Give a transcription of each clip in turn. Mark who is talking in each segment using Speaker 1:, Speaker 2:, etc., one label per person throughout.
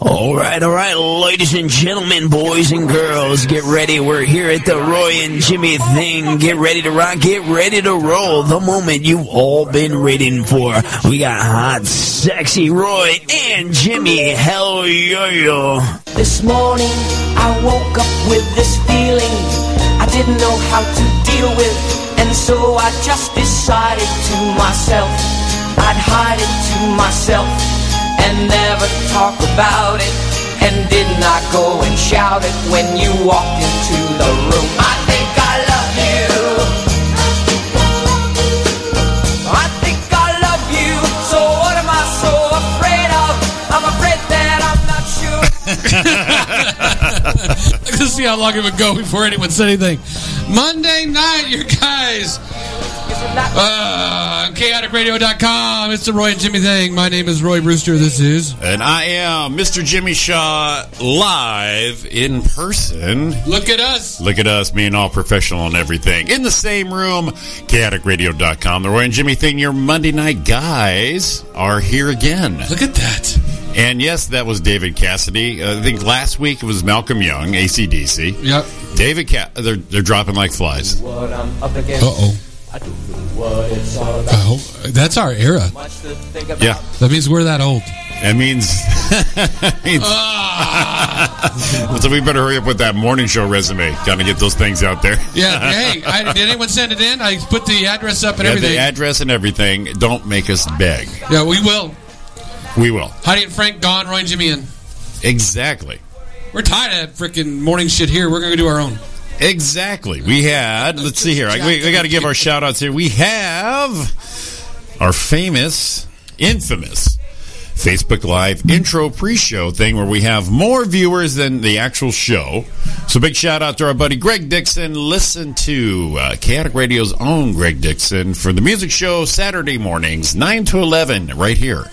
Speaker 1: All right, all right, ladies and gentlemen, boys and girls, get ready. We're here at the Roy and Jimmy thing. Get ready to rock, get ready to roll. The moment you've all been waiting for. We got hot, sexy Roy and Jimmy. Hell yo yo.
Speaker 2: This morning I woke up with this feeling I didn't know how to deal with And so I just decided to myself I'd hide it to myself And never talk about it And did not go and shout it When you walked into the room I think I love you I think I love you So what am I so afraid of? I'm afraid that I'm not sure
Speaker 3: I could see how long it would go before anyone said anything. Monday night, you guys. Uh, chaoticradio.com. It's the Roy and Jimmy thing. My name is Roy Brewster. This is.
Speaker 4: And I am Mr. Jimmy Shaw live in person.
Speaker 3: Look at us.
Speaker 4: Look at us being all professional and everything. In the same room, chaoticradio.com. The Roy and Jimmy thing, your Monday night guys are here again.
Speaker 3: Look at that.
Speaker 4: And yes, that was David Cassidy. Uh, I think last week it was Malcolm Young, ACDC.
Speaker 3: Yep.
Speaker 4: David, Ca- they're, they're dropping like flies.
Speaker 2: What I'm up against
Speaker 3: Uh oh.
Speaker 2: I don't know what it's all about.
Speaker 3: Oh, that's our era.
Speaker 2: Much to think about.
Speaker 4: Yeah,
Speaker 3: That means we're that old.
Speaker 4: that means. that means
Speaker 3: Ah.
Speaker 4: so we better hurry up with that morning show resume. Got to get those things out there.
Speaker 3: Yeah. hey, I, did anyone send it in? I put the address up and
Speaker 4: Yeah,
Speaker 3: everything.
Speaker 4: the address and everything. Don't make us beg.
Speaker 3: yeah, we will.
Speaker 4: We will.
Speaker 3: Heidi and Frank gone. Roy and Jimmy in.
Speaker 4: Exactly.
Speaker 3: We're tired of that freaking morning shit here. We're going to do our own.
Speaker 4: Exactly. We had, let's see here. I, we we got to give our shout outs here. We have our famous, infamous Facebook Live intro pre show thing where we have more viewers than the actual show. So big shout out to our buddy Greg Dixon. Listen to uh, Chaotic Radio's own Greg Dixon for the music show Saturday mornings, 9 to 11, right here.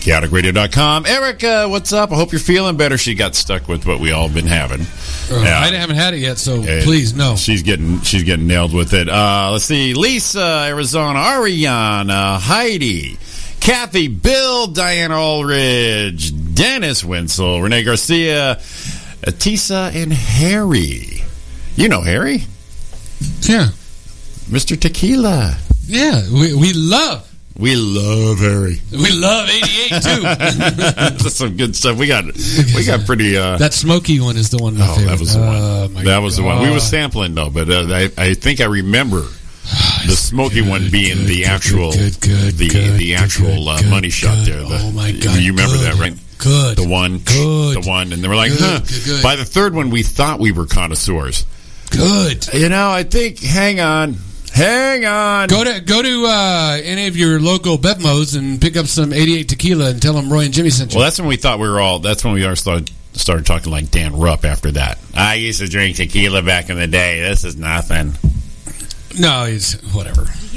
Speaker 4: ChaoticRadio.com. Erica, what's up? I hope you're feeling better. She got stuck with what we all been having.
Speaker 3: Uh,
Speaker 4: Yeah.
Speaker 3: I haven't had it yet, so
Speaker 4: Hey,
Speaker 3: please, no.
Speaker 4: She's getting she's getting nailed with it. Uh, let's see, Lisa, Arizona, Ariana, Heidi, Kathy, Bill, Diana Ulrich, Dennis Winsel, Renee Garcia, Atisa, and Harry. You know Harry,
Speaker 3: Yeah.
Speaker 4: Mr. Tequila.
Speaker 3: Yeah. We, we love.
Speaker 4: We love Harry.
Speaker 3: We love 88 too.
Speaker 4: That's some good stuff. We got we got pretty. Uh,
Speaker 3: that smoky one is the one.
Speaker 4: oh, that was the one. that was the one. We were
Speaker 3: was
Speaker 4: sampling though, but uh, I, I think I remember. the smoky one being
Speaker 3: good,
Speaker 4: the
Speaker 3: good,
Speaker 4: actual
Speaker 3: good, good,
Speaker 4: the
Speaker 3: good,
Speaker 4: the
Speaker 3: good,
Speaker 4: actual
Speaker 3: good,
Speaker 4: uh,
Speaker 3: good,
Speaker 4: money shot
Speaker 3: good.
Speaker 4: there. The,
Speaker 3: Oh, my God,
Speaker 4: You remember that,
Speaker 3: good,
Speaker 4: right?
Speaker 3: good,
Speaker 4: The one,
Speaker 3: good,
Speaker 4: the one, and they were like,
Speaker 3: good,
Speaker 4: huh.
Speaker 3: good, good.
Speaker 4: By the third one, we thought we were connoisseurs.
Speaker 3: Good.
Speaker 4: You know, I think. Hang on, hang on.
Speaker 3: Go to go to uh, any of your local Bevmos and pick up some 88 tequila and tell them Roy and Jimmy sent you.
Speaker 4: Well, that's when we thought we were all. That's when we all started started talking like Dan Rupp. After that, I used to drink tequila back in the day. This is nothing.
Speaker 3: No, it's whatever.
Speaker 5: Do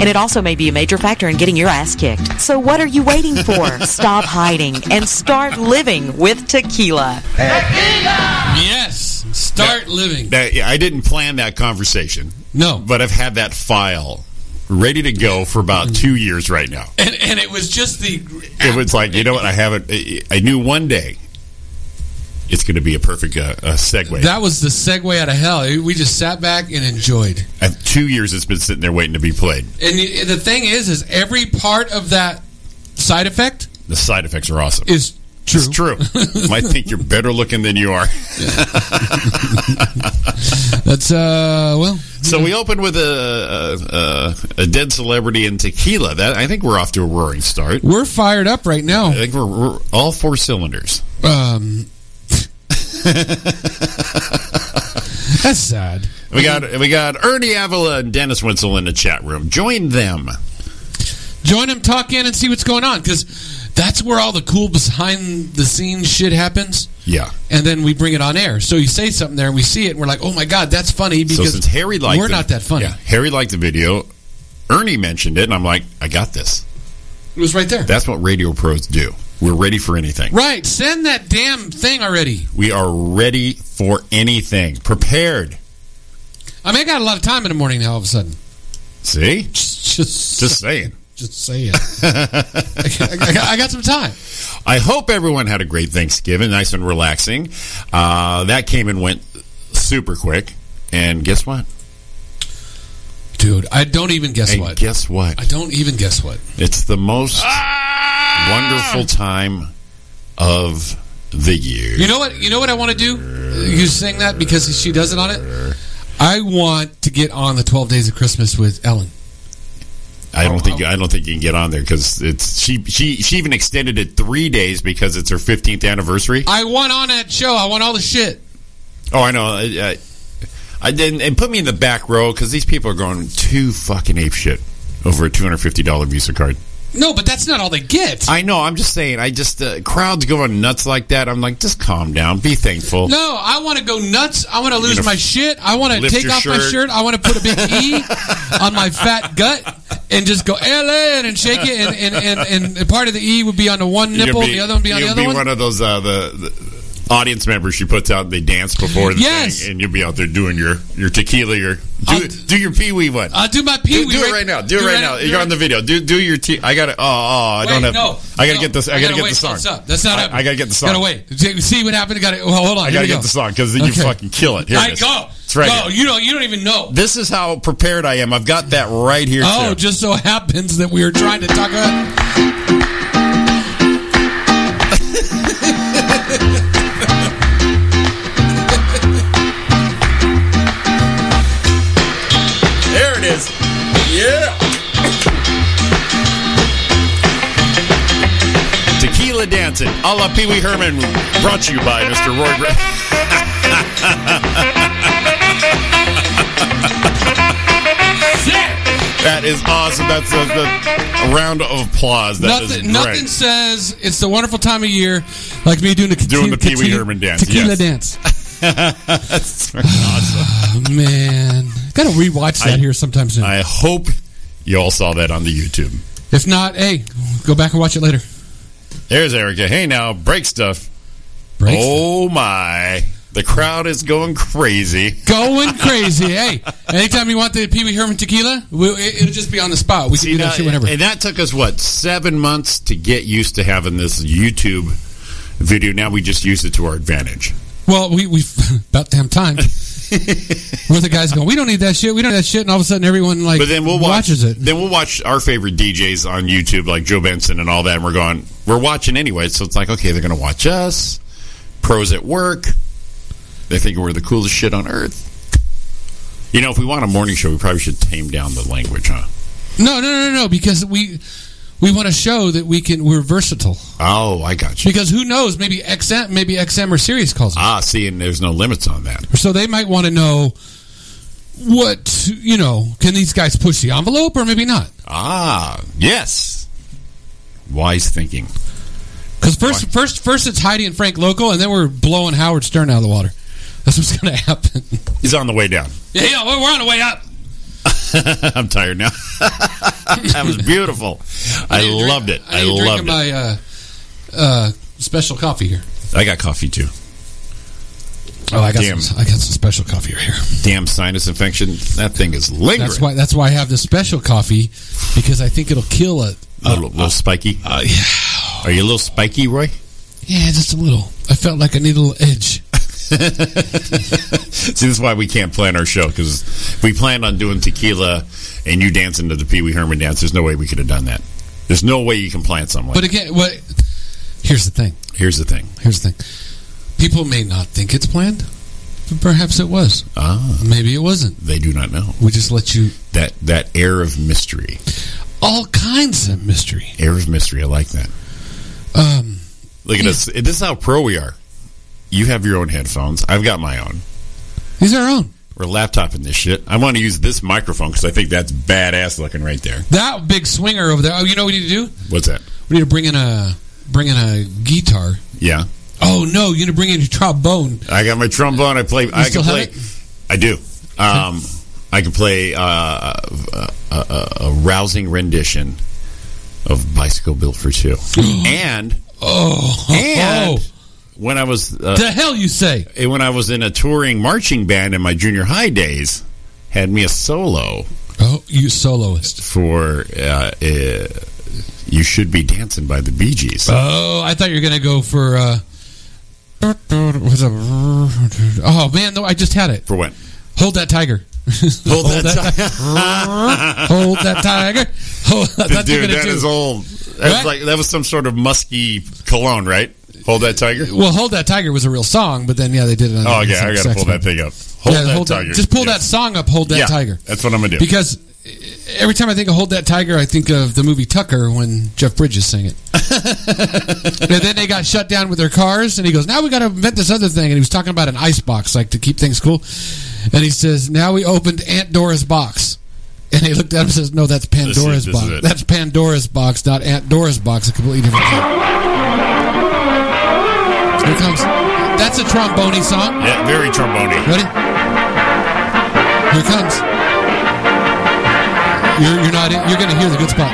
Speaker 5: and it also may be a major factor in getting your ass kicked. So what are you waiting for? Stop hiding and start living with tequila.
Speaker 3: Yes. Start living.
Speaker 4: That- yeah, I didn't plan that conversation,
Speaker 3: No.
Speaker 4: but I've had that file ready to go for about two years right now.
Speaker 3: And, and it was just the.
Speaker 4: It was like, you know what? I haven't. I- I knew one day it's going to be a perfect uh, uh, segue.
Speaker 3: That was the segue out of hell. We just sat back and enjoyed.
Speaker 4: Uh, two years it's been sitting there waiting to be played.
Speaker 3: And the, the thing is, is every part of that side effect
Speaker 4: The side effects are awesome.
Speaker 3: is true.
Speaker 4: It's true. Might think you're better looking than you are.
Speaker 3: That's uh, well,
Speaker 4: So we opened with a a, a a dead celebrity in tequila. That I think we're off to a roaring start.
Speaker 3: we're fired up right now.
Speaker 4: I think we're, we're all four cylinders.
Speaker 3: Um, that's sad.
Speaker 4: We got we got Ernie Avila and Dennis Wenzel in the chat room. Join them.
Speaker 3: Join them, talk in, and see what's going on because that's where all the cool behind the scenes shit happens.
Speaker 4: Yeah.
Speaker 3: And then we bring it on air. So you say something there, and we see it, and we're like, "Oh my god, that's funny!"
Speaker 4: So
Speaker 3: Because
Speaker 4: since Harry liked,
Speaker 3: we're
Speaker 4: the-
Speaker 3: not that funny.
Speaker 4: Yeah, Harry liked the video. Ernie mentioned it, and I'm like, I got this.
Speaker 3: It was right there.
Speaker 4: That's what radio pros do. We're ready for anything.
Speaker 3: right. Send that damn thing already.
Speaker 4: We are ready for anything. Prepared.
Speaker 3: I mean, I got a lot of time in the morning now. All of a sudden,
Speaker 4: See,
Speaker 3: just just,
Speaker 4: just saying.
Speaker 3: just saying. I, I, I got some time.
Speaker 4: I hope everyone had a great Thanksgiving, nice and relaxing. Uh, that came and went super quick. And guess what?
Speaker 3: Dude, I don't even guess
Speaker 4: and
Speaker 3: what.
Speaker 4: guess what?
Speaker 3: I don't even guess what.
Speaker 4: It's the most
Speaker 3: Ah!
Speaker 4: wonderful time of the year.
Speaker 3: You know what? You know what I want to do? You sing that because she does it on it. I want to get on the Twelve Days of Christmas with Ellen.
Speaker 4: I don't think I don't think you can get on there because it's she she she even extended it three days because it's her 15th anniversary.
Speaker 3: I want on that show. I want all the shit.
Speaker 4: Oh, I know. I, I, I didn't and put me in the back row because these people are going too fucking ape shit over a two hundred fifty dollar Visa card.
Speaker 3: No, but that's not all they get.
Speaker 4: I know. I'm just saying. I just uh, crowds going nuts like that. I'm like, just calm down, be thankful.
Speaker 3: No, I want to go nuts. I want to lose
Speaker 4: gonna
Speaker 3: my shit. I want to
Speaker 4: lift
Speaker 3: take
Speaker 4: your
Speaker 3: off my
Speaker 4: shirt.
Speaker 3: shirt. I want to put a big E on my fat gut and just go Ellen and shake it. And, and, and, and part of the E would be on the one
Speaker 4: You'll
Speaker 3: nipple,
Speaker 4: be-
Speaker 3: the other one be on the
Speaker 4: you'll
Speaker 3: other
Speaker 4: be
Speaker 3: one.
Speaker 4: of those uh, the, the audience members she puts out. They dance before the
Speaker 3: Yes.
Speaker 4: thing, and you'll be out there doing your your tequila, your do,
Speaker 3: I'll-
Speaker 4: do your pee wee one.
Speaker 3: I'll Uh, do my pee
Speaker 4: do,
Speaker 3: wee.
Speaker 4: do it right now. Do, it right now. You're on the video. Do do your tea. I got to Oh, oh, I
Speaker 3: Wait,
Speaker 4: don't have.
Speaker 3: No,
Speaker 4: I got to
Speaker 3: no,
Speaker 4: get this. I got to get
Speaker 3: wait
Speaker 4: the
Speaker 3: till
Speaker 4: song.
Speaker 3: it's up. That's not
Speaker 4: I-
Speaker 3: happening.
Speaker 4: I gotta get the song.
Speaker 3: Gotta wait. J- See what happened. Got to well, hold on.
Speaker 4: I
Speaker 3: Here
Speaker 4: got to
Speaker 3: we
Speaker 4: get
Speaker 3: go.
Speaker 4: the song because then you
Speaker 3: Okay.
Speaker 4: fucking kill it. Here
Speaker 3: I
Speaker 4: it is.
Speaker 3: go.
Speaker 4: It's right
Speaker 3: no,
Speaker 4: here.
Speaker 3: you don't. You don't even know.
Speaker 4: This is how prepared I am. I've got that right here.
Speaker 3: Oh,
Speaker 4: too.
Speaker 3: just so happens that we were trying to talk about.
Speaker 4: There it is. Yeah. Tequila dancing, a la Pee Wee Herman, brought to you by Mr. Roy. Gra- that is awesome. That's a, the, a round of applause. That is
Speaker 3: Nothing, nothing
Speaker 4: great.
Speaker 3: says it's the wonderful time of year, like me doing the
Speaker 4: Doing the
Speaker 3: tequila-
Speaker 4: Pee Wee Herman dance,
Speaker 3: tequila
Speaker 4: yes.
Speaker 3: dance.
Speaker 4: That's awesome.
Speaker 3: Oh, man, gotta rewatch that
Speaker 4: I-
Speaker 3: here sometime soon.
Speaker 4: I hope you all saw that on the YouTube.
Speaker 3: if not, hey, go back and watch it later.
Speaker 4: There's Erica. Hey now, break stuff.
Speaker 3: Breaks
Speaker 4: oh my. The crowd is going crazy.
Speaker 3: going crazy. hey, anytime you want the Pee Wee Herman tequila, we, it, it'll just be on the spot. We can do that
Speaker 4: now,
Speaker 3: shit whenever.
Speaker 4: And that took us what seven months to get used to having this YouTube video. Now we just use it to our advantage.
Speaker 3: Well, we we about damn time. Where the guys going? We don't need that shit. We don't need that shit. And all of a sudden, everyone like
Speaker 4: But then we'll watch,
Speaker 3: watches it.
Speaker 4: Then we'll watch our favorite DJs on YouTube, like Joe Benson and all that. And we're going, we're watching anyway. So it's like, okay, they're going to watch us. Pros at work. They think we're the coolest shit on earth. You know, if we want a morning show, we probably should tame down the language, huh?
Speaker 3: No, no, no, no, because we we want to show that we can. We're versatile.
Speaker 4: Oh, I got you.
Speaker 3: Because who knows? Maybe XM, maybe XM or Sirius calls us,
Speaker 4: Ah, see, and there's no limits on that.
Speaker 3: so they might want to know what you know. Can these guys push the envelope or maybe not?
Speaker 4: Ah, yes. Wise thinking.
Speaker 3: Because first, first, first, it's Heidi and Frank local, and then we're blowing Howard Stern out of the water. That's what's going to happen.
Speaker 4: He's on the way down.
Speaker 3: yeah, yeah, we're on the way up.
Speaker 4: I'm tired now. that was beautiful. I
Speaker 3: need to drink-
Speaker 4: loved it. I
Speaker 3: need to drink
Speaker 4: loved it.
Speaker 3: my uh, uh, special coffee here.
Speaker 4: I got coffee too.
Speaker 3: Oh, I got
Speaker 4: Damn.
Speaker 3: some, I got some special coffee right here.
Speaker 4: Damn sinus infection. That thing is lingering.
Speaker 3: That's why that's why I have the special coffee because I think it'll kill it.
Speaker 4: a little, little spiky.
Speaker 3: Uh,
Speaker 4: Are you a little spiky, Roy?
Speaker 3: Yeah, just a little. I felt like I need a little edge.
Speaker 4: See, this is why we can't plan our show because we planned on doing tequila and you dancing to the Pee Wee Herman dance. There's no way we could have done that. There's no way you can plan something. Like
Speaker 3: But again, what? Here's the thing.
Speaker 4: that. Here's the thing.
Speaker 3: Here's the thing. People may not think it's planned, but perhaps it was. Uh,
Speaker 4: Ah,
Speaker 3: Maybe it wasn't.
Speaker 4: they do not know
Speaker 3: We just let you
Speaker 4: that that air of mystery.
Speaker 3: all kinds of mystery.
Speaker 4: Air of mystery. I like that.
Speaker 3: Um,
Speaker 4: Look at us. This is how pro we are. You have your own headphones. I've got my own.
Speaker 3: these are our own.
Speaker 4: We're laptoping this shit. I want to use this microphone because I think that's badass looking right there.
Speaker 3: That big swinger over there. Oh, you know what we need to do?
Speaker 4: What's that?
Speaker 3: We need to bring in a bring in a guitar.
Speaker 4: Yeah,
Speaker 3: Oh no, you need to bring in your trombone.
Speaker 4: I got my trombone. I play. I
Speaker 3: still
Speaker 4: can
Speaker 3: have
Speaker 4: play.
Speaker 3: it?
Speaker 4: I do. Um, I can play uh, a, a, a rousing rendition of "Bicycle Built for Two. and
Speaker 3: Oh,
Speaker 4: and
Speaker 3: oh.
Speaker 4: when I was uh,
Speaker 3: the hell you say?
Speaker 4: And when I was in a touring marching band in my junior high days, had me a solo
Speaker 3: Oh, you soloist.
Speaker 4: for uh, uh, "You Should Be Dancing" by the Bee Gees.
Speaker 3: Oh, I thought you were gonna go for. Uh, what's up? Oh man, no, I just had it.
Speaker 4: for what?
Speaker 3: Hold that tiger.
Speaker 4: Hold that
Speaker 3: tiger. Hold that tiger. Hold, I thought you were
Speaker 4: Dude,
Speaker 3: Uh, gonna
Speaker 4: that
Speaker 3: do.
Speaker 4: is old. That was
Speaker 3: Right?
Speaker 4: like that was some sort of musky cologne, right? Hold that tiger.
Speaker 3: well, hold that tiger was a real song, but then yeah, they did it. On
Speaker 4: Oh
Speaker 3: on
Speaker 4: yeah,
Speaker 3: some
Speaker 4: I gotta
Speaker 3: sax
Speaker 4: pull that
Speaker 3: thing.
Speaker 4: thing up. Hold
Speaker 3: Yeah,
Speaker 4: that
Speaker 3: hold
Speaker 4: tiger.
Speaker 3: That, just pull
Speaker 4: Yes.
Speaker 3: that song up. Hold that
Speaker 4: Yeah,
Speaker 3: tiger.
Speaker 4: That's what I'm gonna do.
Speaker 3: Because every time I think of "Hold That Tiger," I think of the movie Tucker when Jeff Bridges sang it. and then they got shut down with their cars, and he goes, "Now we got to invent this other thing." And he was talking about an ice box, like to keep things cool. And he says, "Now we opened Aunt Dora's box." And they looked at him and says, "No, that's
Speaker 4: is-
Speaker 3: Pandora's
Speaker 4: this is
Speaker 3: box.
Speaker 4: it.
Speaker 3: That's Pandora's box, not Aunt Dora's box. A completely different thing." Here it comes. That's a trombone song.
Speaker 4: yeah, very trombone.
Speaker 3: Ready? Here it comes. You're, you're not. You're going to hear the good spot.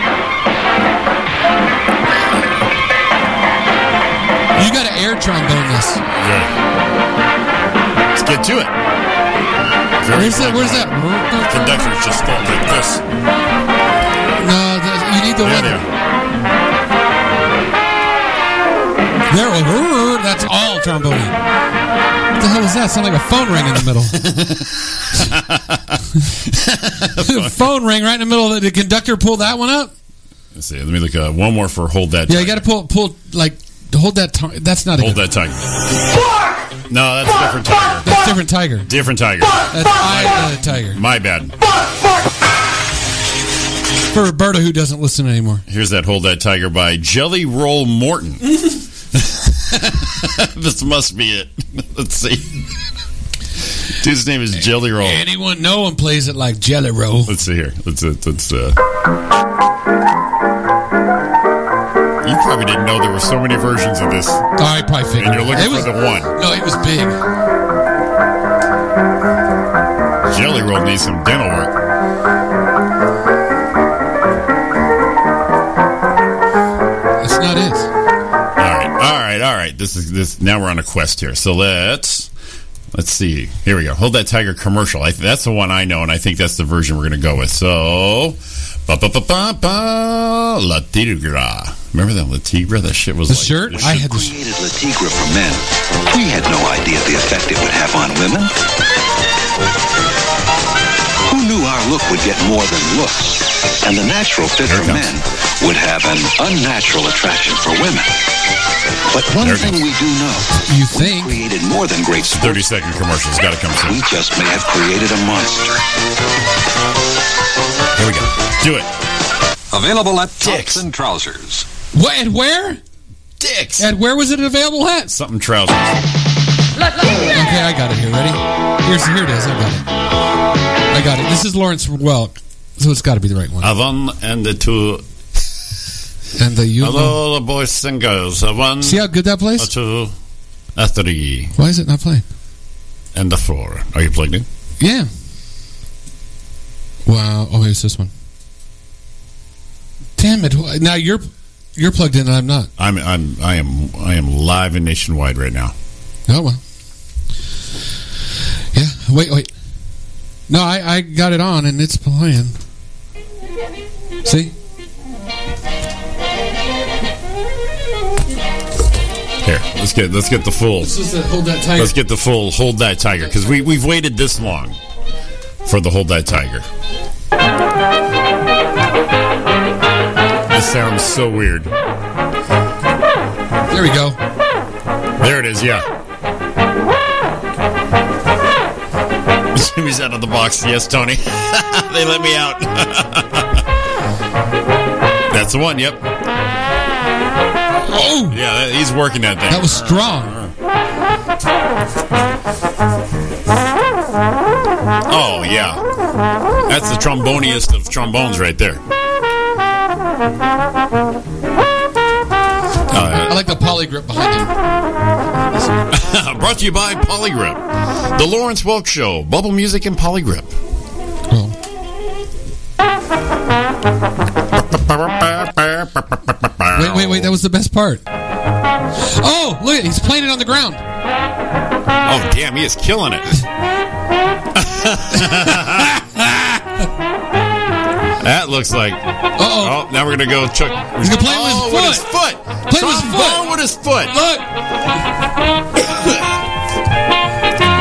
Speaker 3: You got to air trombone this.
Speaker 4: Let's get to it. Very
Speaker 3: Where's that?
Speaker 4: trombone.
Speaker 3: Where's that?
Speaker 4: Conductor's just going like this.
Speaker 3: No, the, you need the
Speaker 4: Yeah,
Speaker 3: one.
Speaker 4: they
Speaker 3: There,
Speaker 4: are.
Speaker 3: oh, that's all trombone. What the hell is that? Sound like a phone ring in the middle. phone ring right in the middle. Did the conductor pull that one up?
Speaker 4: Let's see. Let me look. Uh, one more for hold that.
Speaker 3: Yeah, you got to pull, pull, like, hold that. T- that's not a
Speaker 4: hold
Speaker 3: good-
Speaker 4: that tiger. No, that's a different tiger.
Speaker 3: That's different tiger.
Speaker 4: Different tiger.
Speaker 3: That's I uh, tiger.
Speaker 4: My bad.
Speaker 3: For Roberta, who doesn't listen anymore.
Speaker 4: Here's that hold that tiger by Jelly Roll Morton. this must be it. Let's see. Dude's name is Jelly Roll.
Speaker 3: Anyone, no one plays it like Jelly Roll.
Speaker 4: Let's see here. Let's uh, let's. Uh... You probably didn't know there were so many versions of this, and
Speaker 3: Oh, I probably figured.
Speaker 4: you're
Speaker 3: it
Speaker 4: looking
Speaker 3: was,
Speaker 4: for the one.
Speaker 3: No, it was big.
Speaker 4: Jelly Roll needs some dental work.
Speaker 3: That's not it.
Speaker 4: All right, all right, all right. This is this. Now we're on a quest here. So let's let's see. Here we go. Hold that tiger commercial. I, that's the one I know, and I think that's the version we're going to go with. So, ba ba ba ba ba la tigra. Remember that la tigra? That shit was
Speaker 3: The
Speaker 4: like,
Speaker 3: shirt? I had the shirt.
Speaker 6: created La Tigra for men, we had no idea the effect it would have on women. Who knew our look would get more than looks? And the natural fit
Speaker 4: There it
Speaker 6: for
Speaker 4: comes.
Speaker 6: men would have an unnatural attraction for women. But one
Speaker 4: There it
Speaker 6: thing
Speaker 4: comes.
Speaker 6: we do know,
Speaker 3: You think?
Speaker 6: created more than great sport.
Speaker 4: thirty second commercial. It's got to come soon.
Speaker 6: We just may have created a monster.
Speaker 4: Here we go. Do it.
Speaker 7: Available at
Speaker 4: Dicks.
Speaker 7: Dicks and Trousers.
Speaker 3: What? At where?
Speaker 4: Dicks.
Speaker 3: At where was it available at?
Speaker 4: Something trousers.
Speaker 3: Okay, I got it here. Ready? Here's here it is. I got it. I got it. This is Lawrence Welk, so it's got to be the right one.
Speaker 4: Avon and the two.
Speaker 3: and the you
Speaker 4: Hello, the boys and girls. A one,
Speaker 3: See how good that
Speaker 4: a
Speaker 3: plays?
Speaker 4: two, a three,
Speaker 3: Why is it not playing?
Speaker 4: and a four. Are you plugged in?
Speaker 3: Yeah. Wow. Oh, here's this one. Damn it! wh- Now you're you're plugged in, and I'm not.
Speaker 4: I'm I'm I am I am live and nationwide right now.
Speaker 3: Oh well. Yeah. Wait. Wait. No, I, I got it on and it's playing. See?
Speaker 4: Here, let's get let's get the full
Speaker 3: is the hold that
Speaker 4: let's get the full hold that tiger because we we've waited this long for the hold that tiger. This sounds so weird.
Speaker 3: There we go.
Speaker 4: There it is. Yeah. Jimmy's out of the box. Yes, Tony. they let me out. That's the one. Yep.
Speaker 3: Oh,
Speaker 4: Yeah, that- he's working that thing.
Speaker 3: that was strong.
Speaker 4: Oh yeah, that's the tromboniest of trombones right there. Uh,
Speaker 3: I like the poly grip behind it.
Speaker 4: Brought to you by Polygrip, the Lawrence Welk Show, Bubble Music and Polygrip.
Speaker 3: Oh. Wait, wait, wait. That was the best part. Oh, look at He's playing it on the ground.
Speaker 4: Oh damn, he is killing it. that looks like.
Speaker 3: Uh oh.
Speaker 4: Oh, now we're gonna go. Chuck.
Speaker 3: He's gonna play
Speaker 4: oh,
Speaker 3: with his
Speaker 4: foot.
Speaker 3: Play with his foot.
Speaker 4: Trombone with his foot.
Speaker 3: Look.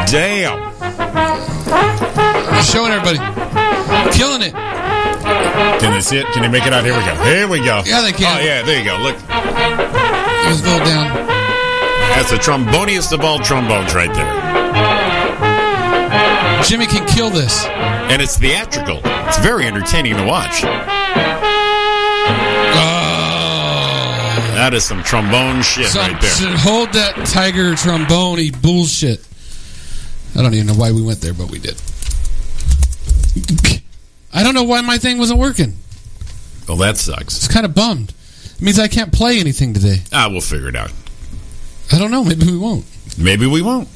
Speaker 4: Damn.
Speaker 3: He's showing everybody. Killing it.
Speaker 4: Can they see it? Can they make it out? Here we go. Here we go.
Speaker 3: Yeah, they can.
Speaker 4: Oh yeah, there you go. Look,
Speaker 3: There's a little down.
Speaker 4: that's the tromboniest of all trombones right there.
Speaker 3: Jimmy can kill this.
Speaker 4: and it's theatrical. It's very entertaining to watch.
Speaker 3: Oh.
Speaker 4: That is some trombone shit
Speaker 3: Some,
Speaker 4: right there.
Speaker 3: should hold that tiger trombone bullshit. I don't even know why we went there, but we did. I don't know why my thing wasn't working.
Speaker 4: Well, that sucks.
Speaker 3: It's kind of bummed. It means I can't play anything today.
Speaker 4: Ah, we'll figure it out.
Speaker 3: I don't know. Maybe we won't.
Speaker 4: Maybe we won't.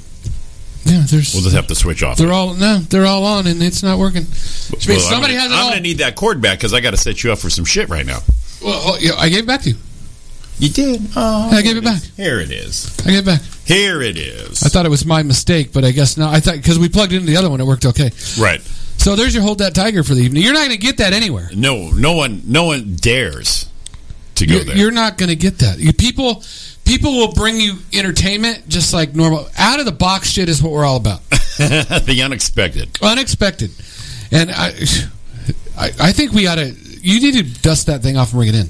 Speaker 3: Yeah, there's.
Speaker 4: We'll just have to switch off.
Speaker 3: they're all no. They're all on, and it's not working. Which means
Speaker 4: Well,
Speaker 3: somebody
Speaker 4: I'm
Speaker 3: has
Speaker 4: gonna,
Speaker 3: it
Speaker 4: I'm
Speaker 3: all.
Speaker 4: gonna need that cord back because I got to set you up for some shit right now.
Speaker 3: Well, oh, yeah, I gave it back to you.
Speaker 4: You did. Oh,
Speaker 3: I gave it back.
Speaker 4: Here it is.
Speaker 3: I gave it back.
Speaker 4: Here it is.
Speaker 3: I thought it was my mistake, but I guess not. I thought because we plugged into the other one, it worked okay.
Speaker 4: right.
Speaker 3: So there's your hold that tiger for the evening. You're not going to get that anywhere.
Speaker 4: No, no one, no one dares to go
Speaker 3: You're,
Speaker 4: there.
Speaker 3: you're not going to get that. You, people, people will bring you entertainment just like normal. Out of the box shit is what we're all about.
Speaker 4: the unexpected.
Speaker 3: Unexpected, and I, I, I think we ought to. You need to dust that thing off and bring it in.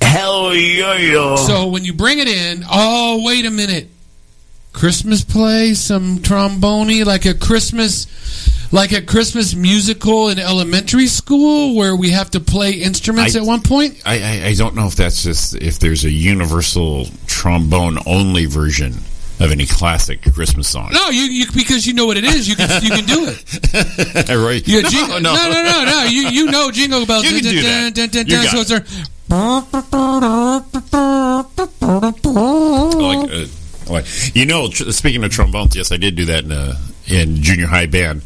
Speaker 1: Hell yeah, yeah.
Speaker 4: Oh.
Speaker 3: So when you bring it in, oh wait a minute, Christmas play, some trombone, like a Christmas, like a Christmas musical in elementary school where we have to play instruments
Speaker 4: I-
Speaker 3: at one point.
Speaker 4: I, I, I don't know if that's just if there's a universal trombone only version of any classic Christmas song.
Speaker 3: No, you, you because you know what it is, you can you can do it.
Speaker 4: right?
Speaker 3: Yeah, jing- no, no, no, no, no. You you know jingle bells.
Speaker 4: You can do that. You got
Speaker 3: so it's there.
Speaker 4: Like, uh, like- you know, tr- speaking of trombones, yes, I did do that in uh, in junior high band,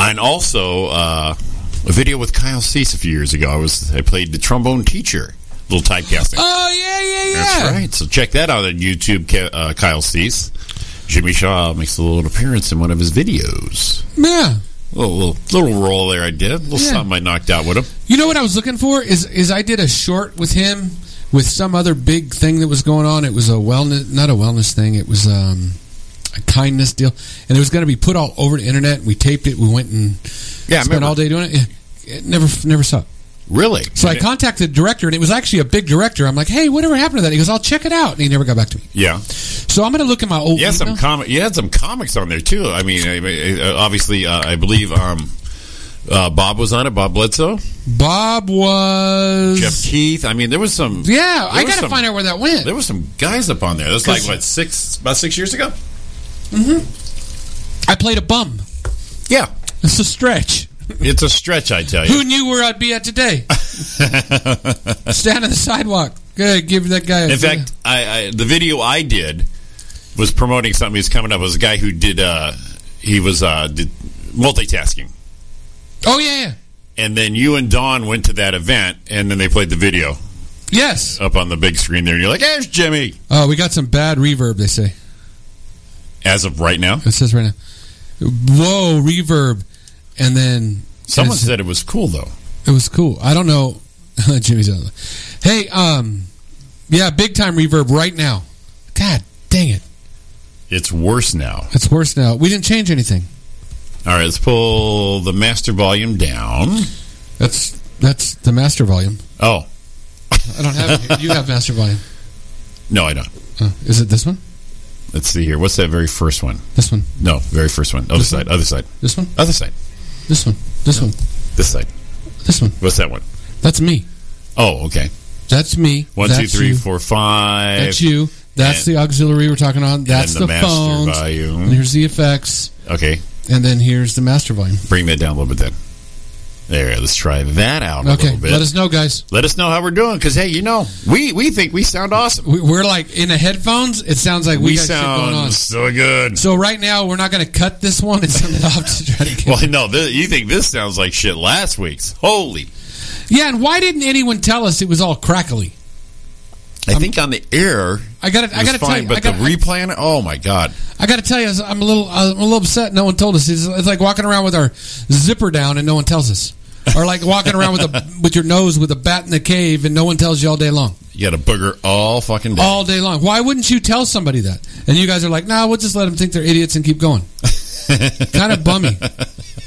Speaker 4: and also uh, a video with Kyle Cease a few years ago. I was I played the trombone teacher, little typecasting.
Speaker 3: Oh yeah, yeah, yeah.
Speaker 4: That's right. So check that out on YouTube. Ca- Uh, Kyle Cease, Jimmy Shaw makes a little appearance in one of his videos.
Speaker 3: Yeah.
Speaker 4: Little little, little roll there, I did. little
Speaker 3: Yeah.
Speaker 4: something I knocked out with him.
Speaker 3: You know what I was looking for is is I did a short with him with some other big thing that was going on. It was a wellness, not a wellness thing. It was um, a kindness deal, and it was going to be put all over the internet. We taped it. We went and
Speaker 4: Yeah, I
Speaker 3: spent
Speaker 4: remember.
Speaker 3: all day doing it. Yeah. It never never stopped.
Speaker 4: Really?
Speaker 3: So I contacted the director, and it was actually a big director. I'm like, "Hey, whatever happened to that?" He goes, "I'll check it out," and he never got back to me.
Speaker 4: yeah.
Speaker 3: So I'm going to look at my old.
Speaker 4: Yeah, some
Speaker 3: email.
Speaker 4: comic. You had some comics on there too. I mean, I- I- obviously, uh, I believe um, uh, Bob was on it. Bob Bledsoe,
Speaker 3: Bob was.
Speaker 4: Jeff Keith. I mean, there was some.
Speaker 3: Mm. Yeah, I got
Speaker 4: there was
Speaker 3: to
Speaker 4: some-
Speaker 3: find out where that went.
Speaker 4: There were some guys up on there. That's like what six about six years ago.
Speaker 3: I played a bum.
Speaker 4: Yeah,
Speaker 3: It's a stretch.
Speaker 4: it's a stretch, I tell you.
Speaker 3: Who knew where I'd be at today? Stand on the sidewalk. Good, give that guy. A
Speaker 4: In fact, I, I the video I did was promoting something. He's coming up. It was a guy who did. Uh, he was uh, did multitasking.
Speaker 3: oh yeah, yeah.
Speaker 4: and then you and Don went to that event, and then they played the video
Speaker 3: Yes.
Speaker 4: up on the big screen there. And you're like, "There's Jimmy."
Speaker 3: Oh, we got some bad reverb. They say
Speaker 4: As of right now,
Speaker 3: it says right now, whoa reverb, and then
Speaker 4: someone
Speaker 3: it's-
Speaker 4: said it was cool though.
Speaker 3: It was cool. I don't know. Jimmy's on. the- Hey, um, yeah, big time reverb right now. God dang it,
Speaker 4: It's worse now.
Speaker 3: it's worse now. We didn't change anything.
Speaker 4: All right, let's pull the master volume down.
Speaker 3: That's that's the master volume.
Speaker 4: Oh
Speaker 3: I don't have. it. you have master volume.
Speaker 4: no, I don't.
Speaker 3: Oh, is it this one?
Speaker 4: Let's see here. What's that very first one?
Speaker 3: This one?
Speaker 4: No, very first one. Other side. Other side.
Speaker 3: This one?
Speaker 4: Other side.
Speaker 3: This one? This one?
Speaker 4: This side.
Speaker 3: This one?
Speaker 4: What's that one?
Speaker 3: That's me.
Speaker 4: Oh, okay.
Speaker 3: That's me.
Speaker 4: One,
Speaker 3: that's
Speaker 4: two, three,
Speaker 3: you.
Speaker 4: four, five.
Speaker 3: That's you. That's the auxiliary we're talking on. That's
Speaker 4: and
Speaker 3: the,
Speaker 4: the master
Speaker 3: phones.
Speaker 4: volume.
Speaker 3: And here's the effects.
Speaker 4: Okay,
Speaker 3: And then here's the master volume.
Speaker 4: bring that down a little bit then. There, let's try that out a
Speaker 3: Okay,
Speaker 4: little bit.
Speaker 3: let us know, guys.
Speaker 4: Let us know how we're doing because hey, you know, we we think we sound awesome.
Speaker 3: We- We're like in the headphones. It sounds like we,
Speaker 4: We
Speaker 3: got shit going on.
Speaker 4: sound so good.
Speaker 3: So right now we're not going to cut this one and send it off to try to get.
Speaker 4: Well, no, th- you think this sounds like shit last week's? Holy!
Speaker 3: yeah, and why didn't anyone tell us it was all crackly?
Speaker 4: I think on the air,
Speaker 3: I got to
Speaker 4: it
Speaker 3: I
Speaker 4: was
Speaker 3: got to tell
Speaker 4: fine,
Speaker 3: you,
Speaker 4: but
Speaker 3: I got
Speaker 4: the replay on it. Oh my god!
Speaker 3: I got to tell you, I'm a little I'm a little upset. No one told us. It's, it's like walking around with our zipper down and no one tells us, or like walking around with a with your nose with a bat in the cave and no one tells you all day long,
Speaker 4: You got a booger all fucking day.
Speaker 3: all day long. Why wouldn't you tell somebody that? And you guys are like, nah, we'll just let them think they're idiots and keep going. kind of bummy.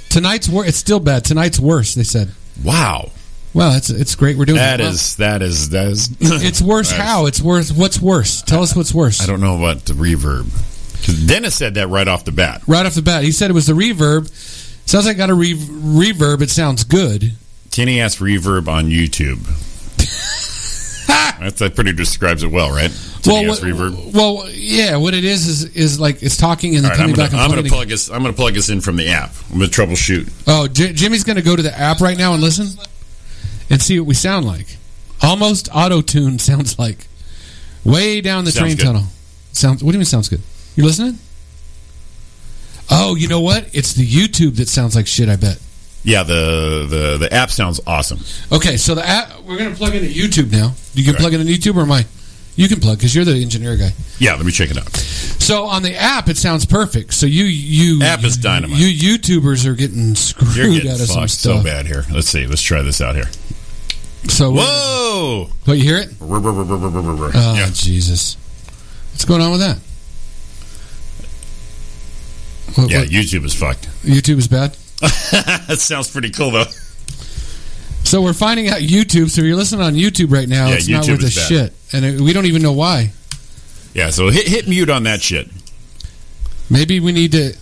Speaker 3: Tonight's wor- it's still bad. Tonight's worse. They said.
Speaker 4: Wow,
Speaker 3: Well, it's it's great. We're doing
Speaker 4: that
Speaker 3: it. Well,
Speaker 4: is that is that is.
Speaker 3: It's worse.
Speaker 4: That is-
Speaker 3: How? It's worse. What's worse? Tell us what's worse.
Speaker 4: I don't know about the reverb. 'Cause Dennis said that right off the bat.
Speaker 3: Right off the bat, he said it was the reverb. Sounds like I got a re- reverb. It sounds good.
Speaker 4: Tinny ass reverb on YouTube. That's, that pretty describes it well, right? Tinny ass
Speaker 3: what,
Speaker 4: reverb.
Speaker 3: well, yeah. What it is is is like it's talking and then
Speaker 4: All right, I'm
Speaker 3: coming
Speaker 4: gonna,
Speaker 3: back
Speaker 4: I'm
Speaker 3: and
Speaker 4: gonna
Speaker 3: playing.
Speaker 4: plug us. I'm gonna plug us in from the app. I'm gonna troubleshoot.
Speaker 3: again. Oh, J- Jimmy's going to go to the app right now and listen and see what we sound like. Almost auto tune sounds like way down the
Speaker 4: Sounds
Speaker 3: train
Speaker 4: good.
Speaker 3: tunnel. Sounds. What do you mean sounds good? You listening? Oh, you know what? It's the YouTube that sounds like shit. I bet.
Speaker 4: Yeah, the the the app sounds awesome.
Speaker 3: Okay, so the app, we're going to plug into YouTube now. You can
Speaker 4: Right.
Speaker 3: plug in a YouTube or am I? You can plug because you're the engineer guy.
Speaker 4: Yeah, let me check it out.
Speaker 3: So on the app, it sounds perfect. So you you
Speaker 4: App is dynamite.
Speaker 3: You YouTubers are getting screwed
Speaker 4: You're getting
Speaker 3: out of some
Speaker 4: fucked
Speaker 3: stuff.
Speaker 4: so bad here. Let's see. Let's try this out here.
Speaker 3: So what?
Speaker 4: Whoa!
Speaker 3: What you hear it?
Speaker 4: Rub, rub, rub, rub, rub, rub, rub.
Speaker 3: Oh
Speaker 4: Yeah.
Speaker 3: Jesus! What's going on with that? What,
Speaker 4: Yeah,
Speaker 3: what-
Speaker 4: YouTube is fucked.
Speaker 3: YouTube is bad.
Speaker 4: that sounds pretty cool though.
Speaker 3: So we're finding out YouTube. So if you're listening on YouTube right now,
Speaker 4: Yeah,
Speaker 3: it's not
Speaker 4: YouTube
Speaker 3: worth a
Speaker 4: is bad.
Speaker 3: shit, and it, we don't even know why.
Speaker 4: Yeah, so hit hit mute on that shit.
Speaker 3: Maybe we need to.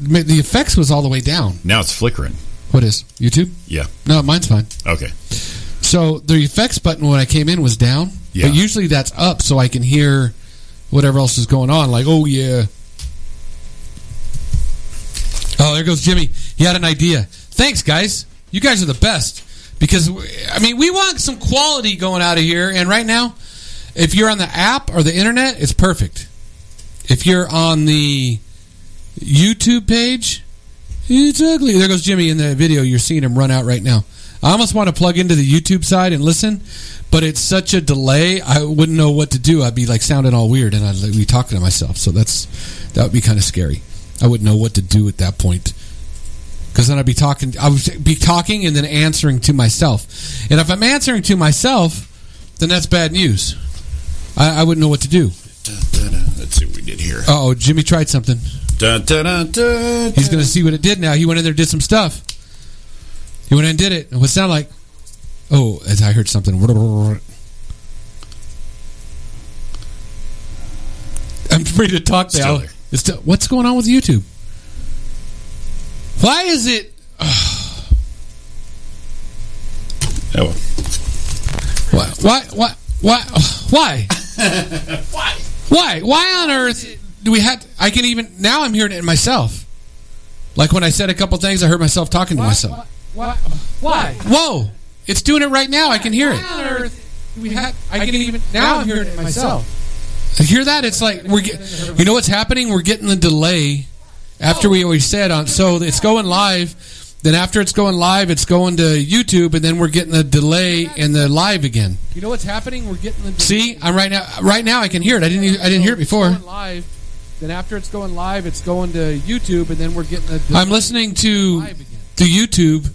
Speaker 3: ma- The effects was all the way down.
Speaker 4: Now it's flickering.
Speaker 3: What is YouTube?
Speaker 4: Yeah.
Speaker 3: No, mine's fine.
Speaker 4: Okay.
Speaker 3: So the effects button when I came in was down,
Speaker 4: Yeah.
Speaker 3: but usually that's up so I can hear whatever else is going on. Like, oh yeah. Oh, there goes Jimmy. He had an idea. Thanks, guys. You guys are the best because I mean we want some quality going out of here, and right now, if you're on the app or the internet, it's perfect. If you're on the YouTube page, it's ugly. There goes Jimmy in the video. You're seeing him run out right now. I almost want to plug into the YouTube side and listen, but it's such a delay. I wouldn't know what to do. I'd be like sounding all weird, and I'd like, be talking to myself. So that's that would be kind of scary. I wouldn't know what to do at that point because then I'd be talking. I would be talking and then answering to myself. And if I'm answering to myself, then that's bad news. I, I wouldn't know what to do.
Speaker 4: Let's see what we did here.
Speaker 3: Oh, Jimmy tried something.
Speaker 4: Dun, dun, dun, dun.
Speaker 3: He's going to see what it did now. He went in there, did some stuff. He went in and did it. It would sound like, oh, as I heard something. I'm free to talk
Speaker 4: Still
Speaker 3: now.
Speaker 4: there.
Speaker 3: It's still, what's going on with YouTube? Why is it?
Speaker 4: Oh, well.
Speaker 3: Why? Why? Why? Why? Why? why? Why on earth do we have? I can even now. I'm hearing it in myself. Like when I said a couple things, I heard myself talking to myself. Why? Why? Whoa! It's doing it right now. I can hear it. Why on earth do we have? I can even now. I'm hearing it myself. Hear that? It's like we're. Get, you know what's happening? We're getting the delay after we always said on. So it's going live. Then after it's going live, it's going to YouTube, and then we're getting the delay and the live again.
Speaker 8: You know what's happening? We're getting the
Speaker 3: See, I'm right now. Right now, I can hear it. I didn't. e- I didn't hear it before.
Speaker 8: Going live. Then after it's going live, it's going to YouTube, and then we're getting the
Speaker 3: I'm listening to
Speaker 8: live again.
Speaker 3: to YouTube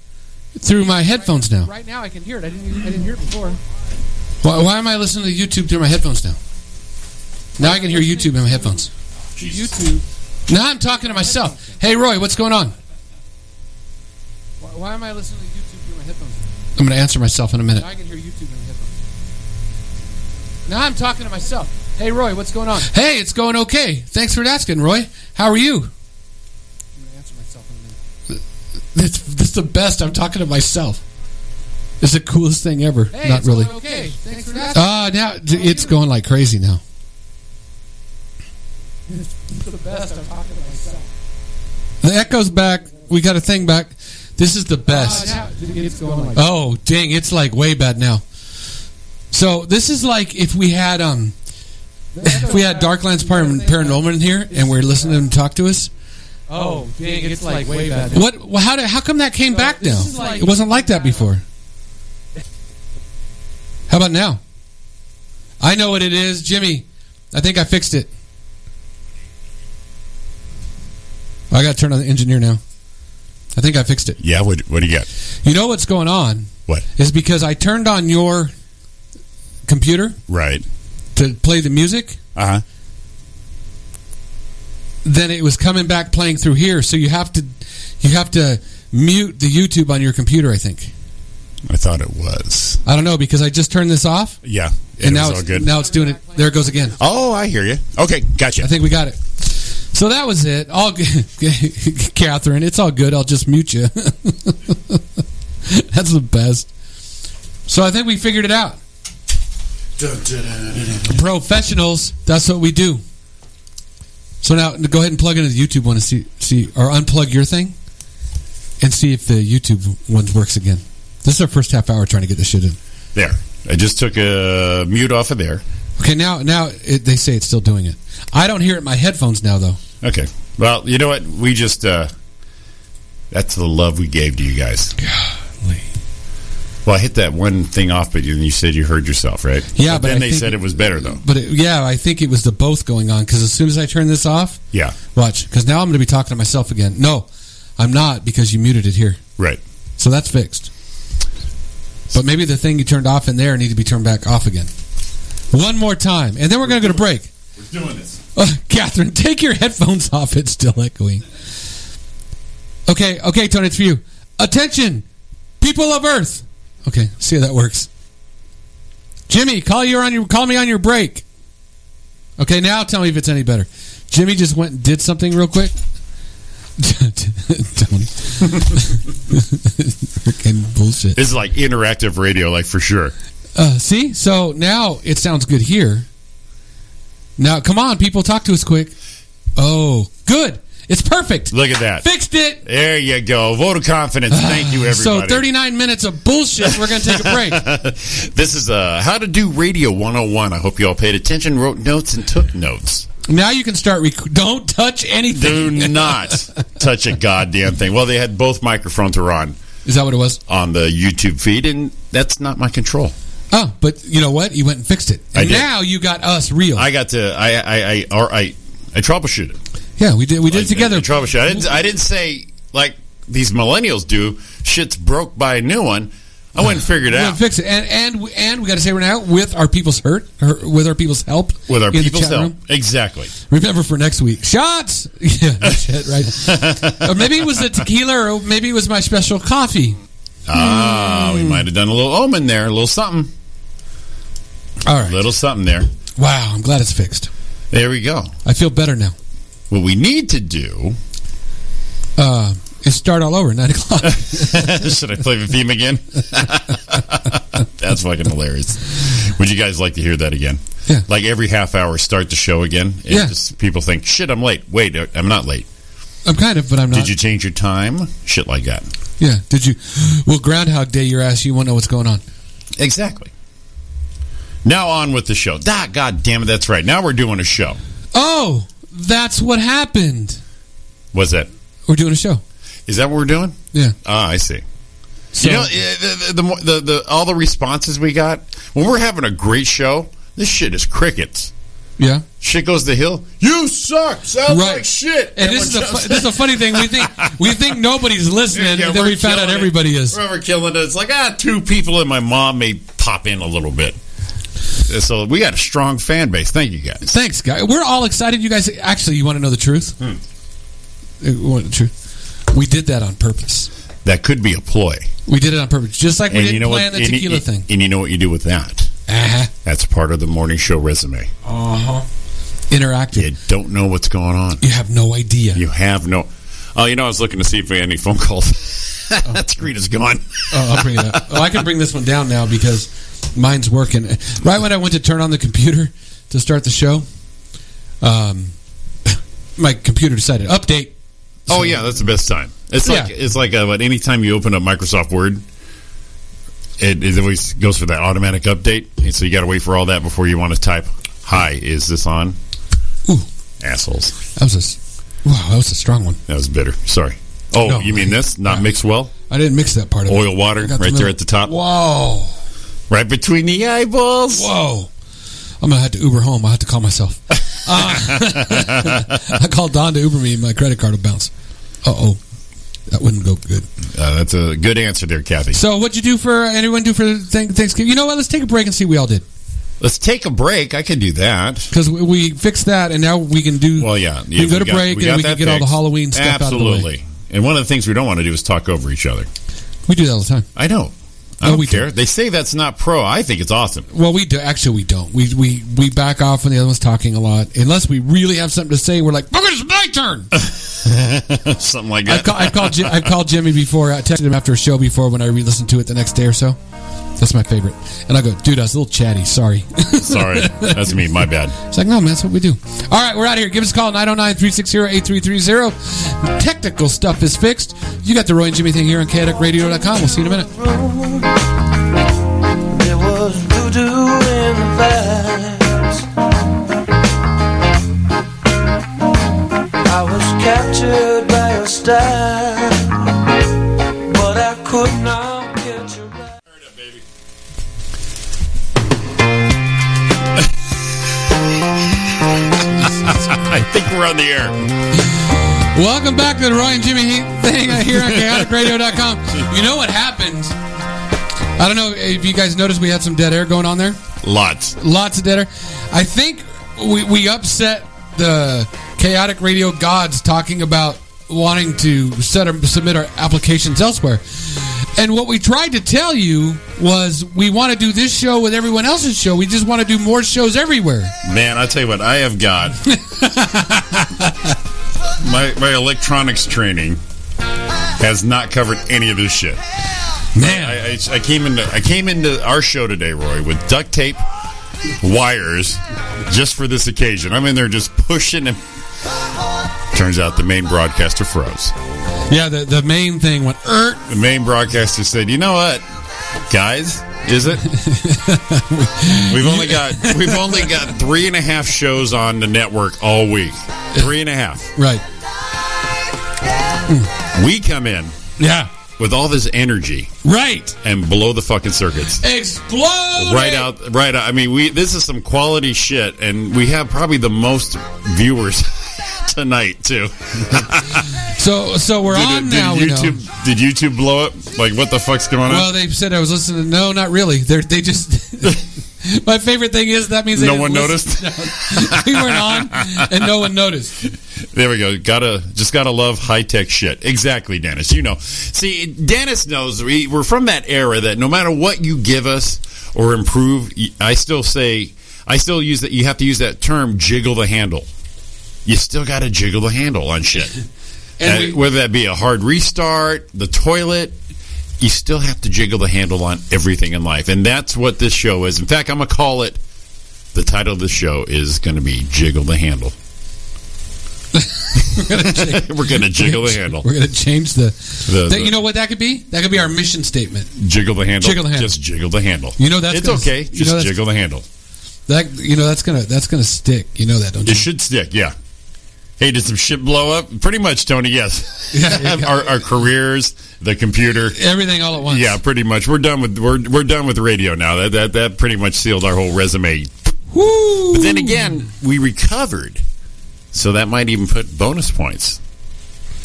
Speaker 3: through my headphones now.
Speaker 8: Right now, I can hear it. I didn't. I didn't hear it before.
Speaker 3: Why, why am I listening to YouTube through my headphones now? Now I can hear YouTube in my headphones.
Speaker 8: YouTube.
Speaker 3: Now I'm talking to myself. Hey Roy, what's going on?
Speaker 8: Why, why am I listening to YouTube through my headphones?
Speaker 3: I'm going to answer myself in a minute.
Speaker 8: Now I can hear YouTube in my headphones. Now I'm talking to myself. Hey Roy, what's going on?
Speaker 3: Hey, it's going okay. Thanks for asking, Roy. How are you?
Speaker 8: I'm gonna answer myself in a minute.
Speaker 3: That's, that's the best. I'm talking to myself. It's the coolest thing ever.
Speaker 8: Hey,
Speaker 3: Not
Speaker 8: it's
Speaker 3: really.
Speaker 8: going Okay, thanks for asking.
Speaker 3: Ah, now d- it's going like crazy now.
Speaker 8: For the best, I'm talking to myself.
Speaker 3: The echo's back. We got a thing back. This is the best.
Speaker 8: Oh, Now it's going like.
Speaker 3: Oh, dang. It's like way bad now. So this is like if we had um if we had Darklands Par- Paranormal in here and we're listening to them talk to us.
Speaker 8: Oh, dang, it's like way bad.
Speaker 3: What? wh- How did? How come that came back now?
Speaker 8: is like-
Speaker 3: it wasn't like that before. How about now? I know what it is, Jimmy. I think I fixed it. I got to turn on the engineer now. I think I fixed it.
Speaker 4: Yeah, what, what do you got?
Speaker 3: You know what's going on
Speaker 4: What?
Speaker 3: is because I turned on your computer
Speaker 4: Right.
Speaker 3: to play the music.
Speaker 4: Uh huh.
Speaker 3: Then it was coming back playing through here. So you have to you have to mute the YouTube on your computer. I think.
Speaker 4: I thought it was.
Speaker 3: I don't know because I just turned this off.
Speaker 4: Yeah. And,
Speaker 3: and
Speaker 4: it
Speaker 3: now
Speaker 4: was
Speaker 3: it's
Speaker 4: all good.
Speaker 3: now it's doing it. There it goes again.
Speaker 4: oh, I hear you. Okay, gotcha.
Speaker 3: I think we got it. So that was it. All good. Catherine, it's all good. I'll just mute you. That's the best. So I think we figured it out. Professionals. That's what we do. So now go ahead and plug into the YouTube one and see see or unplug your thing and see if the YouTube one works again. This is our first half hour trying to get this shit in.
Speaker 4: there. I just took a mute off of there.
Speaker 3: Okay, now now it, they say it's still doing it. I don't hear it in my headphones now though.
Speaker 4: Okay. Well, you know what? We just uh that's the love we gave to you guys.
Speaker 3: Golly.
Speaker 4: Well, I hit that one thing off, but then you said you heard yourself, right?
Speaker 3: Yeah, but
Speaker 4: then
Speaker 3: I
Speaker 4: they
Speaker 3: think-
Speaker 4: said it was better though.
Speaker 3: But it, yeah, I think it was the both going on because as soon as I turn this off,
Speaker 4: Yeah,
Speaker 3: watch because now I'm going to be talking to myself again. No, I'm not because you muted it here,
Speaker 4: right.
Speaker 3: so that's fixed. But maybe the thing you turned off in there needs to be turned back off again. One more time, and then we're going to go to break.
Speaker 4: We're doing this.
Speaker 3: Uh, Catherine, take your headphones off. It's still echoing. Okay, okay, Tony, it's for you. Attention, people of Earth. Okay, see how that works. Jimmy, call you on your call me on your break. Okay, now tell me if it's any better. Jimmy just went and did something real quick. Tony, fucking bullshit.
Speaker 4: This is like interactive radio, like for sure.
Speaker 3: Uh, see, so now it sounds good here. Now, come on, people, talk to us quick. Oh, good. It's perfect.
Speaker 4: Look at that.
Speaker 3: Fixed it.
Speaker 4: There you go. Vote of confidence. Thank you,
Speaker 3: So,
Speaker 4: everybody.
Speaker 3: 39 minutes of bullshit. We're going to take a break.
Speaker 4: this is uh, How to Do Radio 101. I hope you all paid attention, wrote notes, and took notes.
Speaker 3: now you can start. Rec- don't touch
Speaker 4: Do
Speaker 3: anything.
Speaker 4: not touch a goddamn thing. Well, they had both microphones were on
Speaker 3: Is that what it was?
Speaker 4: on the YouTube feed, and that's not my control.
Speaker 3: Oh, but you know what? You went and fixed it.
Speaker 4: I
Speaker 3: And
Speaker 4: did.
Speaker 3: now you got us real.
Speaker 4: I got to I I I or I, I troubleshooted.
Speaker 3: yeah, we did. We did it together.
Speaker 4: I, I troubleshoot. I didn't I didn't say like these millennials do. Shit's broke. Buy a new one. I went and figured it
Speaker 3: we went
Speaker 4: out
Speaker 3: and fixed it. And and we- and we got to say right now with our people's hurt, her, with our people's help,
Speaker 4: with our
Speaker 3: in the
Speaker 4: people's
Speaker 3: chat
Speaker 4: help.
Speaker 3: room.
Speaker 4: Exactly.
Speaker 3: Remember for next week. Shots! Yeah, shit, right. or maybe it was the tequila, or maybe it was my special coffee.
Speaker 4: Ah, we might have done a little omen there, a little something,
Speaker 3: All
Speaker 4: a
Speaker 3: right.
Speaker 4: little something there.
Speaker 3: Wow, I'm glad it's fixed.
Speaker 4: There we go.
Speaker 3: I feel better now.
Speaker 4: What we need to do.
Speaker 3: Uh, it's start all over, 9 o'clock.
Speaker 4: Should I play the theme again? That's fucking hilarious. Would you guys like to hear that again?
Speaker 3: Yeah.
Speaker 4: Like every half hour, start the show again. and
Speaker 3: Yeah.
Speaker 4: just- people think, shit, I'm late. Wait, uh, I'm not late.
Speaker 3: I'm kind of, but I'm not.
Speaker 4: Did you change your time? Shit like that.
Speaker 3: yeah, did you? Well, Groundhog Day, your ass, you won't know what's going on.
Speaker 4: Exactly. Now on with the show. Da, God damn it, that's right. Now we're doing a show.
Speaker 3: Oh, that's what happened.
Speaker 4: Was that?
Speaker 3: We're doing a show.
Speaker 4: Is that what we're doing?
Speaker 3: Yeah.
Speaker 4: Ah, I see.
Speaker 3: So,
Speaker 4: you know, eh, the, the, the, more- the, the, all the responses we got, when we're having a great show, this shit is crickets.
Speaker 3: yeah.
Speaker 4: Shit goes the hill. You suck. Sounds
Speaker 3: Right.
Speaker 4: like shit.
Speaker 3: And this is, a,
Speaker 4: Everyone
Speaker 3: fu-
Speaker 4: jumps-
Speaker 3: this is a funny thing. We think we think nobody's listening,
Speaker 4: Yeah,
Speaker 3: and then
Speaker 4: we're
Speaker 3: we found out
Speaker 4: killing it.
Speaker 3: everybody is.
Speaker 4: We're killing it. It's like ah, two people and my mom may pop in a little bit. So we got a strong fan base. Thank you guys.
Speaker 3: Thanks, guys. We're all excited. You guys, actually, you want to know the truth?
Speaker 4: Hmm.
Speaker 3: Uh, you want the truth? We did that on purpose.
Speaker 4: That could be a ploy.
Speaker 3: We did it on purpose, just like we didn't plan the
Speaker 4: and you-
Speaker 3: tequila thing.
Speaker 4: And you know what you do with that?
Speaker 3: Uh-huh.
Speaker 4: That's part of the morning show resume.
Speaker 3: Uh-huh. Interactive.
Speaker 4: You don't know what's going on.
Speaker 3: You have no idea.
Speaker 4: You have no. Oh, you know, I was looking to see if we had any phone calls. that screen is gone.
Speaker 3: Oh, I'll bring it up. Oh, I can bring this one down now because mine's working. Right when I went to turn on the computer to start the show, um, my computer decided update.
Speaker 4: Oh yeah, that's the best time. It's like
Speaker 3: Yeah.
Speaker 4: it's like uh, but anytime you open up Microsoft Word, it, it always goes for that automatic update, and so you got to wait for all that before you want to type. Hi, is this on?
Speaker 3: Ooh.
Speaker 4: assholes.
Speaker 3: That was a s- wow. That was a strong one.
Speaker 4: That was bitter. Sorry. Oh,
Speaker 3: No.
Speaker 4: you mean this? Not mixed well.
Speaker 3: I didn't mix that part of it.
Speaker 4: Oil water
Speaker 3: I got
Speaker 4: right
Speaker 3: the middle.
Speaker 4: there at the top,
Speaker 3: Whoa,
Speaker 4: right between the eyeballs.
Speaker 3: whoa. I'm gonna have to Uber home. I have to call myself. Uh, I called Don to Uber me, and my credit card will bounce. Uh oh, that wouldn't go good.
Speaker 4: Uh, that's a good answer there, Kathy.
Speaker 3: So, what'd you do for uh, anyone do for thank- Thanksgiving? You know what? Let's take a break and see what we all did
Speaker 4: Let's take a break. I can do that.
Speaker 3: because we, we fixed that, and now we can do.
Speaker 4: Well, yeah.
Speaker 3: We can go to
Speaker 4: got-
Speaker 3: break, and
Speaker 4: got
Speaker 3: we can
Speaker 4: that
Speaker 3: get all the
Speaker 4: fixed.
Speaker 3: Halloween stuff out of the way.
Speaker 4: Absolutely. And one of the things we don't want to do is talk over each other.
Speaker 3: We do that all the time.
Speaker 4: I don't. I
Speaker 3: No,
Speaker 4: don't
Speaker 3: we
Speaker 4: care. They say that's not pro. I think it's awesome.
Speaker 3: Well, we do. Actually, we don't. We we we back off when the other one's talking a lot, unless we really have something to say. We're like, "Fuck it, it's my turn."
Speaker 4: Something like
Speaker 3: I've,
Speaker 4: that.
Speaker 3: call, I've called Ji- I've called Jimmy before. I texted him after a show before when I re-listened to it the next day or so. That's my favorite. And I go, dude, I was a little chatty. Sorry.
Speaker 4: Sorry. That's me. My bad.
Speaker 3: It's like, no, man, that's what we do. All right, we're out of here. Give us a call, 909-360-8330. Technical stuff is fixed. You got the Roy and Jimmy thing here on KDuckRadio.com. We'll see you in a minute.
Speaker 2: There was voodoo in the past. I was captured by a star, but I could not get you back.
Speaker 4: I think we're on the air.
Speaker 3: Welcome back to the Roy and Jimmy Heat thing here on chaoticradio.com. You know what happened? I don't know if you guys noticed we had some dead air going on there.
Speaker 4: Lots.
Speaker 3: Lots of dead air. I think we, we upset the chaotic radio gods talking about wanting to set our, submit our applications elsewhere. And what we tried to tell you was we want to do this show with everyone else's show. We just want to do more shows everywhere.
Speaker 4: Man, I tell you what, I have got my my electronics training has not covered any of this shit.
Speaker 3: Man.
Speaker 4: I, I, I came into I came into our show today, Roy, with duct tape wires just for this occasion. I'm in there just pushing and turns out the main broadcaster froze.
Speaker 3: Yeah, the, the main thing went, er,
Speaker 4: The main broadcaster said, "You know what, guys? Is it? we've only got we've only got three and a half shows on the network all week. Three and a half.
Speaker 3: right.
Speaker 4: We come in
Speaker 3: Yeah.
Speaker 4: with all this energy
Speaker 3: Right.
Speaker 4: and blow the fucking circuits."
Speaker 3: Explode.
Speaker 4: Right
Speaker 3: it.
Speaker 4: out, right out. I mean, we this is some quality shit, and we have probably the most viewers tonight too.
Speaker 3: So so we're
Speaker 4: Did,
Speaker 3: on
Speaker 4: did
Speaker 3: now. We know.
Speaker 4: YouTube did YouTube blow up? Like, what the fuck's going on?
Speaker 3: Well, they said I was listening. to- No, not really. They they just. my favorite thing is that means they
Speaker 4: No
Speaker 3: didn't
Speaker 4: one
Speaker 3: listen. we weren't on, and no one noticed.
Speaker 4: There we go. Gotta just gotta love high tech shit. Exactly, Dennis. You know, see, Dennis knows we, we're from that era that no matter what you give us or improve, y- I still say I still use that. You have to use that term, jiggle the handle. You still got to jiggle the handle on shit,
Speaker 3: And
Speaker 4: Uh,
Speaker 3: we-
Speaker 4: whether that be a hard restart, the toilet. You still have to jiggle the handle on everything in life, and that's what this show is. In fact, I'm gonna call it. The title of the show is going to be "Jiggle the Handle." We're going to jiggle the handle.
Speaker 3: We're gonna change the.
Speaker 4: The-
Speaker 3: that-
Speaker 4: the-
Speaker 3: you know what that could be? That could be our mission statement.
Speaker 4: Jiggle the handle.
Speaker 3: Jiggle the handle.
Speaker 4: Just jiggle the handle.
Speaker 3: You know that's
Speaker 4: it's
Speaker 3: gonna-
Speaker 4: okay.
Speaker 3: you know
Speaker 4: Just
Speaker 3: that's-
Speaker 4: jiggle the handle.
Speaker 3: That you know that's gonna that's gonna stick. You know that, don't you?
Speaker 4: It should stick. Yeah. Hey, did some shit blow up? Pretty much, Tony. Yes. our, our careers, the computer.
Speaker 3: Everything all at once.
Speaker 4: Yeah, pretty much. We're done with we're we're done with radio now. That that that pretty much sealed our whole resume.
Speaker 3: Woo!
Speaker 4: But then again, we recovered, so that might even put bonus points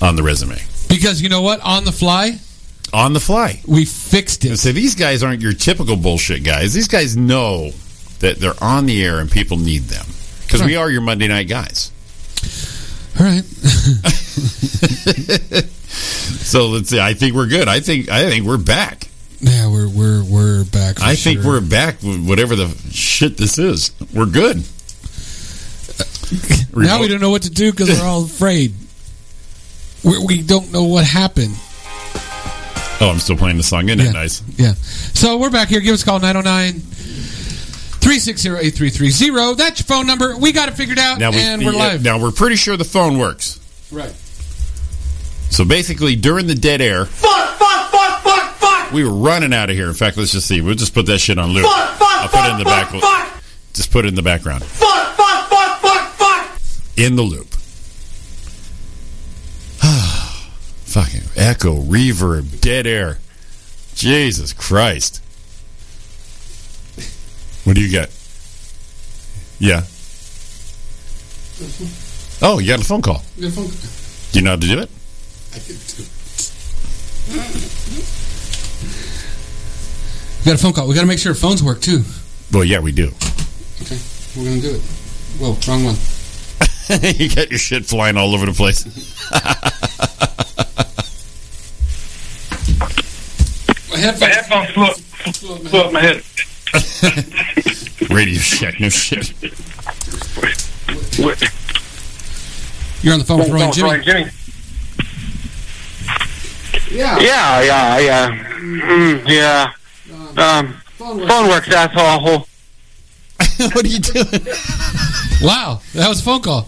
Speaker 4: on the resume
Speaker 3: Because you know what? On the fly,
Speaker 4: on the fly.
Speaker 3: we fixed
Speaker 4: And
Speaker 3: it.
Speaker 4: so these guys aren't your typical bullshit guys. These guys know that they're on the air and people need them because we are your Monday night guys.
Speaker 3: All right.
Speaker 4: So let's see. I think we're good. I think I think we're back.
Speaker 3: Yeah, we're we're we're back. for
Speaker 4: I think
Speaker 3: sure.
Speaker 4: we're back. with Whatever the shit this is, we're good.
Speaker 3: now we don't know what to do because we're all afraid. We're, we we do not know what happened.
Speaker 4: Oh, I'm still playing the song. Isn't
Speaker 3: Yeah.
Speaker 4: it nice?
Speaker 3: Yeah. So we're back here. Give us a call 909 360 8330. That's your phone number. We got it figured out,
Speaker 4: Now we,
Speaker 3: and we're
Speaker 4: yeah,
Speaker 3: live.
Speaker 4: Now we're pretty sure the phone works.
Speaker 3: Right.
Speaker 4: So basically, during the dead air,
Speaker 2: Fuck, fuck, fuck, fuck, fuck!
Speaker 4: we were running out of here. In fact, let's just see. We'll just put that shit on loop.
Speaker 2: Fuck, fuck,
Speaker 4: I'll put it in the
Speaker 2: fuck,
Speaker 4: back.
Speaker 2: fuck, fuck!
Speaker 4: Just put it in the background.
Speaker 2: Fuck, fuck, fuck, fuck, fuck!
Speaker 4: in the loop. Fucking echo, reverb, dead air. Jesus Christ. What do you get? Yeah. Oh, you got a phone call. Do you know how to do it?
Speaker 3: We got a phone call. We got to make sure phones work, too.
Speaker 4: Well, yeah, we do.
Speaker 3: Okay. We're going to do it. Whoa, wrong one.
Speaker 4: you got your shit flying all over the place.
Speaker 3: My headphones.
Speaker 9: headphones flew up, flew up my head.
Speaker 4: Radio Shack, no shit.
Speaker 9: With-
Speaker 3: You're on the phone with Roy and
Speaker 9: with Roy
Speaker 3: Jimmy.
Speaker 9: and Jimmy. Yeah. Yeah, yeah, yeah. Mm, yeah. Um, phone works, that's all.
Speaker 4: what are you doing?
Speaker 3: Wow. That was a phone call.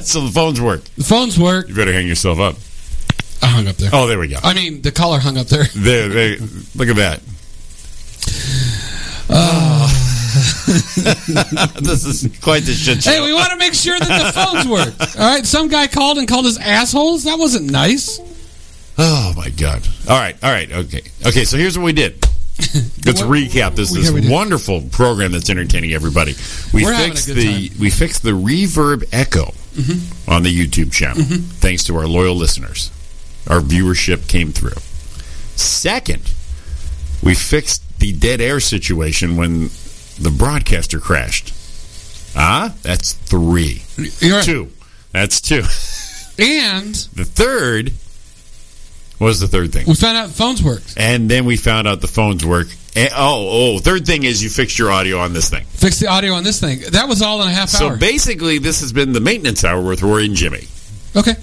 Speaker 4: so the phones work.
Speaker 3: The phones work.
Speaker 4: You better hang yourself up.
Speaker 3: I hung up there.
Speaker 4: Oh, there we go.
Speaker 3: I mean, the caller hung up there.
Speaker 4: There, there. Look at that.
Speaker 3: Ah.
Speaker 4: Oh. this is quite the shit show.
Speaker 3: Hey, we want to make sure that the phones work. All right. Some guy called and called us assholes. That wasn't nice.
Speaker 4: oh my god! All right, all right, okay, okay. So here's what we did. Let's recap this
Speaker 3: Yeah, we
Speaker 4: this
Speaker 3: did.
Speaker 4: wonderful program that's entertaining everybody. We
Speaker 3: We're having a
Speaker 4: fixed
Speaker 3: good Mm-hmm.
Speaker 4: the we fixed the reverb echo on the YouTube channel thanks to our loyal listeners. Our viewership came through. Second, we fixed the dead air situation when the broadcaster crashed. Ah, that's three.
Speaker 3: You're right.
Speaker 4: Two. That's two.
Speaker 3: And
Speaker 4: The third was the third thing.
Speaker 3: we found out phones worked.
Speaker 4: And then we found out the phones work. And, oh, oh, third thing is you fixed your audio on this thing.
Speaker 3: Fix the audio on this thing. That was all in a half
Speaker 4: So
Speaker 3: hour.
Speaker 4: basically, this has been the maintenance hour with Rory and Jimmy.
Speaker 3: okay.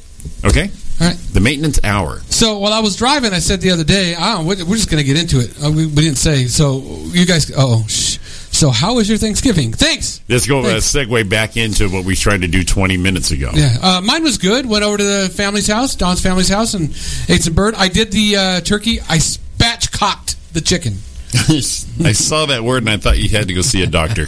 Speaker 4: Okay?
Speaker 3: All right.
Speaker 4: The maintenance hour.
Speaker 3: So while I was driving, I said the other day, oh, we're we're just going to get into it. Uh, we, we didn't say. So you guys, oh, shh. So how was your Thanksgiving? Thanks.
Speaker 4: Let's go uh,
Speaker 3: Thanks.
Speaker 4: segue back into what we tried to do 20 minutes ago.
Speaker 3: Yeah, uh, mine was good. Went over to the family's house, Don's family's house, and ate some bird. I did the uh, turkey. I spatchcocked the chicken.
Speaker 4: I saw that word and I thought you had to go see a doctor.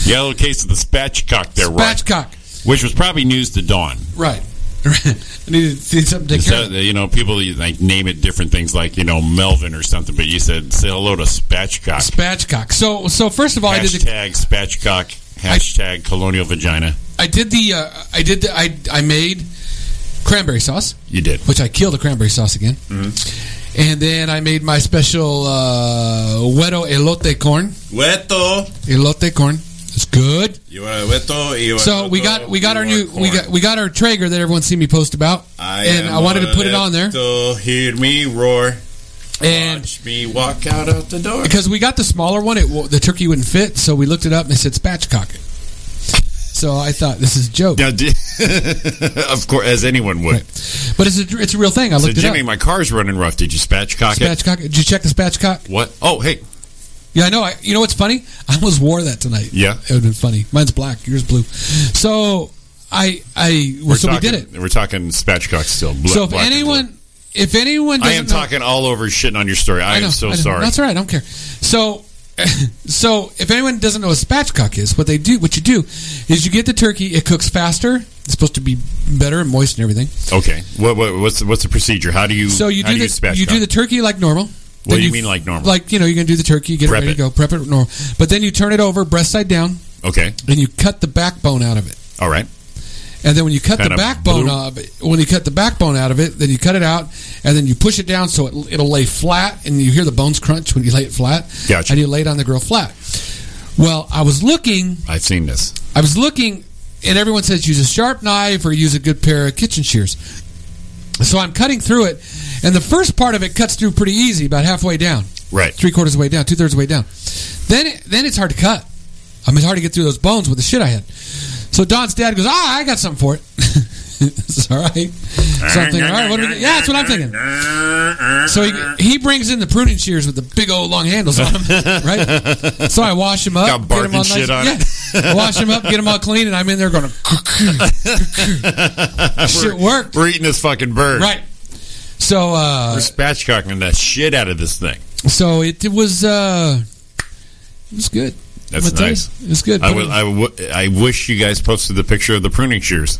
Speaker 4: You got a little case of the spatchcock there, Roy,
Speaker 3: Spatchcock.
Speaker 4: which was probably news to Dawn.
Speaker 3: Right. I needed to need something to take
Speaker 4: Is
Speaker 3: care
Speaker 4: that,
Speaker 3: of.
Speaker 4: you know, people like name it different things, like you know Melvin or something. But you said say hello to spatchcock.
Speaker 3: Spatchcock. So, so first of all, I did the
Speaker 4: hashtag spatchcock. Hashtag colonial vagina.
Speaker 3: I did the uh, I did the, I I made cranberry sauce,
Speaker 4: You did.
Speaker 3: which I killed the cranberry sauce again, and then I made my special uh, huevo elote corn.
Speaker 10: Hueto.
Speaker 3: Elote corn, it's good.
Speaker 10: You want a hueto? You want
Speaker 3: So we
Speaker 10: hueto,
Speaker 3: got we got
Speaker 10: you
Speaker 3: our
Speaker 10: want
Speaker 3: new we
Speaker 10: corn.
Speaker 3: got we got our Traeger that everyone's seen me post about, and
Speaker 10: am
Speaker 3: I wanted to
Speaker 10: gonna
Speaker 3: put it on there,
Speaker 10: let the hear me roar.
Speaker 3: and
Speaker 10: Watch me walk out of the door.
Speaker 3: because we got the smaller one, it wa- the turkey wouldn't fit, so we looked it up and it said spatchcock it. So I thought this is a joke,
Speaker 4: Now, di- of course, as anyone would.
Speaker 3: but it's a it's a real thing. I
Speaker 4: So,
Speaker 3: looked it
Speaker 4: Jimmy,
Speaker 3: up.
Speaker 4: my car's running rough. Did you spatchcock it?
Speaker 3: Spatchcock. Did you check the spatchcock?
Speaker 4: What? Oh, hey,
Speaker 3: Yeah, I know. I, you know what's funny? I almost wore that tonight.
Speaker 4: Yeah.
Speaker 3: it would have been funny. Mine's black, yours blue. So I, I, well, so
Speaker 4: talking,
Speaker 3: we did it.
Speaker 4: We're talking spatchcock still. Bl-
Speaker 3: so if
Speaker 4: black and blue.
Speaker 3: anyone, if anyone,
Speaker 4: I
Speaker 3: doesn't
Speaker 4: am
Speaker 3: know-
Speaker 4: talking all over shitting on your story. I, am
Speaker 3: know,
Speaker 4: so
Speaker 3: I know.
Speaker 4: sorry.
Speaker 3: That's all right. I don't care. So so if anyone doesn't know what spatchcock is, what they do, what you do, is you get the turkey. It cooks faster. It's supposed to be better and moist and everything.
Speaker 4: Okay. What, what what's what's the procedure? How do you
Speaker 3: So you
Speaker 4: how
Speaker 3: do, the
Speaker 4: spatchcock?
Speaker 3: you do the turkey like normal.
Speaker 4: What
Speaker 3: Then
Speaker 4: do you mean like normal?
Speaker 3: Like you know, you're gonna do the turkey, you get
Speaker 4: Prep
Speaker 3: it ready
Speaker 4: it.
Speaker 3: to go, prep it normal. But then you turn it over, breast side down,
Speaker 4: okay.
Speaker 3: and you cut the backbone out of it.
Speaker 4: All right.
Speaker 3: And then when you cut
Speaker 4: Kinda
Speaker 3: the backbone
Speaker 4: blue.
Speaker 3: of it, when you cut the backbone out of it, then you cut it out, and then you push it down so it, it'll lay flat, and you hear the bones crunch when you lay it flat.
Speaker 4: Gotcha.
Speaker 3: And you lay it on the grill flat. Well, I was looking,
Speaker 4: I've seen this.
Speaker 3: I was looking, and everyone says use a sharp knife or use a good pair of kitchen shears. So I'm cutting through it, and the first part of it cuts through pretty easy, about halfway down
Speaker 4: Right.
Speaker 3: three quarters of the way down, two thirds of the way down. Then it, then it's hard to cut. I mean, it's hard to get through those bones with the shit I had. So Don's dad goes, ah, I got something for it. it's all right. So I'm thinking, all right, what do we do? Yeah, that's what I'm thinking. So he, he brings in the pruning shears with the big old long handles on them, right? So I wash him up,
Speaker 4: Got bark and shit on it.
Speaker 3: Yeah, I wash him up, get him all clean, and I'm in there going,
Speaker 4: we're,
Speaker 3: shit worked,
Speaker 4: we're eating this fucking bird.
Speaker 3: right? So uh,
Speaker 4: We're spatchcocking the shit out of this thing.
Speaker 3: So it, it was uh, it was good.
Speaker 4: That's
Speaker 3: I'm gonna tell you,
Speaker 4: nice.
Speaker 3: It was good.
Speaker 4: I,
Speaker 3: Put
Speaker 4: w-
Speaker 3: it-
Speaker 4: I, w- I wish you guys posted the picture of the pruning shears.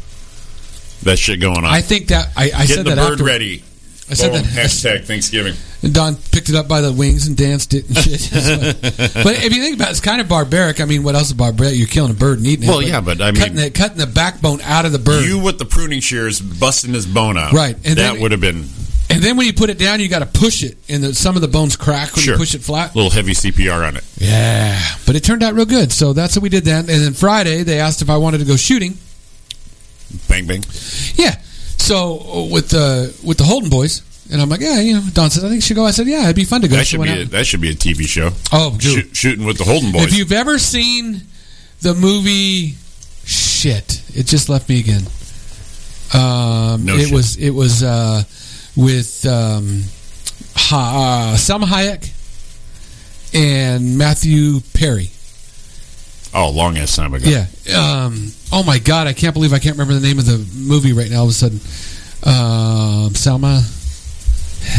Speaker 4: That shit going on.
Speaker 3: I think that I, I
Speaker 4: Get
Speaker 3: said
Speaker 4: the
Speaker 3: that
Speaker 4: bird
Speaker 3: after
Speaker 4: ready.
Speaker 3: I said
Speaker 4: Boom.
Speaker 3: that.
Speaker 4: Hashtag Thanksgiving.
Speaker 3: And Don picked it up by the wings and danced it and shit. but if you think about it, it's kind of barbaric. I mean, what else is barbaric? You're killing a bird and eating it.
Speaker 4: Well, yeah, but I
Speaker 3: cutting
Speaker 4: mean-
Speaker 3: the, cutting the backbone out of the bird.
Speaker 4: You with the pruning shears busting his bone out.
Speaker 3: Right, and
Speaker 4: that
Speaker 3: then-
Speaker 4: would have been
Speaker 3: and then when you put it down, you got to push it, and the, some of the bones crack when
Speaker 4: Sure.
Speaker 3: you push it flat.
Speaker 4: a little heavy CPR on it.
Speaker 3: Yeah, but it turned out real good. So that's what we did then. And then Friday, they asked if I wanted to go shooting.
Speaker 4: Bang, bang.
Speaker 3: Yeah. So uh, with the with the Holden boys, and I'm like, yeah, you know, Don says I think you should go. I said, yeah, it'd be fun to go.
Speaker 4: That
Speaker 3: She
Speaker 4: should be
Speaker 3: went
Speaker 4: a,
Speaker 3: out.
Speaker 4: that should be a TV show.
Speaker 3: oh, dude.
Speaker 4: Shoot, shooting with the Holden boys.
Speaker 3: if you've ever seen the movie, shit, it just left me again. Um,
Speaker 4: No
Speaker 3: it
Speaker 4: shit.
Speaker 3: was it was uh, with um, ha, uh, Selma Hayek and Matthew Perry.
Speaker 4: oh, long ass time ago.
Speaker 3: Yeah. Um, oh my God, I can't believe I can't remember the name of the movie right now. All of a sudden, um, Selma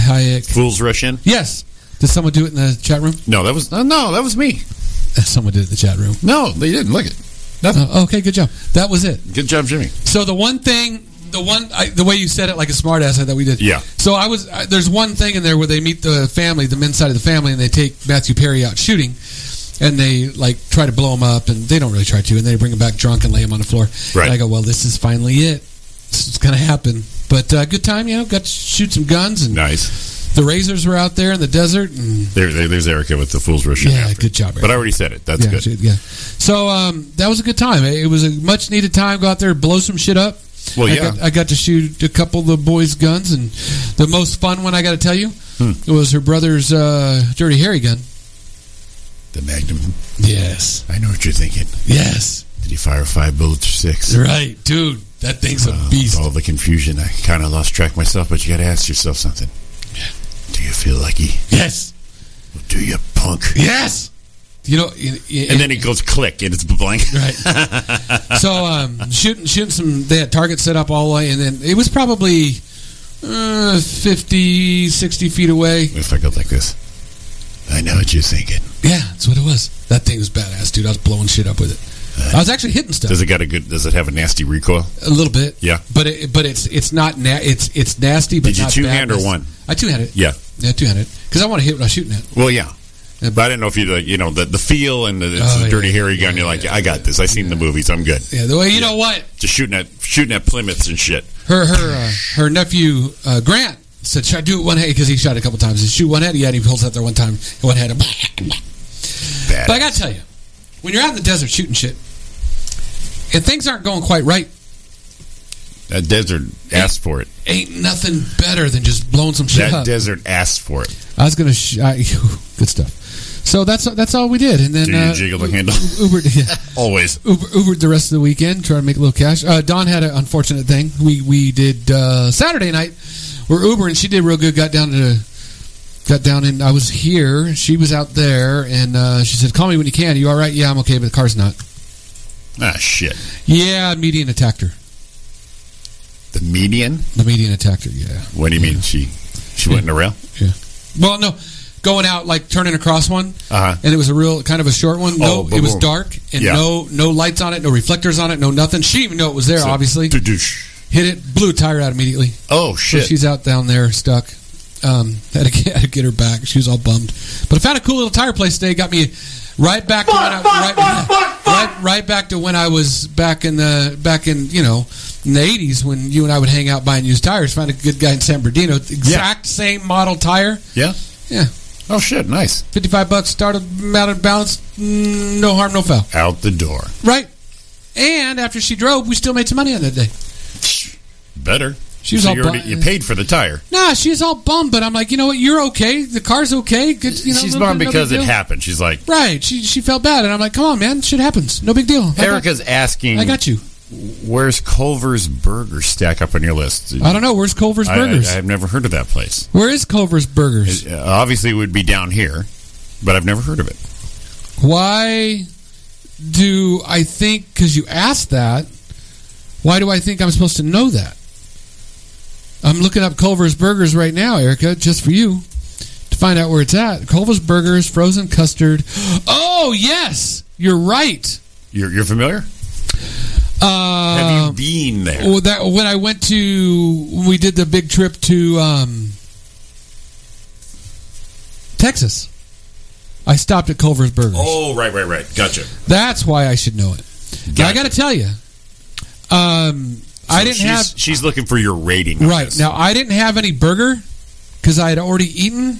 Speaker 3: Hayek.
Speaker 4: Fools rush in.
Speaker 3: Yes. Did someone do it in the chat room?
Speaker 4: No, that was no, no, that was me.
Speaker 3: Someone did it in the chat room.
Speaker 4: No, they didn't. Look it.
Speaker 3: Uh, okay, good job. That was it.
Speaker 4: Good job, Jimmy.
Speaker 3: So the one thing, the one, I, the way you said it like a smart ass that we did.
Speaker 4: Yeah.
Speaker 3: So I was I, there's one thing in there where they meet the family, the men's side of the family, and they take Matthew Perry out shooting, and they like try to blow him up, and they don't really try to, and they bring him back drunk and lay him on the floor.
Speaker 4: Right.
Speaker 3: And I go, well, this is finally it. This is gonna happen. But uh, good time, you know. Got to shoot some guns, and
Speaker 4: Nice.
Speaker 3: the razors were out there in the desert, and
Speaker 4: There, there- there's Erica with the fools rush in.
Speaker 3: yeah,
Speaker 4: after.
Speaker 3: good job. Eric.
Speaker 4: But I already said it. That's
Speaker 3: yeah,
Speaker 4: good.
Speaker 3: shit, Yeah. So um, that was a good time. It it was a much needed time. Go out there, blow some shit up.
Speaker 4: Well,
Speaker 3: I
Speaker 4: yeah.
Speaker 3: Got, I got to shoot a couple of the boys' guns, and the most fun one I got to tell you
Speaker 4: Hmm.
Speaker 3: it was her brother's uh, Dirty Harry gun.
Speaker 4: The Magnum.
Speaker 3: Yes.
Speaker 4: I know what you're thinking.
Speaker 3: Yes.
Speaker 4: Did he fire five bullets or six?
Speaker 3: Right, dude. That thing's a
Speaker 4: Uh,
Speaker 3: beast.
Speaker 4: with all the confusion, I kind of lost track myself. But you got to ask yourself something. Do you feel lucky?
Speaker 3: Yes.
Speaker 4: Do you punk?
Speaker 3: Yes. You know, you- you-
Speaker 4: And then it goes click, and it's blank.
Speaker 3: Right. so um, shooting, shooting some. They had targets set up all the way, and then it was probably uh, 50, 60 feet away.
Speaker 4: If I go like this, I know what you're thinking.
Speaker 3: Yeah, that's what it was. That thing was badass, dude. I was blowing shit up with it. I was actually hitting stuff
Speaker 4: Does it got a good? Does it have a nasty recoil?
Speaker 3: a little bit.
Speaker 4: Yeah.
Speaker 3: but it, but it's it's not na- it's it's nasty. But
Speaker 4: Did you
Speaker 3: not
Speaker 4: two-hand or
Speaker 3: badness.
Speaker 4: one?
Speaker 3: I two handed.
Speaker 4: Yeah.
Speaker 3: yeah, two handed. Because I want to hit what I'm shooting at.
Speaker 4: Well, yeah.
Speaker 3: Yeah,
Speaker 4: But I didn't know if you like, you know the, the feel and the, it's
Speaker 3: Oh,
Speaker 4: the
Speaker 3: yeah,
Speaker 4: dirty
Speaker 3: yeah,
Speaker 4: hairy gun. You're like, I got this. I seen the movies. I'm good.
Speaker 3: Yeah, the way you know what
Speaker 4: Just shooting at shooting at Plymouths and shit.
Speaker 3: her her uh, her nephew uh, Grant said, "Should I do it one hand?" Because he shot a couple times. He shoot one hand. Yeah, and he pulls out there one time. One hand.
Speaker 4: Bad.
Speaker 3: But I gotta tell you, when you're out in the desert shooting shit, and things aren't going quite right,
Speaker 4: that desert asked for it.
Speaker 3: ain't nothing better than just blowing some shit
Speaker 4: That
Speaker 3: up.
Speaker 4: desert asked for it.
Speaker 3: I was gonna. Sh- I, good stuff. So that's that's all we did, and then
Speaker 4: Do you
Speaker 3: uh,
Speaker 4: jiggle the handle?
Speaker 3: Uber, yeah,
Speaker 4: Always.
Speaker 3: Uber, Ubered the rest of the weekend, trying to make a little cash. Uh, Don had an unfortunate thing. We we did uh, Saturday night. We're Uber, and she did real good. Got down to got down, and I was here. She was out there, and uh, she said, "Call me when you can." Are you all right? Yeah, I'm okay, but the car's not.
Speaker 4: Ah, shit.
Speaker 3: Yeah, median attacked her.
Speaker 4: The median.
Speaker 3: The median attacked her. Yeah.
Speaker 4: What do you mean? She she went in a rail.
Speaker 3: Well, no. going out like turning across one,
Speaker 4: Uh-huh.
Speaker 3: and it was a real kind of a short one. No,
Speaker 4: Oh,
Speaker 3: it was
Speaker 4: boom.
Speaker 3: dark and
Speaker 4: Yeah.
Speaker 3: no no lights on it, no reflectors on it, no nothing. She didn't even know it was there.
Speaker 4: So-
Speaker 3: obviously,
Speaker 4: Doosh.
Speaker 3: hit it, blew a tire out immediately.
Speaker 4: Oh
Speaker 3: So
Speaker 4: shit!
Speaker 3: she's out down there stuck. Um, had to, get, had to get her back. She was all bummed. But I found a cool little tire place today. Got me right back to when I, right, right, right back to when I was back in the back in you know in the eighties when you and I would hang out buying used tires. Found a good guy in San Bernardino, exact same model tire,
Speaker 4: yeah.
Speaker 3: Yeah.
Speaker 4: Oh shit! Nice.
Speaker 3: fifty five bucks, started out of balance, mm, no harm, no foul.
Speaker 4: Out the door.
Speaker 3: Right. And after she drove, we still made some money on that day.
Speaker 4: Better.
Speaker 3: She was
Speaker 4: so
Speaker 3: all
Speaker 4: you, already,
Speaker 3: bu-
Speaker 4: you paid for the tire.
Speaker 3: Nah, she's all bummed, but I'm like, you know what? You're okay. The car's okay. Good, you know,
Speaker 4: she's
Speaker 3: no-
Speaker 4: bummed
Speaker 3: no big
Speaker 4: because it
Speaker 3: deal.
Speaker 4: happened. She's like
Speaker 3: Right. She she felt bad, and I'm like, come on, man, shit happens. No big deal. I got,
Speaker 4: Erica's asking.
Speaker 3: I got you.
Speaker 4: Where's Culver's Burger stack up on your list?
Speaker 3: I don't know. Where's Culver's
Speaker 4: I- I-
Speaker 3: Burgers?
Speaker 4: I've never heard of that place.
Speaker 3: Where is Culver's Burgers?
Speaker 4: It, uh, obviously, it would be down here, but I've never heard of it.
Speaker 3: Why do I think? Because you asked that. Why do I think I'm supposed to know that? I'm looking up Culver's Burgers right now, Erica, just for you to find out where it's at. Culver's Burgers, frozen custard. Oh yes, you're right.
Speaker 4: You're, you're familiar?
Speaker 3: Uh,
Speaker 4: Have you been there?
Speaker 3: Well, that when I went to when we did the big trip to um, Texas, I stopped at Culver's Burgers.
Speaker 4: Oh, right, right, right. Gotcha.
Speaker 3: That's why I should know it. Now, I
Speaker 4: Gotcha.
Speaker 3: got to tell you, um, I
Speaker 4: So
Speaker 3: didn't
Speaker 4: she's,
Speaker 3: have
Speaker 4: She's looking for your rating. on
Speaker 3: right
Speaker 4: this.
Speaker 3: now. I didn't have any burger because I had already eaten,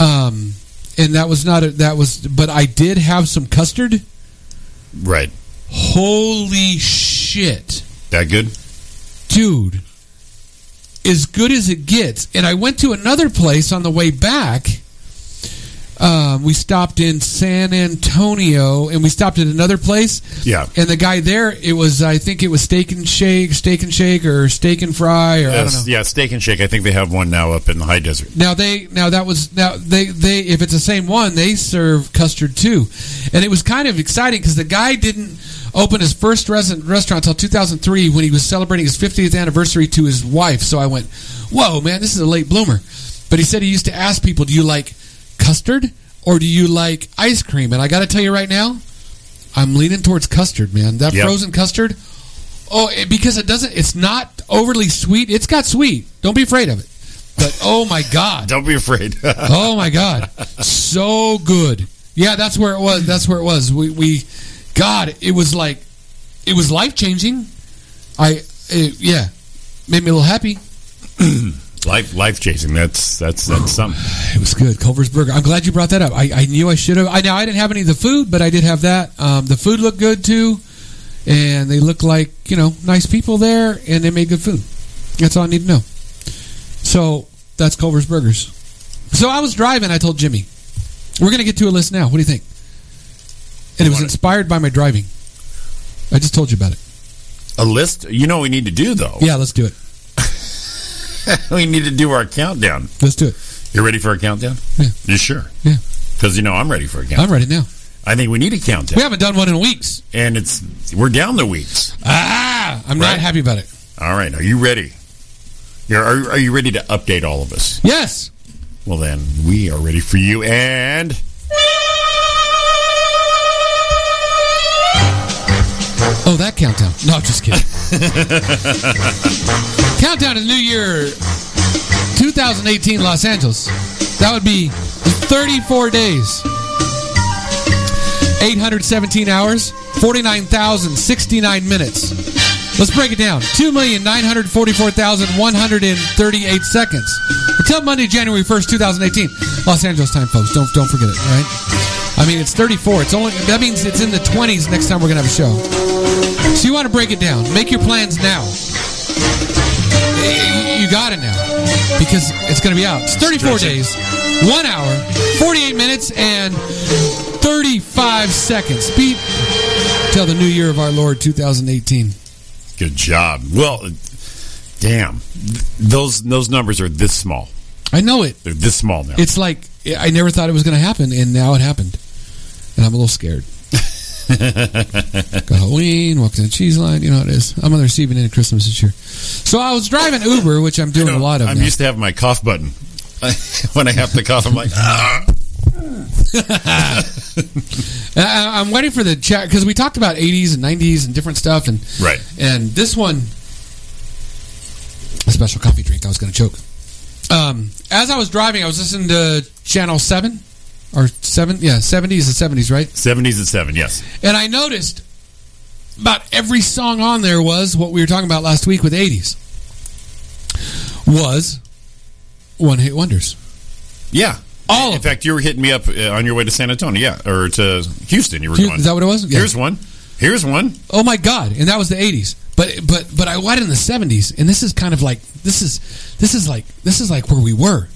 Speaker 3: um, and that was not a, that was. But I did have some custard.
Speaker 4: Right.
Speaker 3: Holy shit!
Speaker 4: That good?
Speaker 3: dude, as good as it gets. And I went to another place on the way back. Um, we stopped in San Antonio, and we stopped at another place.
Speaker 4: Yeah.
Speaker 3: And the guy there, it was I think it was Steak and Shake, Steak and Shake, or Steak and Fry, or I don't know.
Speaker 4: Yes, yeah, Steak and Shake. I think they have one now up in the high desert.
Speaker 3: Now they now that was now they they if it's the same one they serve custard too, and it was kind of exciting because the guy didn't open his first res- restaurant until 2003 when he was celebrating his 50th anniversary to his wife. So I went, whoa man, this is a late bloomer. But he said he used to ask people, do you like custard or do you like ice cream? And I got to tell you right now, I'm leaning towards custard, man. That
Speaker 4: Yep.
Speaker 3: frozen custard. Oh, it- because it doesn't. It's not overly sweet. It's got sweet. Don't be afraid of it. But oh my god,
Speaker 4: Don't be afraid.
Speaker 3: oh my god so good yeah that's where it was that's where it was we, we god it was like it was life changing i it, yeah made me a little happy
Speaker 4: life, life chasing. That's that's that's something.
Speaker 3: it was good culver's burger i'm glad you brought that up i, I knew i should have i now i didn't have any of the food but i did have that um, the food looked good too and they look like you know nice people there and they made good food that's all i need to know so that's culver's burgers so i was driving i told jimmy we're gonna get to a list now what do you think and it was
Speaker 4: Want it?
Speaker 3: inspired by my driving i just told you about it
Speaker 4: A list. You know, what we need to do though.
Speaker 3: yeah let's do it
Speaker 4: we need to do our countdown.
Speaker 3: let's do it
Speaker 4: You ready for a countdown?
Speaker 3: Yeah.
Speaker 4: You sure?
Speaker 3: Yeah.
Speaker 4: Because you know I'm ready for a countdown.
Speaker 3: i'm ready now
Speaker 4: I think we need a countdown,
Speaker 3: we haven't done one in weeks
Speaker 4: and it's we're down the weeks.
Speaker 3: ah i'm
Speaker 4: Right.
Speaker 3: not happy about it
Speaker 4: All right, are you ready? You're, are, are you ready to update all of us?
Speaker 3: yes
Speaker 4: Well, then, we are ready for you and.
Speaker 3: Oh, that countdown. No, I'm just kidding. countdown to New Year 2018 Los Angeles. That would be 34 days, 817 hours, 49,069 minutes. Let's break it down 2,944,138 seconds. Until Monday, January 1st, 2018. Los Angeles time, folks. Don't, don't forget it, all right? I mean, it's 34. It's only That means it's in the 20s next time we're going to have a show. So you want to break it down. Make your plans now. You got it now. Because it's going to be out. It's 34 days, 1 hour, 48 minutes, and 35 seconds. Beat till the new year of our Lord 2018.
Speaker 4: Good job. Well, damn, Th- those those numbers are this small.
Speaker 3: I know it.
Speaker 4: They're this small now.
Speaker 3: It's like I never thought it was going to happen, and now it happened. And I'm a little scared. Got Halloween, walked in the cheese line. You know how it is. I'm on the receiving end of Christmas this year. So I was driving Uber, which I'm doing a lot of
Speaker 4: I'm
Speaker 3: now.
Speaker 4: used to having my cough button. when I have to cough, I'm like, ah.
Speaker 3: I, I'm waiting for the chat because we talked about 80s and 90s and different stuff, and
Speaker 4: Right.
Speaker 3: and this one, a special coffee drink. I was going to choke. Um, as I was driving, I was listening to Channel Seven or Seven, yeah, 70s and 70s, right?
Speaker 4: 70s and 7, yes.
Speaker 3: And I noticed about every song on there was what we were talking about last week with 80s was one hit wonders.
Speaker 4: Yeah.
Speaker 3: All
Speaker 4: In
Speaker 3: of
Speaker 4: fact, you were hitting me up uh, on your way to San Antonio, yeah, or to Houston. You were
Speaker 3: Hu-
Speaker 4: going.
Speaker 3: is that what it was? Yeah.
Speaker 4: Here's one. Here's one.
Speaker 3: Oh my god! And that was the 80s. But but but I went in the 70s, and this is kind of like this is this is like this is like where we were.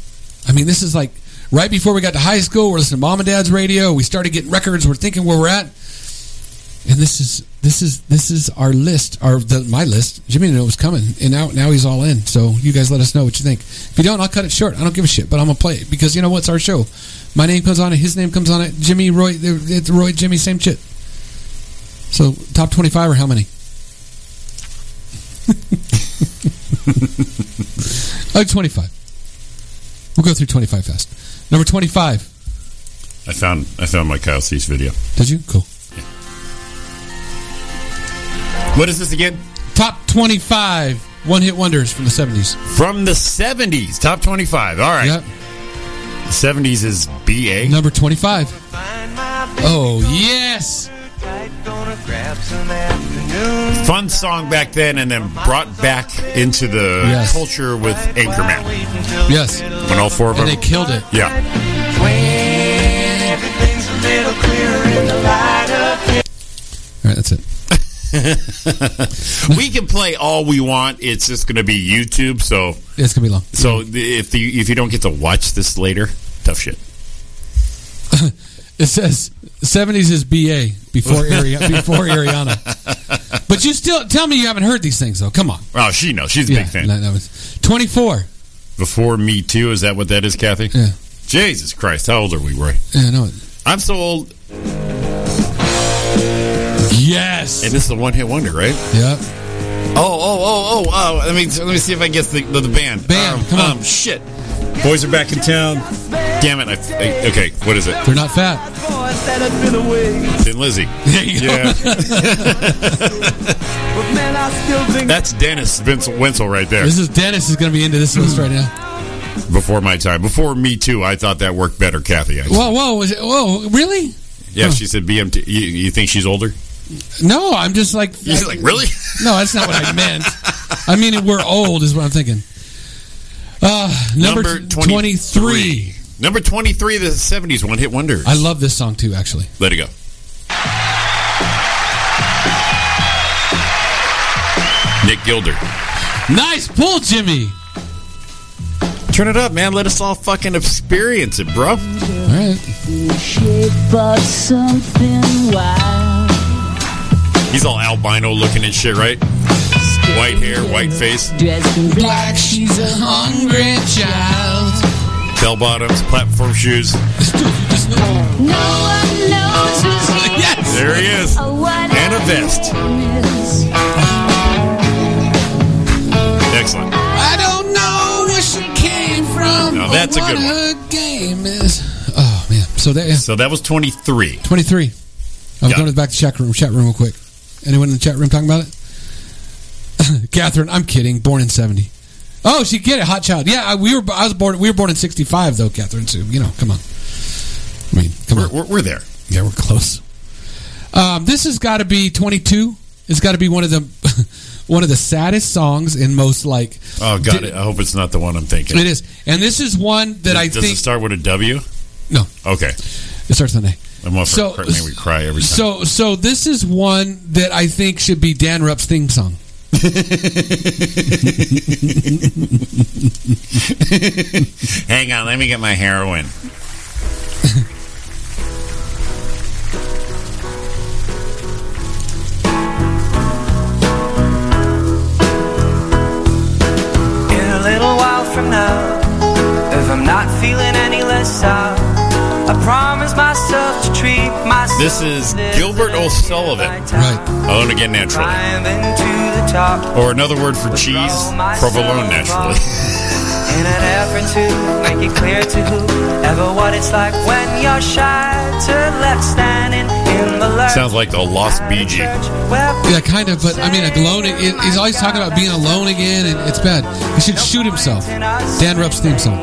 Speaker 3: I mean, this is like right before we got to high school. We're listening to mom and dad's radio. We started getting records. We're thinking where we're at. And this is this is this is our list, our the, my list. Jimmy didn't know it was coming, and now now he's all in. So you guys let us know what you think. If you don't, I'll cut it short. I don't give a shit, but I'm gonna play it because you know what's our show. My name comes on it, his name comes on it. Jimmy, Roy, it's Roy, Jimmy, same shit. So top twenty five or how many? like twenty five. Oh, We'll go through twenty five fast. Number twenty five.
Speaker 4: I found I found my Kyle Cease video.
Speaker 3: Did you? Cool.
Speaker 4: What is this again?
Speaker 3: Top twenty five one hit wonders from the seventies.
Speaker 4: From the 70s, top 25. All right.
Speaker 3: Yep.
Speaker 4: 70s is BA.
Speaker 3: Number twenty five. Oh yes.
Speaker 4: Fun song back then, and then brought back into the
Speaker 3: Yes.
Speaker 4: culture with Anchorman.
Speaker 3: Yes.
Speaker 4: When all four of
Speaker 3: And
Speaker 4: them.
Speaker 3: they killed it.
Speaker 4: yeah.
Speaker 3: All right, that's it.
Speaker 4: we can play all we want. It's just going to be YouTube. So
Speaker 3: Yeah, it's gonna be long.
Speaker 4: so the- if the, if you don't get to watch this later, tough shit.
Speaker 3: It says seventies is BA before Ari- before Ariana. But you still tell me you haven't heard these things though. Come on.
Speaker 4: Oh, she knows. She's a big fan.
Speaker 3: that- that was twenty four.
Speaker 4: Before Me Too, is that what that is, Kathy?
Speaker 3: Yeah.
Speaker 4: Jesus Christ, how old are we, Roy?
Speaker 3: Yeah, no.
Speaker 4: I'm so old.
Speaker 3: Yes.
Speaker 4: And this is a one hit wonder, right?
Speaker 3: Yep.
Speaker 4: Oh, oh, oh, oh, oh. Let me, let me see if I guess the, the, the band.
Speaker 3: Band, come on.
Speaker 4: Um, shit. Boys are back in town. Damn it. I, I- okay, what is it?
Speaker 3: They're not fat.
Speaker 4: Thin Lizzy. Yeah. That's Dennis Vincel- Wenzel right there.
Speaker 3: This is Dennis is going to be into this list right now.
Speaker 4: Before my time. Before Me Too, I thought that worked better, Kathy. actually.
Speaker 3: Whoa, whoa, was it, whoa, really?
Speaker 4: yeah, she said BMT. You, you think she's older?
Speaker 3: No, I'm just like,
Speaker 4: She's like, really?
Speaker 3: no, that's not what I meant. I mean, we're old is what I'm thinking. Uh, number,
Speaker 4: Number
Speaker 3: 23.
Speaker 4: 23. Number 23 of the 70s, one hit wonder.
Speaker 3: I love this song too, actually.
Speaker 4: Let it go. Nick Gilder.
Speaker 3: Nice pull, Jimmy.
Speaker 4: Turn it up, man. Let us all fucking experience it,
Speaker 3: All
Speaker 4: bro.
Speaker 3: right.
Speaker 4: He's all albino looking and shit, right? White hair, white face,
Speaker 3: Black, she's a hungry child.
Speaker 4: bell bottoms, platform shoes.
Speaker 3: Yes.
Speaker 4: There he is. And a vest. Excellent.
Speaker 3: I don't know where she came from.
Speaker 4: Now, that's
Speaker 3: or
Speaker 4: a good
Speaker 3: what
Speaker 4: one.
Speaker 3: Her game is. Oh man. So that yeah,
Speaker 4: So that was 23.
Speaker 3: 23. I'm
Speaker 4: Yeah.
Speaker 3: going to the back to chat room, chat room real quick. Anyone in the chat room talking about it? Catherine, I'm kidding. Born in 70. Oh, she get it, hot child. Yeah, I, we were. I was born. We were born in 65, though, Catherine. So you know, come on. I mean, come
Speaker 4: We're,
Speaker 3: on.
Speaker 4: we're, we're there.
Speaker 3: Yeah, we're close. Um, this has got to be 22. It's got to be one of the one of the saddest songs and most like
Speaker 4: Oh, God.
Speaker 3: Did-
Speaker 4: I hope it's not the one I'm thinking.
Speaker 3: it is. And this is one that I
Speaker 4: Does it
Speaker 3: think
Speaker 4: start with a W?
Speaker 3: No.
Speaker 4: Okay.
Speaker 3: it starts with an A.
Speaker 4: I'm off
Speaker 3: So-
Speaker 4: so, man, we cry every time.
Speaker 3: So, so this is one that I think should be Dan Rupp's theme song.
Speaker 4: Hang on, let me get my heroin.
Speaker 2: In a little while from now, if I'm not feeling any less sour, I promise myself to treat myself.
Speaker 4: This is Gilbert O'Sullivan.
Speaker 3: Right.
Speaker 4: Alone again naturally.
Speaker 2: Climbing to the top.
Speaker 4: Or another word for cheese, provolone naturally.
Speaker 11: in an effort to make it clear to whoever what it's like when you're shy. Turn left standing in the lurch.
Speaker 4: Sounds like the Lost Bee Gees.
Speaker 11: Where
Speaker 3: Yeah, kind of, but I mean, alone. It, he's always talking about being alone again, and it's bad. He should shoot himself. Dan Rupp's theme song.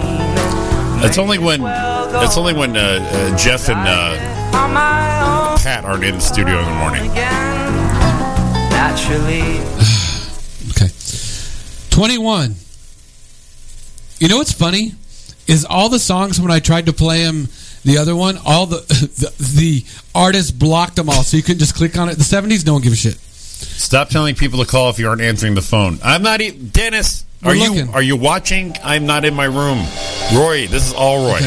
Speaker 4: It's only when it's only when uh, uh, Jeff and uh,
Speaker 11: on my own
Speaker 4: Pat aren't in the studio in the morning.
Speaker 11: naturally.
Speaker 3: Okay. 21. You know what's funny? Is all the songs when I tried to play him the other one, all the the, the artist blocked them all, so you couldn't just click on it. The 70s, no one gives a shit.
Speaker 4: Stop telling people to call if you aren't answering the phone. I'm not e- Dennis.
Speaker 3: We're
Speaker 4: Are you
Speaker 3: looking.
Speaker 4: are you watching? I'm not in my room. Roy, this is all Roy.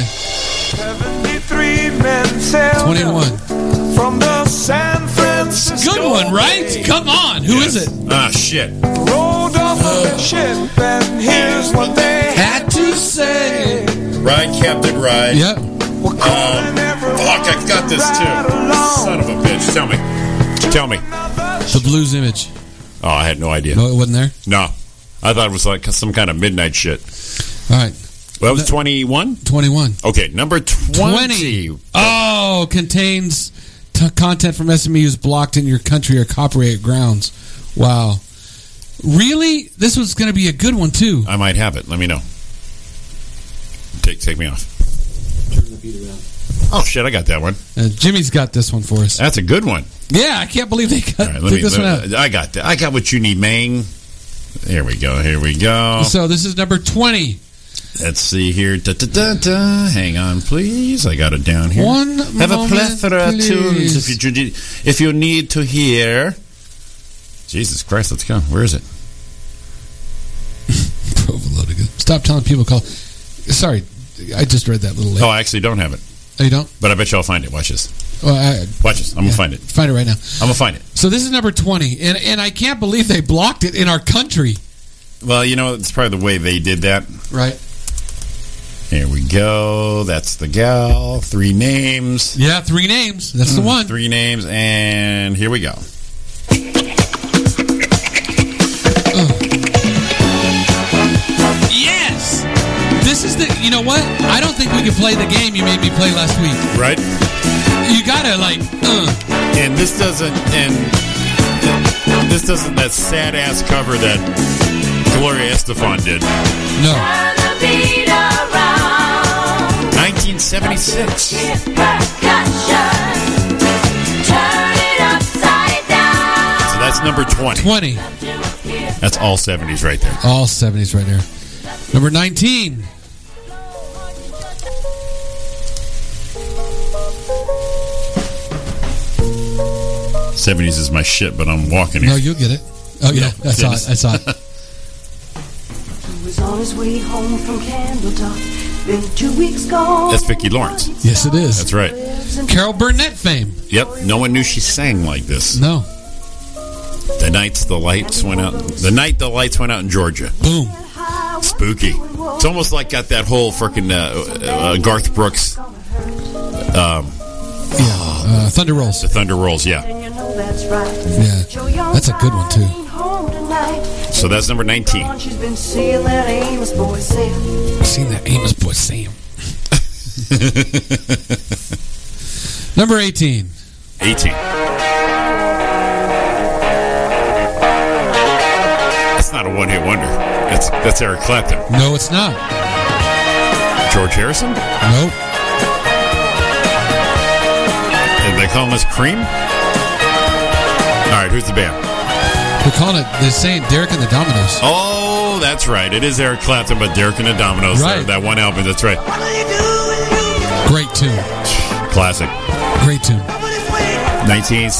Speaker 11: Three men sailed
Speaker 3: 21.
Speaker 11: from the San Francisco.
Speaker 3: Good one, right? Come on. who is it?
Speaker 4: Ah, shit.
Speaker 11: Rolled off of
Speaker 4: Uh.
Speaker 11: the ship, and here's what they
Speaker 3: Had to say.
Speaker 4: Ride, Captain Ride.
Speaker 3: Yep.
Speaker 4: Um, fuck, I got this too. Son of a bitch. Tell me. Tell me.
Speaker 3: The Blues Image.
Speaker 4: Oh, I had no idea.
Speaker 3: No, it wasn't there?
Speaker 4: No. I thought it was like some kind of midnight shit.
Speaker 3: All right.
Speaker 4: Well, that was 21?
Speaker 3: 21.
Speaker 4: Okay, number 20.
Speaker 3: 20. Oh, contains t- content from SMUs blocked in your country or copyright grounds. Wow. Really? This was going to be a good one, too.
Speaker 4: I might have it. Let me know. Take take me off. Oh shit! I got that one.
Speaker 3: Uh, Jimmy's got this one for us.
Speaker 4: That's a good one.
Speaker 3: Yeah, I can't believe they got
Speaker 4: All right,
Speaker 3: took
Speaker 4: let me.
Speaker 3: this one
Speaker 4: Let,
Speaker 3: out.
Speaker 4: I got that. I got what you need, Mang. Here we go. Here we go.
Speaker 3: So this is number 20.
Speaker 4: Let's see here. Da, da, da, da. Hang on, please. I got it down here.
Speaker 3: One
Speaker 4: Have a
Speaker 3: moment,
Speaker 4: plethora of tunes if
Speaker 3: please.
Speaker 4: you if you need to hear. Jesus Christ! Let's go. Where is it?
Speaker 3: Overload again. Stop telling people to call. Sorry, I just read that little late.
Speaker 4: Oh, I actually don't have it,
Speaker 3: Oh, you don't?
Speaker 4: but I bet you I'll find it. Watch this.
Speaker 3: Well, I,
Speaker 4: Watch this. I'm
Speaker 3: yeah.
Speaker 4: gonna find it.
Speaker 3: Find it right now.
Speaker 4: I'm gonna find it.
Speaker 3: So this is number 20, and, and I can't believe they blocked it in our country.
Speaker 4: Well, you know, it's probably the way they did that.
Speaker 3: Right.
Speaker 4: Here we go. That's the gal. Three names.
Speaker 3: Yeah, three names. That's the one.
Speaker 4: Three names, and here we go.
Speaker 3: Yes! This is the. You know what? I don't think we could play the game you made me play last week.
Speaker 4: Right?
Speaker 3: You gotta, like, uh,
Speaker 4: And this doesn't. And this doesn't. That sad ass cover that Gloria Estefan did.
Speaker 3: no.
Speaker 4: 1976. So that's number 20.
Speaker 3: 20.
Speaker 4: That's all 70s right there.
Speaker 3: All 70s right there. Number 19.
Speaker 4: Seventies is my shit, but I'm walking
Speaker 3: No,
Speaker 4: here.
Speaker 3: you'll get it. Oh, yeah. I saw it. I saw it.
Speaker 12: was on his way home from Candletop. Been two weeks gone.
Speaker 4: That's Vicki Lawrence.
Speaker 3: Yes, it is.
Speaker 4: That's right.
Speaker 3: Carol Burnett fame.
Speaker 4: Yep. No one knew she sang like this.
Speaker 3: No.
Speaker 4: The nights the lights went out. The night the lights went out in Georgia.
Speaker 3: Boom.
Speaker 4: Spooky. It's almost like got that whole freaking uh, uh, Garth Brooks, um,
Speaker 3: Yeah. Uh, Thunder Rolls.
Speaker 4: the Thunder Rolls. Yeah.
Speaker 12: You know that's right.
Speaker 3: Yeah. That's a good one, too.
Speaker 12: Ain't home tonight.
Speaker 4: So that's number nineteen.
Speaker 12: She's been seeing that Amos boy Sam.
Speaker 3: Seen that Amos boy Sam. Number 18.
Speaker 4: Eighteen. That's not a one-hit wonder. That's that's Eric Clapton.
Speaker 3: No, it's not.
Speaker 4: George Harrison.
Speaker 3: Nope.
Speaker 4: Did they call him as Cream? All right. Who's the band?
Speaker 3: They're calling it, they're saying Derek and the Dominoes.
Speaker 4: Oh, that's right. It is Eric Clapton, but Derek and the Dominoes.
Speaker 3: Right.
Speaker 4: That- That one album. That's right.
Speaker 3: Great tune.
Speaker 4: Classic.
Speaker 3: Great tune.
Speaker 4: 1971.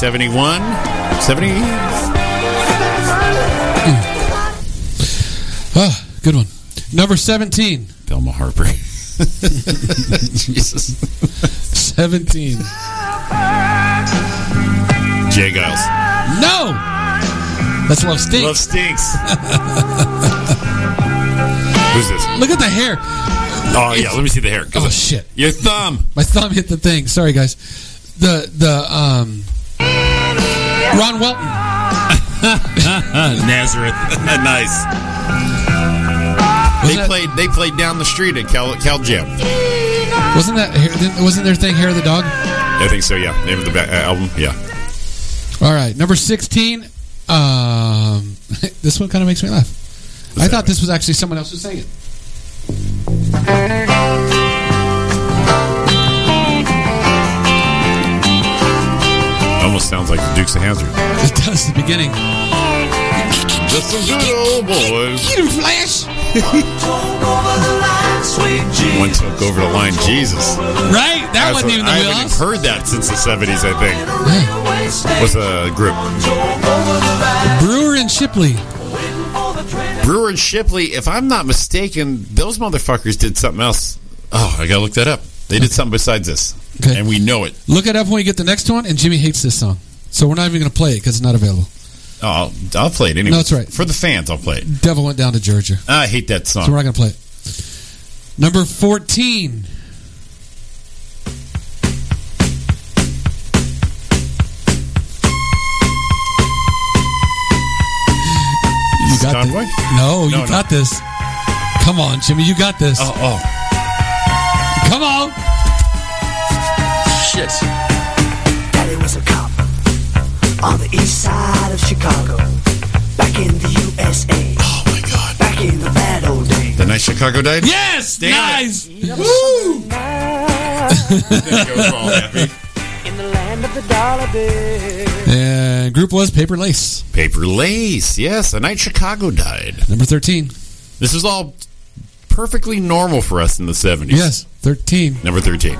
Speaker 4: 70.
Speaker 3: Ah, good one. Number 17.
Speaker 4: Thelma Harper. Jesus.
Speaker 3: 17.
Speaker 4: Jay Giles.
Speaker 3: No! That's Love Stinks.
Speaker 4: Love stinks. Who's this?
Speaker 3: Look at the hair.
Speaker 4: Oh yeah, let me see the hair. 'cause
Speaker 3: Oh,
Speaker 4: I-
Speaker 3: shit.
Speaker 4: Your thumb.
Speaker 3: My thumb hit the thing. Sorry, guys. The, the, um, Ron Welton.
Speaker 4: Nazareth. nice.
Speaker 3: Was
Speaker 4: they
Speaker 3: that-
Speaker 4: played they played down the street at Cal, Cal Gym.
Speaker 3: Wasn't that hair- wasn't their thing Hair of the Dog?
Speaker 4: I think so. Yeah, name of the ba- uh, album. Yeah.
Speaker 3: All right, number sixteen. Um, this one kind of makes me laugh. I thought this was actually someone else who sang it.
Speaker 4: Almost sounds like the Dukes of Hazzard.
Speaker 3: It does the beginning.
Speaker 4: Just some good old boys.
Speaker 3: Get him, Flash.
Speaker 4: One took over the line, Jesus.
Speaker 3: Right? That
Speaker 4: That's
Speaker 3: wasn't
Speaker 4: what-
Speaker 3: even the
Speaker 4: I
Speaker 3: Wheels.
Speaker 4: haven't heard that since the seventies. I think was a group.
Speaker 3: Brewer and Shipley.
Speaker 4: Brewer and Shipley. If I'm not mistaken, those motherfuckers did something else. Oh, I gotta look that up. They did something besides this, and we know it.
Speaker 3: Look it up when we get the next one. And Jimmy hates this song, so we're not even going to play it because it's not available.
Speaker 4: Oh, I'll, I'll play it anyway.
Speaker 3: No, that's right.
Speaker 4: For the fans, I'll play it. Ah,
Speaker 3: Devil went down to Georgia,
Speaker 4: I hate that
Speaker 3: so we're
Speaker 4: song.
Speaker 3: not going to play it. Number fourteen. You got
Speaker 4: Conway?
Speaker 3: this. No, you
Speaker 4: No, no.
Speaker 3: got this. Come on, Jimmy, you got this.
Speaker 4: Oh, oh,
Speaker 3: Come on.
Speaker 13: Shit. Daddy was a cop on the east side of Chicago. Back in the USA. Oh my god. Back in the bad old days.
Speaker 4: the night Chicago died.
Speaker 3: Yes,
Speaker 4: Damn
Speaker 3: nice.
Speaker 13: Woo!
Speaker 12: In the land of the dollar bill.
Speaker 3: And group was Paper Lace.
Speaker 4: Paper Lace. Yes, the night Chicago died.
Speaker 3: Number thirteen.
Speaker 4: This is all perfectly normal for us in the seventies.
Speaker 3: Yes, thirteen.
Speaker 4: Number thirteen.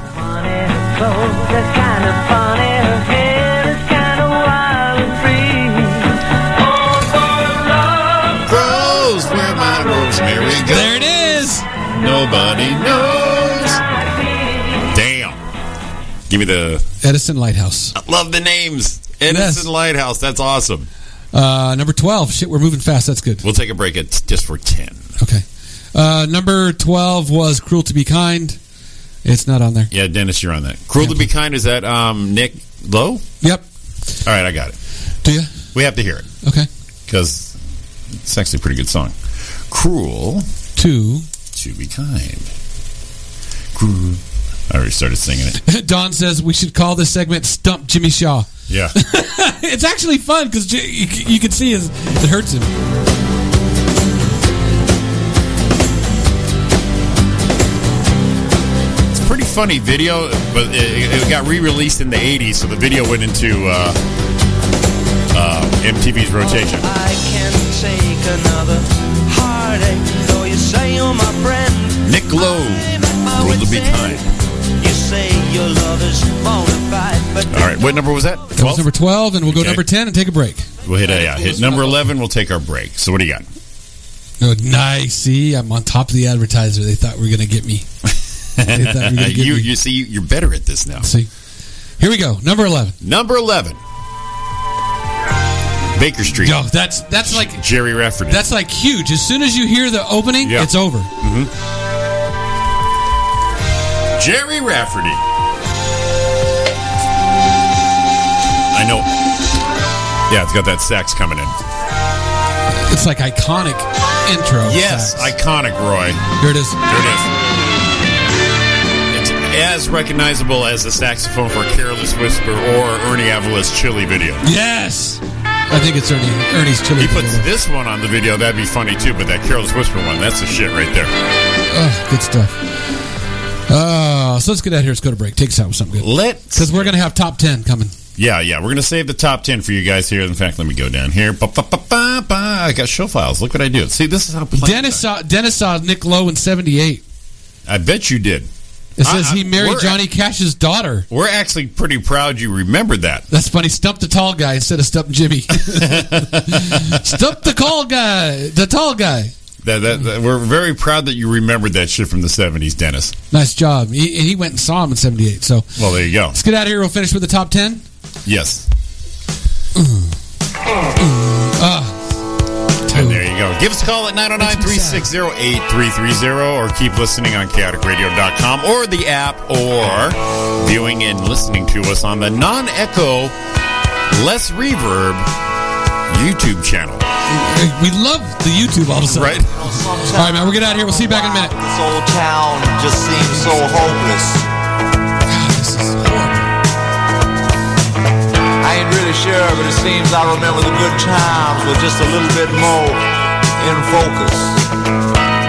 Speaker 4: Grows where my rosemary goes.
Speaker 3: There it is.
Speaker 4: Nobody knows. Damn. Give me the.
Speaker 3: Edison Lighthouse.
Speaker 4: I love the names. Edison Lighthouse. That's awesome.
Speaker 3: Uh, number twelve. Shit, we're moving fast. That's good.
Speaker 4: We'll take a break. It's just for ten.
Speaker 3: Okay. Uh, number twelve was Cruel to Be Kind. It's not on there.
Speaker 4: Yeah, Dennis, you're on that. Cruel to be kind. Is that um, Nick Lowe? All
Speaker 3: Yep.
Speaker 4: right, I got it.
Speaker 3: Do you?
Speaker 4: We have to hear it
Speaker 3: Okay.
Speaker 4: because it's actually a pretty good song. Cruel
Speaker 3: Two.
Speaker 4: to be kind. Cruel. I already started singing it.
Speaker 3: Don says we should call this segment "Stump Jimmy Shaw."
Speaker 4: Yeah.
Speaker 3: it's actually fun because you, you can see his, it hurts him.
Speaker 4: It's a pretty funny video, but it, it got re-released in the '80s, so the video went into uh, uh, MTV's rotation.
Speaker 11: I can't take another heartache. Though you say you're my friend,
Speaker 4: Nick Lowe, Cruel to be kind.
Speaker 11: you say your love is bona fide, but
Speaker 4: All right, what number was that?
Speaker 3: That was
Speaker 4: Twelve.
Speaker 3: number twelve, and we'll go
Speaker 4: Okay.
Speaker 3: number ten and take a break.
Speaker 4: We'll hit uh, yeah, hit number eleven. We'll take our break. So what do you got?
Speaker 3: Oh, nice. See, I'm on top of the advertiser. They thought were going to get me. They thought were gonna get
Speaker 4: you
Speaker 3: me.
Speaker 4: you see you're better at this now.
Speaker 3: See, here we go. Number eleven.
Speaker 4: Number eleven, Baker Street.
Speaker 3: Yo, that's that's like
Speaker 4: Jerry Rafferty.
Speaker 3: that's like huge. As soon as you hear the opening,
Speaker 4: Yeah.
Speaker 3: it's over.
Speaker 4: Jerry Rafferty. I know. Yeah, it's got that sax coming in.
Speaker 3: It's like iconic intro.
Speaker 4: Yes,
Speaker 3: sax.
Speaker 4: iconic, Roy.
Speaker 3: here it is.
Speaker 4: There it is. It's as recognizable as the saxophone for Careless Whisper or Ernie Avila's Chili video.
Speaker 3: Yes, I think it's Ernie. Ernie's chili.
Speaker 4: He puts
Speaker 3: Video.
Speaker 4: this one on the video, that'd be funny too, but that Careless Whisper one, that's the shit right there.
Speaker 3: Oh, good stuff. Uh, so let's get out of here. Let's go to break. Take us out with something good.
Speaker 4: Let's.
Speaker 3: Because we're going to have top 10 coming.
Speaker 4: Yeah, yeah, we're going to save the top 10 for you guys here. In fact, let me go down here. Ba, ba, ba, ba, ba. I got show files. Look what I do. See, this is how. planned
Speaker 3: Dennis saw, Dennis saw Nick Lowe in 78.
Speaker 4: I I bet you did.
Speaker 3: It says
Speaker 4: I- I-
Speaker 3: he married
Speaker 4: we're-
Speaker 3: Johnny Cash's daughter.
Speaker 4: We're actually pretty proud you remembered that.
Speaker 3: That's funny. Stump the tall guy instead of stump Jimmy. stump the tall guy. The tall guy.
Speaker 4: That, that, that- We're very proud that you remembered that shit from the 70s, Dennis.
Speaker 3: Nice job. He, he went and saw him in 78. So let's
Speaker 4: Well, there you go.
Speaker 3: get out of here. We'll finish with the top 10.
Speaker 4: Yes.
Speaker 3: Uh,
Speaker 4: And there you go. Give us a call at 909-360-8330 or keep listening on chaoticradio.com or the app or viewing and listening to us on the non-echo, less reverb YouTube channel.
Speaker 3: we love the YouTube all of a sudden. Right. All right, man. We'll get out of here. We'll see you back in a minute.
Speaker 14: This old town just seems so hopeless. I ain't really sure, but it seems I remember the good times with just a little bit more in focus.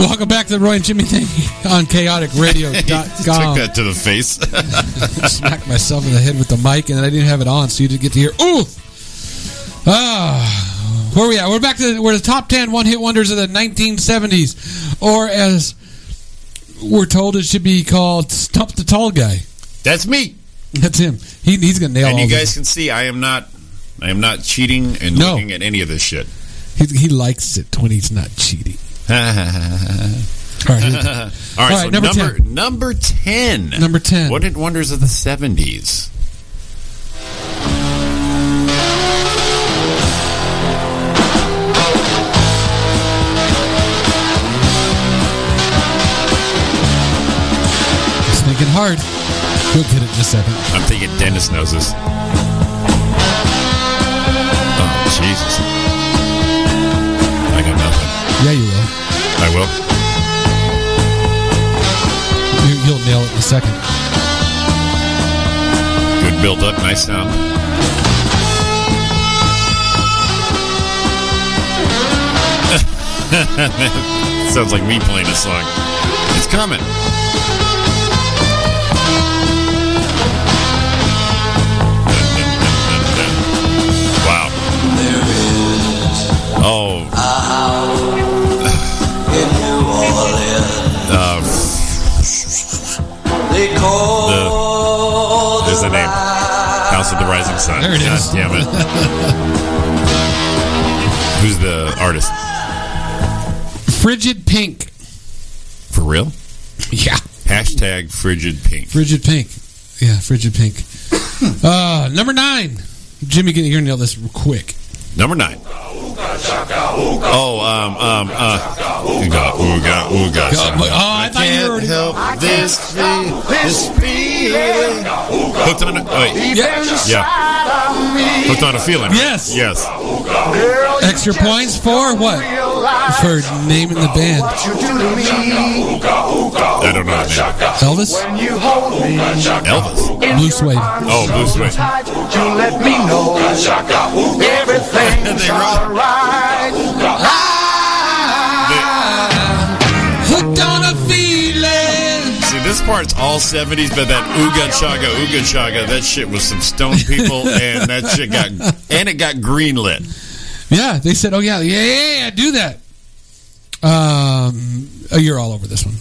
Speaker 3: Welcome back to the Roy and Jimmy thing on
Speaker 4: Took that
Speaker 3: chaoticradio.com.
Speaker 4: to the face.
Speaker 3: Smacked myself in the head with the mic, and I didn't have it on, so you didn't get to hear. Ooh! Ah, where we at? We're back to the, we're the top 10 one hit wonders of the 1970s, or as we're told it should be called Stump the Tall Guy.
Speaker 4: That's me.
Speaker 3: That's him. He, he's going to nail
Speaker 4: and
Speaker 3: all
Speaker 4: you
Speaker 3: this.
Speaker 4: guys can see I am not I am not cheating and
Speaker 3: No.
Speaker 4: looking at any of this shit.
Speaker 3: He, he likes it when he's not cheating.
Speaker 4: All right,
Speaker 3: All right, here- All right,
Speaker 4: so
Speaker 3: number
Speaker 4: number number 10.
Speaker 3: Number 10.
Speaker 4: What did wonders of the 70s?
Speaker 3: He's thinking hard. He'll get it in a second.
Speaker 4: I'm thinking Dennis knows this. Oh, Jesus. I got nothing.
Speaker 3: Yeah, you will.
Speaker 4: I will.
Speaker 3: You, you'll nail it in a second.
Speaker 4: Good build up, nice sound. Sounds like me playing a song. It's coming. Wow. Oh. Uh, the, there's the name. House of the Rising Sun.
Speaker 3: There it
Speaker 4: God
Speaker 3: is.
Speaker 4: damn it. Who's the artist?
Speaker 3: Frigid Pink.
Speaker 4: For real?
Speaker 3: Yeah.
Speaker 4: Hashtag frigid pink.
Speaker 3: Frigid Pink. Yeah, Frigid Pink. uh, number nine. Jimmy, can you nail this real quick?
Speaker 4: Number nine. Oh, um, um, uh, ooga, ooga, ooga.
Speaker 3: Oh, I thought you were already-
Speaker 4: help this, this feeling. Hooked on a, oh, wait. Yeah. Hooked on a feeling.
Speaker 3: Yes.
Speaker 4: Yes.
Speaker 3: Extra points for what? For naming the band.
Speaker 4: I don't know the name.
Speaker 3: Elvis?
Speaker 4: Elvis.
Speaker 3: Blue Suede.
Speaker 4: Oh, Blue Suede.
Speaker 14: You let me know everything's alright.
Speaker 4: Ah.
Speaker 3: Hooked on a feeling.
Speaker 4: See, this part's all 70s, but that Ooga Chaga, Ooga Chaga, that shit was some stone people, and that shit got, and it got greenlit.
Speaker 3: Yeah, they said, oh, yeah, yeah, yeah, yeah, do that. Um, oh, you're all over this one.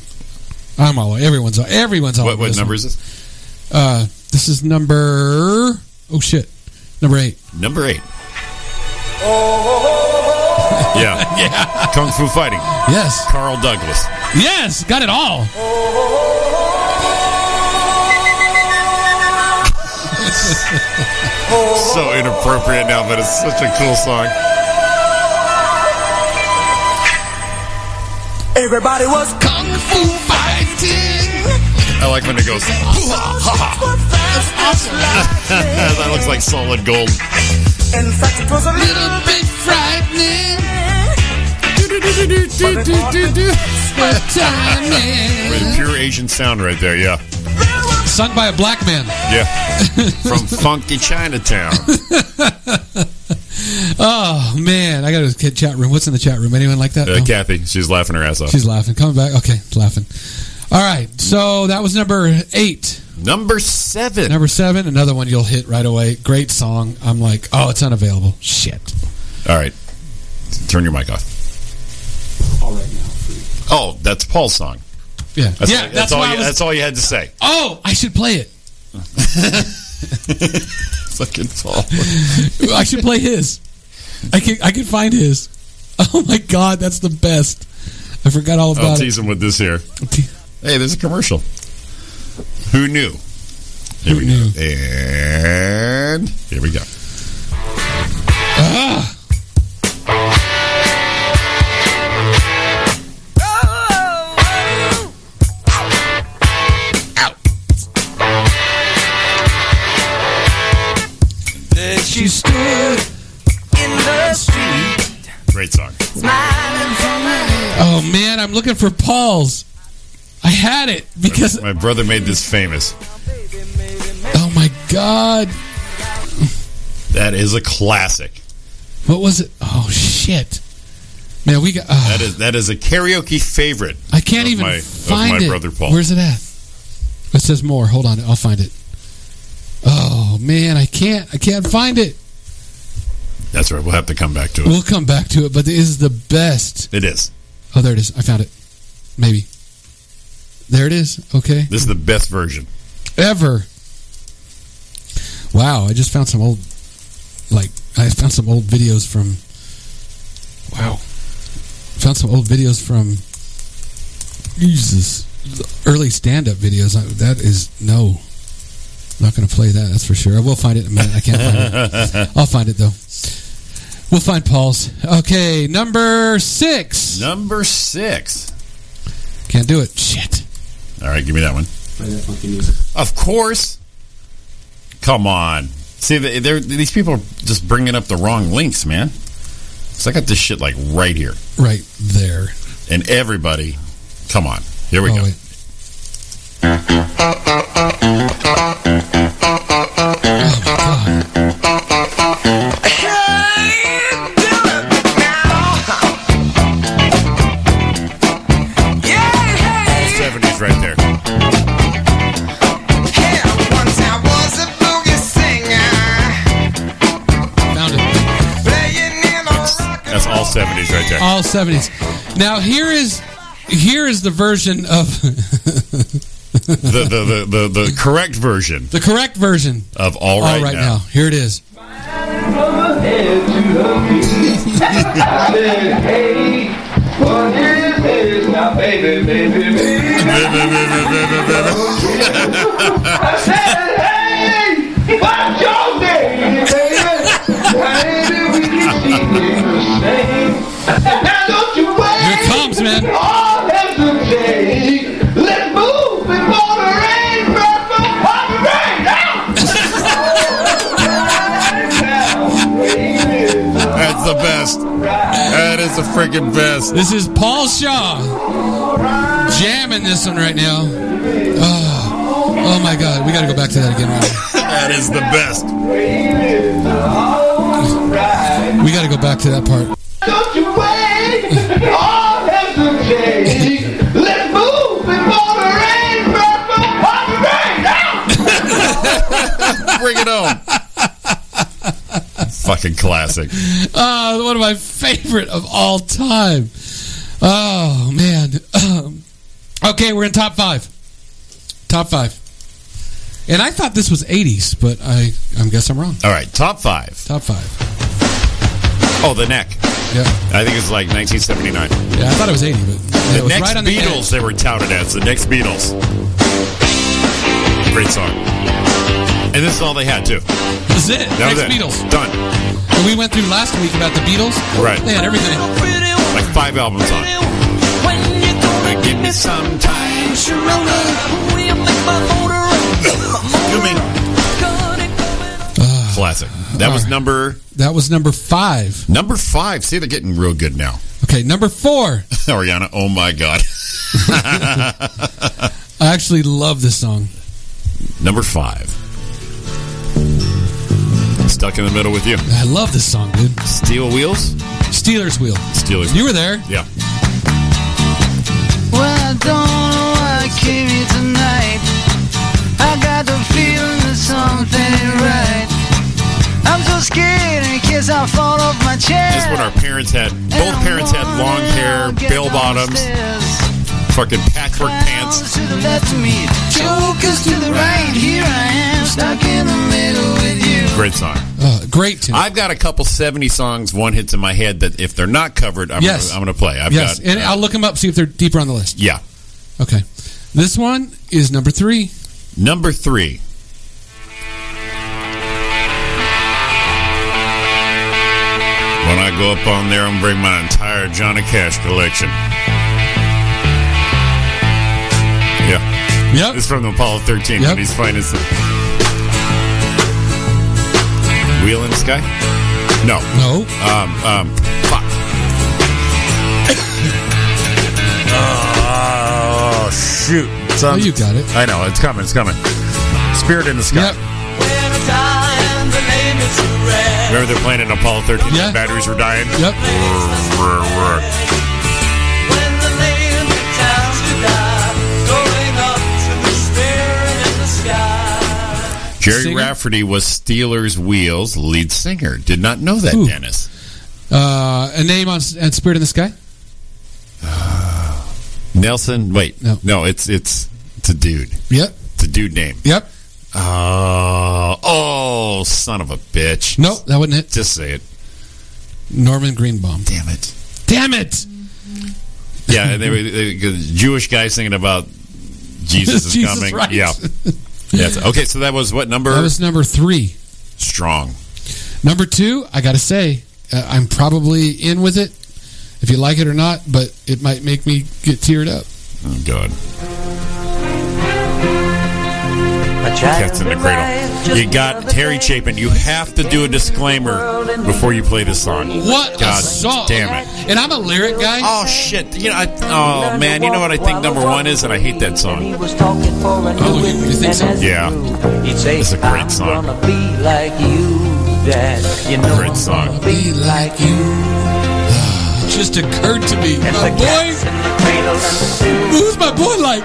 Speaker 3: I'm all over Everyone's all, everyone's all
Speaker 4: What,
Speaker 3: over
Speaker 4: what
Speaker 3: Oh, this
Speaker 4: number
Speaker 3: one.
Speaker 4: is this?
Speaker 3: Uh, this is number. Oh, shit. Number eight.
Speaker 4: Number eight. Yeah. yeah. Kung Fu Fighting.
Speaker 3: Yes.
Speaker 4: Carl Douglas.
Speaker 3: Yes, got it all.
Speaker 4: So inappropriate now, but it's such a cool song.
Speaker 14: Everybody was kung fu fighting.
Speaker 4: I like when it goes. that looks like solid gold.
Speaker 14: In fact, it was a little bit frightening. But it all
Speaker 4: With pure Asian sound right there, yeah.
Speaker 3: Sung by a black man.
Speaker 4: Yeah. From funky Chinatown.
Speaker 3: Oh man, I got a kid chat room. What's in the chat room? Anyone like that?
Speaker 4: Uh,
Speaker 3: No?
Speaker 4: Kathy, she's laughing her ass off.
Speaker 3: She's laughing. Coming back. Okay, laughing. All right. So that was number eight.
Speaker 4: Number seven.
Speaker 3: Number seven, another one you'll hit right away. Great song. I'm like, oh, it's unavailable. Shit.
Speaker 4: All right. Turn your mic off. Oh, that's Paul's song.
Speaker 3: Yeah.
Speaker 4: That's,
Speaker 3: yeah.
Speaker 4: that's, all.
Speaker 3: why I
Speaker 4: You,
Speaker 3: was-
Speaker 4: That's all you had to say.
Speaker 3: oh, I should play it.
Speaker 4: Fucking Paul.
Speaker 3: I should play his. I can. I can find his. Oh my god, that's the best. I forgot all
Speaker 4: I'll
Speaker 3: about it.
Speaker 4: tease him with this here. Hey, there's a commercial. Who knew? Here
Speaker 3: Who
Speaker 4: we
Speaker 3: knew?
Speaker 4: go. And here we go.
Speaker 11: smiling for me.
Speaker 3: Oh man, I'm looking for Paul's. I had it because
Speaker 4: My brother made this famous.
Speaker 3: oh my god,
Speaker 4: That is a classic.
Speaker 3: what was it? Oh shit, man, we got. Uh,
Speaker 4: That is that is a karaoke favorite.
Speaker 3: I can't
Speaker 4: of
Speaker 3: even
Speaker 4: my,
Speaker 3: find
Speaker 4: of my
Speaker 3: it.
Speaker 4: brother Paul.
Speaker 3: Where's it at? It says more. Hold on, I'll find it. Oh man, I can't. I can't find it.
Speaker 4: That's right. We'll have to come back to it.
Speaker 3: We'll come back to it, but it is the best.
Speaker 4: It is.
Speaker 3: Oh, there it is. I found it. Maybe. There it is. Okay.
Speaker 4: This is the best version.
Speaker 3: Ever. Wow, I just found some old like I found some old videos from Wow. Found some old videos from Jesus. Early stand up videos. I- That is no. I'm not gonna play that, that's for sure. I will find it in a minute. I can't find it. I'll find it though. We'll find Paul's. Okay, number six.
Speaker 4: Number six.
Speaker 3: Can't do it. Shit.
Speaker 4: All right, give me that one. Of course. Come on. See, they- they're, these people are just bringing up the wrong links, man. So I got this shit like right here,
Speaker 3: Right there.
Speaker 4: and everybody, come on. Here we
Speaker 3: Oh,
Speaker 4: go.
Speaker 3: wait.
Speaker 4: All seventies right there.
Speaker 3: Found it.
Speaker 4: That's all seventies right there.
Speaker 3: All seventies. Now here is here is the version of
Speaker 4: the, the, the, the the correct version
Speaker 3: the correct version.
Speaker 4: of all right, now.
Speaker 3: Here it is. Here it comes, man.
Speaker 4: That's the best. That is the freaking best.
Speaker 3: This is Paul Shaw jamming this one right now. Oh, oh my God, we got to go back to that again. Right
Speaker 4: That is the best.
Speaker 3: now. We got to go back to that part.
Speaker 11: Don't you wait, all has to change. Let's move before the rain bursts upon the rain.
Speaker 4: Bring it on. Fucking classic.
Speaker 3: Oh, one of my favorite of all time. Oh man. Um, okay, we're in top five. Top five. And I thought this was '80s, but I I guess I'm wrong.
Speaker 4: All right, top five.
Speaker 3: Top five.
Speaker 4: Oh, the neck.
Speaker 3: Yeah,
Speaker 4: I think it's like 1979.
Speaker 3: yeah. I thought it was '80, but yeah,
Speaker 4: The
Speaker 3: it was
Speaker 4: next
Speaker 3: right on the edge.
Speaker 4: Beatles they were touted as the next Beatles. Great song. And this is all they had too.
Speaker 3: This is it.
Speaker 4: That was
Speaker 3: Next
Speaker 4: it.
Speaker 3: Beatles.
Speaker 4: Done.
Speaker 3: And we went through last week about the Beatles.
Speaker 4: Right.
Speaker 3: They had everything.
Speaker 4: Like five albums on. Give me some time. Classic. That was number
Speaker 3: That was number five.
Speaker 4: number five. See, they're getting real good now.
Speaker 3: Okay, number four.
Speaker 4: Ariana, oh my god.
Speaker 3: I actually love this song.
Speaker 4: number five. Stuck in the middle with you.
Speaker 3: I love this song, dude.
Speaker 4: Steel wheels.
Speaker 3: Steelers Wheel.
Speaker 4: Steelers.
Speaker 3: You were there.
Speaker 4: Yeah.
Speaker 11: Well, I don't know why I came here tonight. I got the feeling that something ain't right. I'm so scared in case I fall off my chair.
Speaker 4: This is when our parents had both parents had long hair, bell bottoms, fucking patchwork pants.
Speaker 11: to the left of me, jokers to the right. Here I am, stuck in the middle with you.
Speaker 4: Great song.
Speaker 3: Uh, great tune.
Speaker 4: I've got a couple 70 songs, one hits in my head that if they're not covered, I'm
Speaker 3: Yes.
Speaker 4: gonna, I'm going to play. I've
Speaker 3: yes,
Speaker 4: got
Speaker 3: and
Speaker 4: uh,
Speaker 3: I'll look them up, see if they're deeper on the list.
Speaker 4: yeah.
Speaker 3: Okay. This one is number three.
Speaker 4: Number 3. When I go up on there, I'm going to bring my entire Johnny Cash collection. Yeah.
Speaker 3: Yep.
Speaker 4: It's from the Apollo 13
Speaker 3: Yep.
Speaker 4: and he's finest. Wheel in the Sky? No.
Speaker 3: No.
Speaker 4: Um, um, fuck. shoot.
Speaker 3: Oh, you got it.
Speaker 4: I know. It's coming. It's coming. Spirit in the Sky. Remember they're playing in Apollo 13?
Speaker 3: Yeah.
Speaker 4: Batteries were dying?
Speaker 3: Yep.
Speaker 4: Roar, roar, roar. Jerry
Speaker 3: Singer?
Speaker 4: Rafferty was Steelers Wheels lead singer. Did not know that,
Speaker 3: Ooh.
Speaker 4: Dennis.
Speaker 3: Uh, a name on, on Spirit in the Sky?
Speaker 4: Nelson, wait. No, it's it's it's a dude.
Speaker 3: Yep.
Speaker 4: It's a dude name.
Speaker 3: Yep.
Speaker 4: Uh, oh, son of a bitch.
Speaker 3: Nope, that wouldn't hit.
Speaker 4: Just say it.
Speaker 3: Norman Greenbaum.
Speaker 4: Damn it.
Speaker 3: Damn it!
Speaker 4: Yeah, they were they, 'cause Jewish guy singing about Jesus is
Speaker 3: Jesus,
Speaker 4: coming.
Speaker 3: right.
Speaker 4: Yeah. Yes. Okay, so that was what number?
Speaker 3: That was number three.
Speaker 4: Strong.
Speaker 3: Number two, I gotta say, uh, I'm probably in with it, if you like it or not. But it might make me get teared up.
Speaker 4: Oh, God. Cats in the cradle. You got Terry Chapin. You have to do a disclaimer before you play this song.
Speaker 3: What a
Speaker 4: God
Speaker 3: song!
Speaker 4: Damn it.
Speaker 3: And I'm a lyric guy.
Speaker 4: Oh shit! You know, I, oh man, you know what I think number one is, and I hate that song.
Speaker 2: Oh, you, think so?
Speaker 4: Yeah, it's a great
Speaker 2: I'm
Speaker 4: song.
Speaker 2: gonna be like you, Dad. You know
Speaker 4: Great
Speaker 2: I'm
Speaker 4: song.
Speaker 2: gonna be like you.
Speaker 3: Just occurred to me,
Speaker 2: And
Speaker 3: my
Speaker 2: the
Speaker 3: boy.
Speaker 2: cats in the cradle and the zoo.
Speaker 3: Who's my boy like?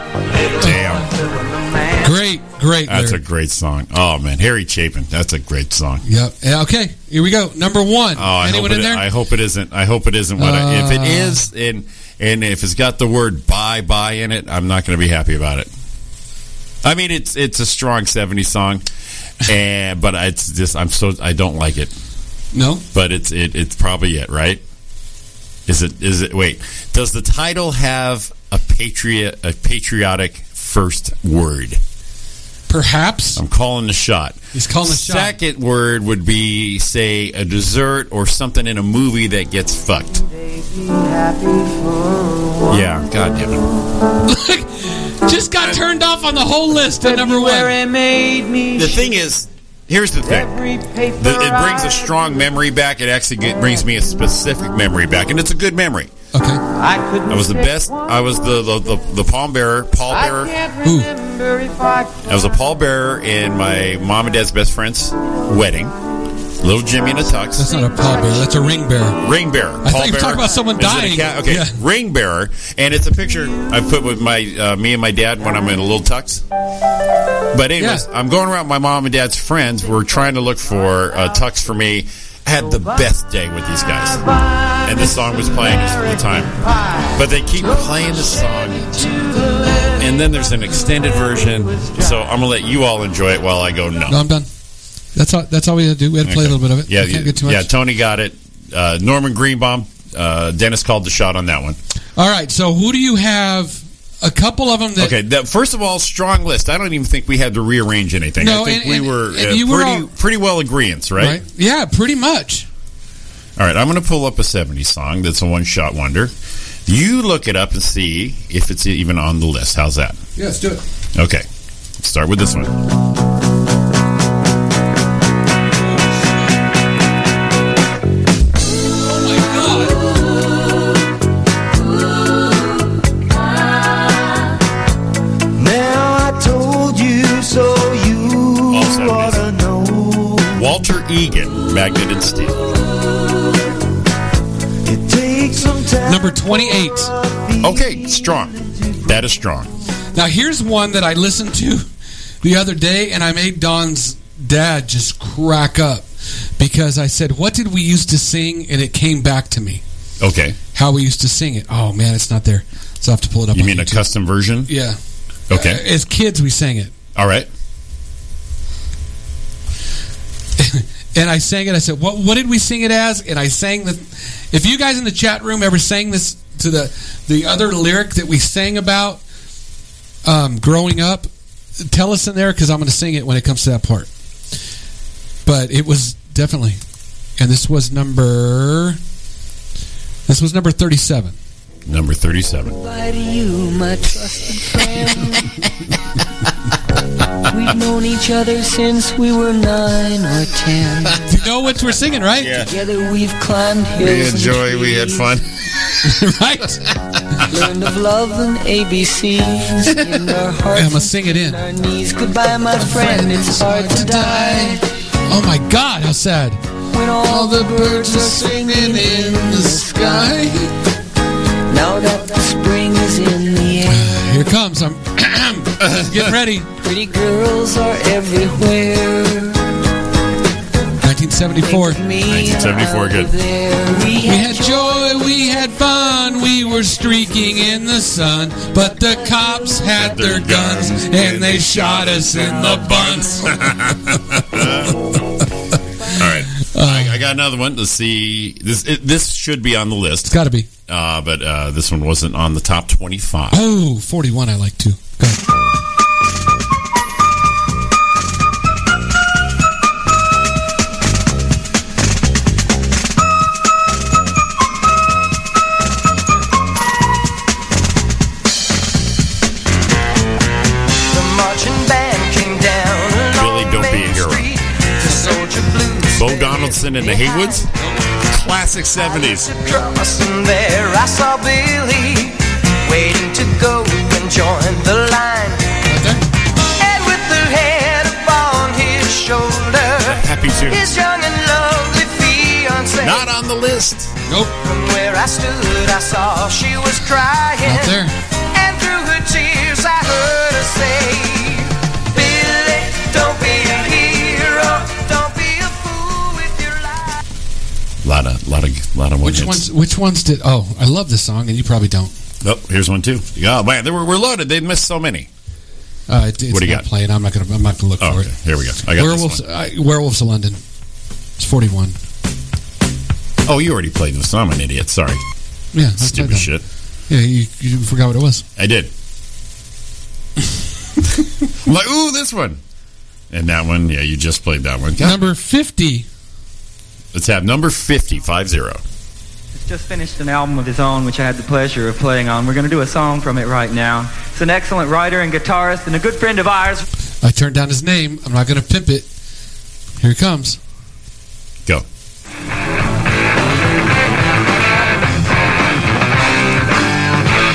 Speaker 4: Damn,
Speaker 3: Great, great.
Speaker 4: that's a
Speaker 3: lyric.
Speaker 4: great song. Oh man, Harry Chapin, that's a great song.
Speaker 3: Yep. Yeah, okay. Here we go. Number one.
Speaker 4: Oh, I hope,
Speaker 3: Anyone in
Speaker 4: it,
Speaker 3: there?
Speaker 4: I hope it isn't. I hope it isn't. What I, if
Speaker 3: Uh.
Speaker 4: it is, and and if it's got the word "bye bye" in it, I'm not going to be happy about it. I mean, it's it's a strong '70s song, and but it's just I'm so I don't like it.
Speaker 3: no.
Speaker 4: but it's it, it's probably it, right? Is it is it wait, does the title have a patriot a patriotic first word?
Speaker 3: Perhaps
Speaker 4: I'm calling the shot.
Speaker 3: he's calling the shot.
Speaker 4: Second word would be say a dessert or something in a movie that gets fucked. Yeah, god damn it.
Speaker 3: Just got turned off on the whole list at number one.
Speaker 2: It made me
Speaker 4: The thing is, here's the thing.
Speaker 2: every paper
Speaker 4: The, it brings
Speaker 2: I
Speaker 4: a strong memory back. It actually get, brings me a specific memory back, and it's a good memory.
Speaker 3: Okay.
Speaker 2: I couldn't.
Speaker 4: I was the best. uh, I was the the, the, the palm bearer, pall
Speaker 2: I
Speaker 4: bearer.
Speaker 2: can't
Speaker 3: Ooh.
Speaker 2: remember if I.
Speaker 4: I was a pallbearer in my mom and dad's best friend's wedding. Little Jimmy in a tux.
Speaker 3: That's not a paw bear. That's a ring bear.
Speaker 4: Ring bearer.
Speaker 3: I thought you were
Speaker 4: pallbearer.
Speaker 3: talking about someone
Speaker 4: Is it a
Speaker 3: dying.
Speaker 4: cat? Okay,
Speaker 3: Yeah.
Speaker 4: ring bearer, and it's a picture I put with my uh, me and my dad when I'm in a little tux. But anyways, I'm going around. My mom and dad's friends were trying to look for a tux for me. I had the best day with these guys, and the song was playing at the time. But they keep playing the song, and then there's an extended version. So I'm gonna let you all enjoy it while I go no.
Speaker 3: No, I'm done. That's all. That's all we had to do. We had to play a little bit of it.
Speaker 4: Yeah,
Speaker 3: We can't
Speaker 4: yeah,
Speaker 3: get too much.
Speaker 4: yeah, Tony got it. Uh, Norman Greenbaum, uh, Dennis called the shot on that one.
Speaker 3: All right. So who do you have? A couple of them that
Speaker 4: Okay, that, first of all, strong list. I don't even think we had to rearrange anything.
Speaker 3: No,
Speaker 4: I think
Speaker 3: and-
Speaker 4: we
Speaker 3: and-
Speaker 4: were
Speaker 3: and
Speaker 4: uh,
Speaker 3: you were
Speaker 4: pretty
Speaker 3: all-
Speaker 4: pretty well agreeance, right?
Speaker 3: right? Yeah, pretty much.
Speaker 4: All right, I'm going to pull up a 70s song that's a one shot wonder. You look it up and see if it's even on the list. How's that?
Speaker 3: Yeah, let's do it.
Speaker 4: Okay, let's start with this one.
Speaker 11: Now I told you so you
Speaker 4: Also, it is.
Speaker 11: ought to know.
Speaker 4: Walter Egan, Magnet and Steel.
Speaker 11: It takes some time.
Speaker 3: Number 28.
Speaker 4: Okay, strong. That is strong.
Speaker 3: Now here's one that I listened to the other day, and I made Don's dad just crack up because I said, "What did we used to sing?" and it came back to me
Speaker 4: Okay,
Speaker 3: how we used to sing it. Oh man, it's not there. So I have to pull it up.
Speaker 4: you
Speaker 3: on
Speaker 4: mean a
Speaker 3: YouTube.
Speaker 4: custom version?
Speaker 3: Yeah. Uh,
Speaker 4: Okay,
Speaker 3: As kids, we sang it,
Speaker 4: all right.
Speaker 3: and I sang it. I said, "What? What did we sing it as?" And I sang the. If you guys in the chat room ever sang this to the the other lyric that we sang about um, growing up, tell us in there because I'm going to sing it when it comes to that part. But it was definitely, and this was number. This was number thirty-seven.
Speaker 4: Number 37.
Speaker 12: Why do you, my trusted friend? We've known each other since we were nine or ten.
Speaker 3: You know what we're singing, right?
Speaker 4: Yeah.
Speaker 12: Together we've climbed hills. and trees.
Speaker 4: we had fun.
Speaker 3: right?
Speaker 15: Learned of love and ABCs in their hearts.
Speaker 3: I'm gonna sing it in.
Speaker 15: Our knees. Goodbye, my friend. It's hard to die
Speaker 3: Oh my God, how sad!
Speaker 15: when all the birds are singing in the sky. Now that the spring is in the air,
Speaker 3: Here it comes. I'm getting ready.
Speaker 15: pretty girls are everywhere.
Speaker 3: 1974.
Speaker 4: 1974, good.
Speaker 3: We had joy, we had fun, we were streaking in the sun, but the cops had their guns and they shot us in the buns.
Speaker 4: All right, I, I got another one. Let's see. This it, this should be on the list. It's
Speaker 3: got to be.
Speaker 4: Uh, but uh, this one wasn't on the top twenty-five.
Speaker 3: Oh, 41 I like too. Go ahead.
Speaker 15: The marching band came down
Speaker 4: Billy, don't be a hero. Bo Donaldson and the Haywoods, classic seventies.
Speaker 15: crossing there. I saw Billy waiting to go and join the line. And with her head upon his shoulder,
Speaker 4: Happy tune.
Speaker 15: his young and lovely fiancée.
Speaker 4: Not on the list. Nope.
Speaker 15: From where I stood, I saw she was crying.
Speaker 3: Not there.
Speaker 15: And through her tears, I heard her say, Billy, don't be a hero. Don't be a fool with your life.
Speaker 4: Lot of lot of lot of one
Speaker 3: Which
Speaker 4: hits.
Speaker 3: ones? Which ones did? Oh, I love this song, and you probably don't.
Speaker 4: Oh, here's one too. Yeah, man, they were, we're loaded. They missed so many.
Speaker 3: Uh, it, it's
Speaker 4: What do you
Speaker 3: not
Speaker 4: got?
Speaker 3: playing. I'm not gonna. I'm not gonna look
Speaker 4: Oh,
Speaker 3: for
Speaker 4: okay.
Speaker 3: it.
Speaker 4: Here we go. I got
Speaker 3: werewolves.
Speaker 4: this one.
Speaker 3: I, werewolves of London. It's 41.
Speaker 4: Oh, you already played this. I'm an idiot. Sorry.
Speaker 3: Yeah, I played
Speaker 4: Stupid
Speaker 3: that.
Speaker 4: shit.
Speaker 3: Yeah, you, you forgot what it was.
Speaker 4: I did. I'm like, ooh, this one. And that one, yeah, you just played that one.
Speaker 3: Number 50.
Speaker 4: Let's have number 50, 5 0.
Speaker 11: just finished an album of his own, which I had the pleasure of playing on. We're going to do a song from it right now. He's an excellent writer and guitarist and a good friend of ours.
Speaker 3: I turned down his name. I'm not gonna pimp it. Here it comes.
Speaker 4: Go.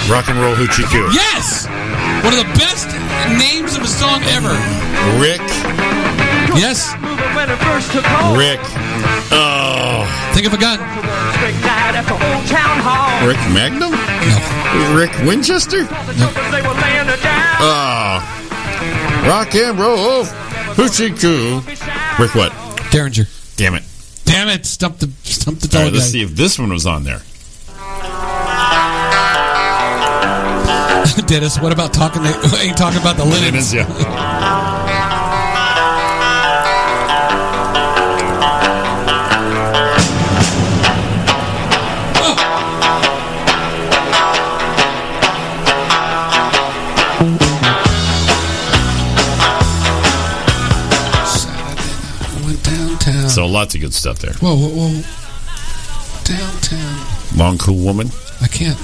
Speaker 4: Rock and roll hoochie coo.
Speaker 3: Yes, one of the best names of a song ever.
Speaker 4: Rick.
Speaker 3: Yes.
Speaker 11: When it first took hold,
Speaker 4: Rick. Oh.
Speaker 3: Think of a gun.
Speaker 11: Rick died at the old town hall.
Speaker 4: Rick Magnum? Rick Winchester?
Speaker 3: Mm.
Speaker 11: They were laying her down.
Speaker 3: Uh,
Speaker 4: Oh. Rock and roll hoochie coo. Rick what?
Speaker 3: Derringer.
Speaker 4: Damn it.
Speaker 3: Damn it! Stump the stump the
Speaker 4: All
Speaker 3: dog
Speaker 4: right, let's
Speaker 3: guy.
Speaker 4: see if this one was on there.
Speaker 3: Dennis, what about talking? To, ain't talking about the
Speaker 4: It
Speaker 3: linens.
Speaker 4: is, yeah.
Speaker 3: Went downtown.
Speaker 4: So lots of good stuff there.
Speaker 3: Whoa, whoa, whoa! Downtown.
Speaker 4: Long cool woman.
Speaker 3: I can't.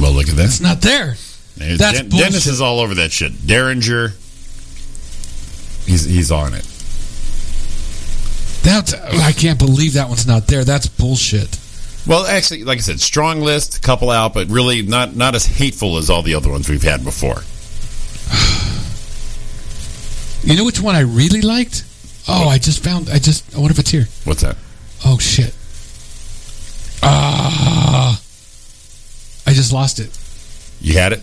Speaker 4: Well, look at this.
Speaker 3: It's not there. That's
Speaker 4: Den- Dennis
Speaker 3: bullshit.
Speaker 4: is all over that shit. Derringer, he's he's on it.
Speaker 3: That's I can't believe that one's not there. That's bullshit.
Speaker 4: Well, actually, like I said, strong list, a couple out, but really not not as hateful as all the other ones we've had before.
Speaker 3: You know which one I really liked? Oh, I just found. I just. I wonder if it's here.
Speaker 4: What's that?
Speaker 3: Oh shit. Ah. I just lost it.
Speaker 4: You had it?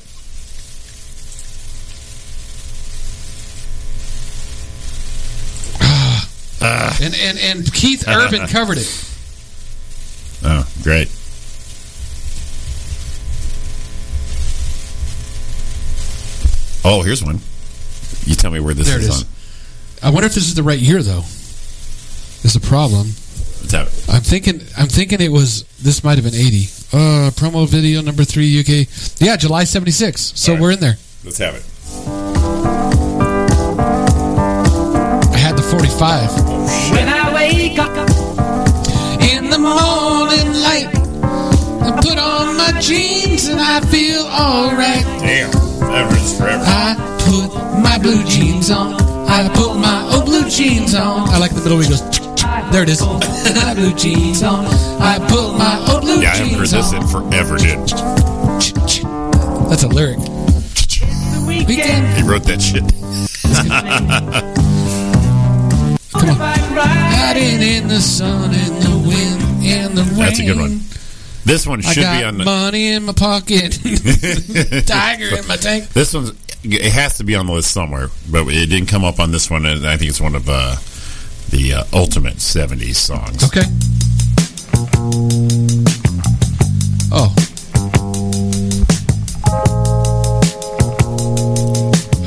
Speaker 4: Ah,
Speaker 3: And and and Keith Urban covered it.
Speaker 4: oh, great. Oh, here's one. You tell me where this
Speaker 3: There it
Speaker 4: is
Speaker 3: is.
Speaker 4: on.
Speaker 3: I wonder if this is the right year though. Is the problem.
Speaker 4: Let's have it.
Speaker 3: I'm thinking. I'm thinking it was. This might have been 80. Uh, promo video number three UK. Yeah, July 76. So
Speaker 4: All right.
Speaker 3: we're in there.
Speaker 4: Let's have it.
Speaker 3: I had the 45.
Speaker 15: When I wake up
Speaker 3: In the morning light, I put on my jeans and I feel alright.
Speaker 4: Damn. Ever is forever.
Speaker 3: I put my blue jeans on. I put my old blue jeans on. I like the middle where he goes.
Speaker 15: I
Speaker 3: There it is.
Speaker 16: my blue jeans on. I put my old blue
Speaker 4: Yeah, I haven't heard
Speaker 16: jeans
Speaker 4: this
Speaker 16: on.
Speaker 4: in forever, dude.
Speaker 3: That's a lyric.
Speaker 16: Weekend.
Speaker 4: He wrote that shit.
Speaker 3: Come on. Riding in the sun and the wind and the rain.
Speaker 4: That's a good one. This one
Speaker 3: I
Speaker 4: should
Speaker 3: got
Speaker 4: be on the
Speaker 3: money in my pocket. Tiger in my tank.
Speaker 4: This one's it has to be on the list somewhere, but it didn't come up on this one, and I think it's one of uh, the uh, ultimate '70s songs.
Speaker 3: Okay. Oh.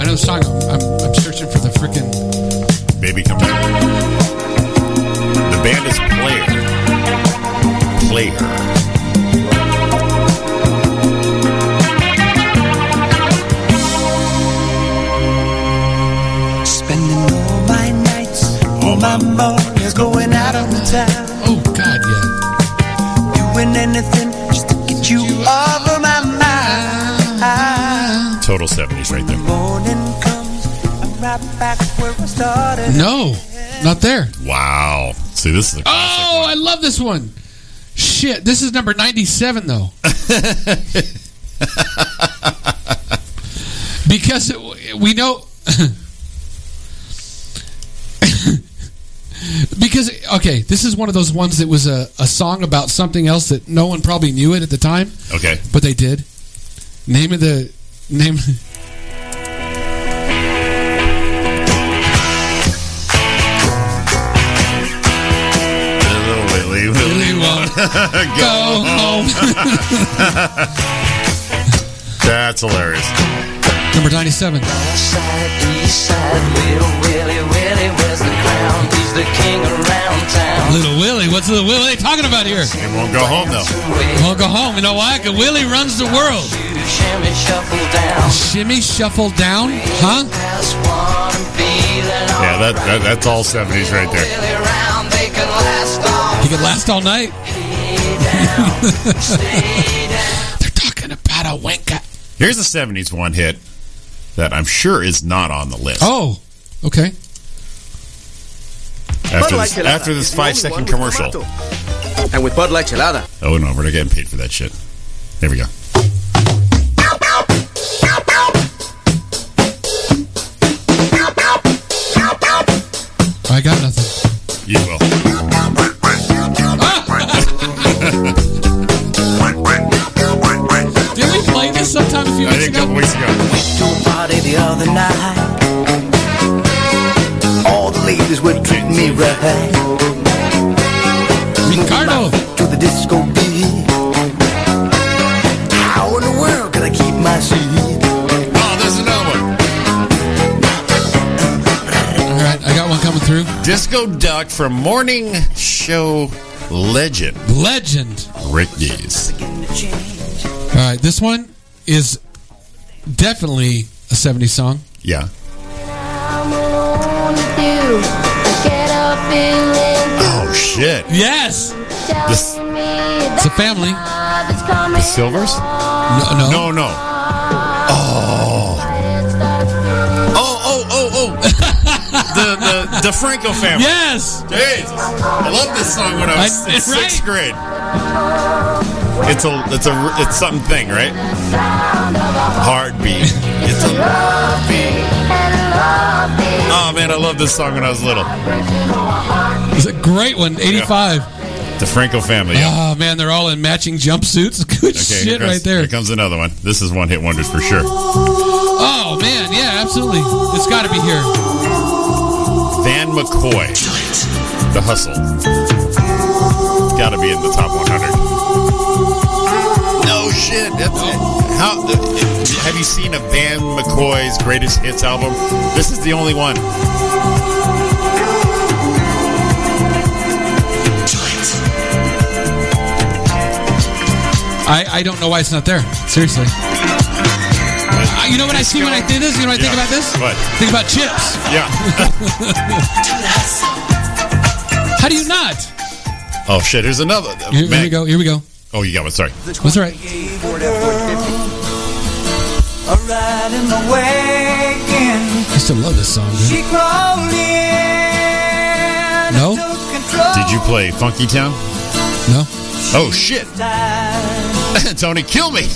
Speaker 3: I know the song. I'm, I'm searching for the frickin'
Speaker 4: Baby, come here. The band is Player. Player.
Speaker 16: Spending all my nights, all my mornings going out on the town.
Speaker 3: Oh God, yeah.
Speaker 16: Doing anything just to get you off of my mind.
Speaker 4: Total '70s, right there.
Speaker 16: Morning comes, I'm right back where I started.
Speaker 3: No, not there.
Speaker 4: Wow. See, this is a,
Speaker 3: Oh, I love this one. Shit, this is number 97, though. because it, we know. because, okay, this is one of those ones that was a, a song about something else that no one probably knew it at the time,
Speaker 4: okay.
Speaker 3: but they did. Name of the. Name.
Speaker 4: Little Willy, Willy won't
Speaker 16: go
Speaker 4: That's hilarious.
Speaker 3: Number 97. Little Willie, what's Little Willie talking about here? He
Speaker 4: won't go home though.
Speaker 3: Won't go home. You know why? 'Cause Willie runs the world.
Speaker 16: Shimmy, shuffle down.
Speaker 3: Shimmy shuffle down, huh?
Speaker 16: Just wanna be that
Speaker 4: Yeah, that, that that's all '70s right there.
Speaker 16: all around they can last all
Speaker 3: He could last all night. They're talking about a wanker.
Speaker 4: Here's a 70s one hit that I'm sure is not on the list.
Speaker 3: Oh, okay.
Speaker 4: After this, after this five second commercial.
Speaker 17: And with Bud Light Chelada.
Speaker 4: Oh, no, we're not getting paid for that shit. There we go.
Speaker 3: I got nothing.
Speaker 4: You will.
Speaker 3: Did we play this sometime a few
Speaker 4: I think a couple weeks ago.
Speaker 16: to a party the other night. All the ladies would treat me right. Ricardo to the disco beat. How in the world could I keep my seat?
Speaker 4: Oh, there's another one.
Speaker 3: All right, I got one coming through.
Speaker 4: Disco Duck from Morning Show Legend.
Speaker 3: Legend.
Speaker 4: Rick Dees.
Speaker 3: All right, this one is definitely a 70s song.
Speaker 4: Yeah. Oh, shit.
Speaker 3: Yes.
Speaker 4: This-
Speaker 3: It's a family.
Speaker 4: The Silvers?
Speaker 3: No, no.
Speaker 4: No, no. Oh. Oh, oh, oh, oh. the, the, the Franco family.
Speaker 3: Yes.
Speaker 4: Jesus. I love this song when I was
Speaker 3: I-
Speaker 4: in sixth grade. It's a, it's a, it's something, right? Heartbeat. It's a Oh man, I love this song when I was little.
Speaker 3: It's a great one, 85.
Speaker 4: The Franco family. Yeah.
Speaker 3: Oh, man, they're all in matching jumpsuits. Good
Speaker 4: Okay, here
Speaker 3: shit
Speaker 4: comes-
Speaker 3: right there.
Speaker 4: Here comes another one. This is one hit wonders for sure.
Speaker 3: Oh, man, yeah, absolutely. It's got to be here.
Speaker 4: Van McCoy, The Hustle. Got to be in the top 100. No shit. That's How have you seen a Van McCoy's greatest hits album? This is the only one.
Speaker 3: I, I don't know why it's not there. Seriously. Uh, you know what I see when I think this? You know what I think
Speaker 4: Yeah.
Speaker 3: about this?
Speaker 4: What?
Speaker 3: Think about chips. How do you not?
Speaker 4: Yeah. oh shit. Here's another.
Speaker 3: Here, here we
Speaker 4: Mac-
Speaker 3: go. Here we go.
Speaker 4: Oh, you got one. Sorry.
Speaker 3: That's all right.
Speaker 16: Alright in the wagon.
Speaker 3: I still love this song.
Speaker 16: She
Speaker 3: Dude.
Speaker 16: crawled in.
Speaker 3: No?
Speaker 16: Control
Speaker 4: Did you play Funky Town?
Speaker 3: No.
Speaker 4: Oh shit! Tony, kill me.
Speaker 15: I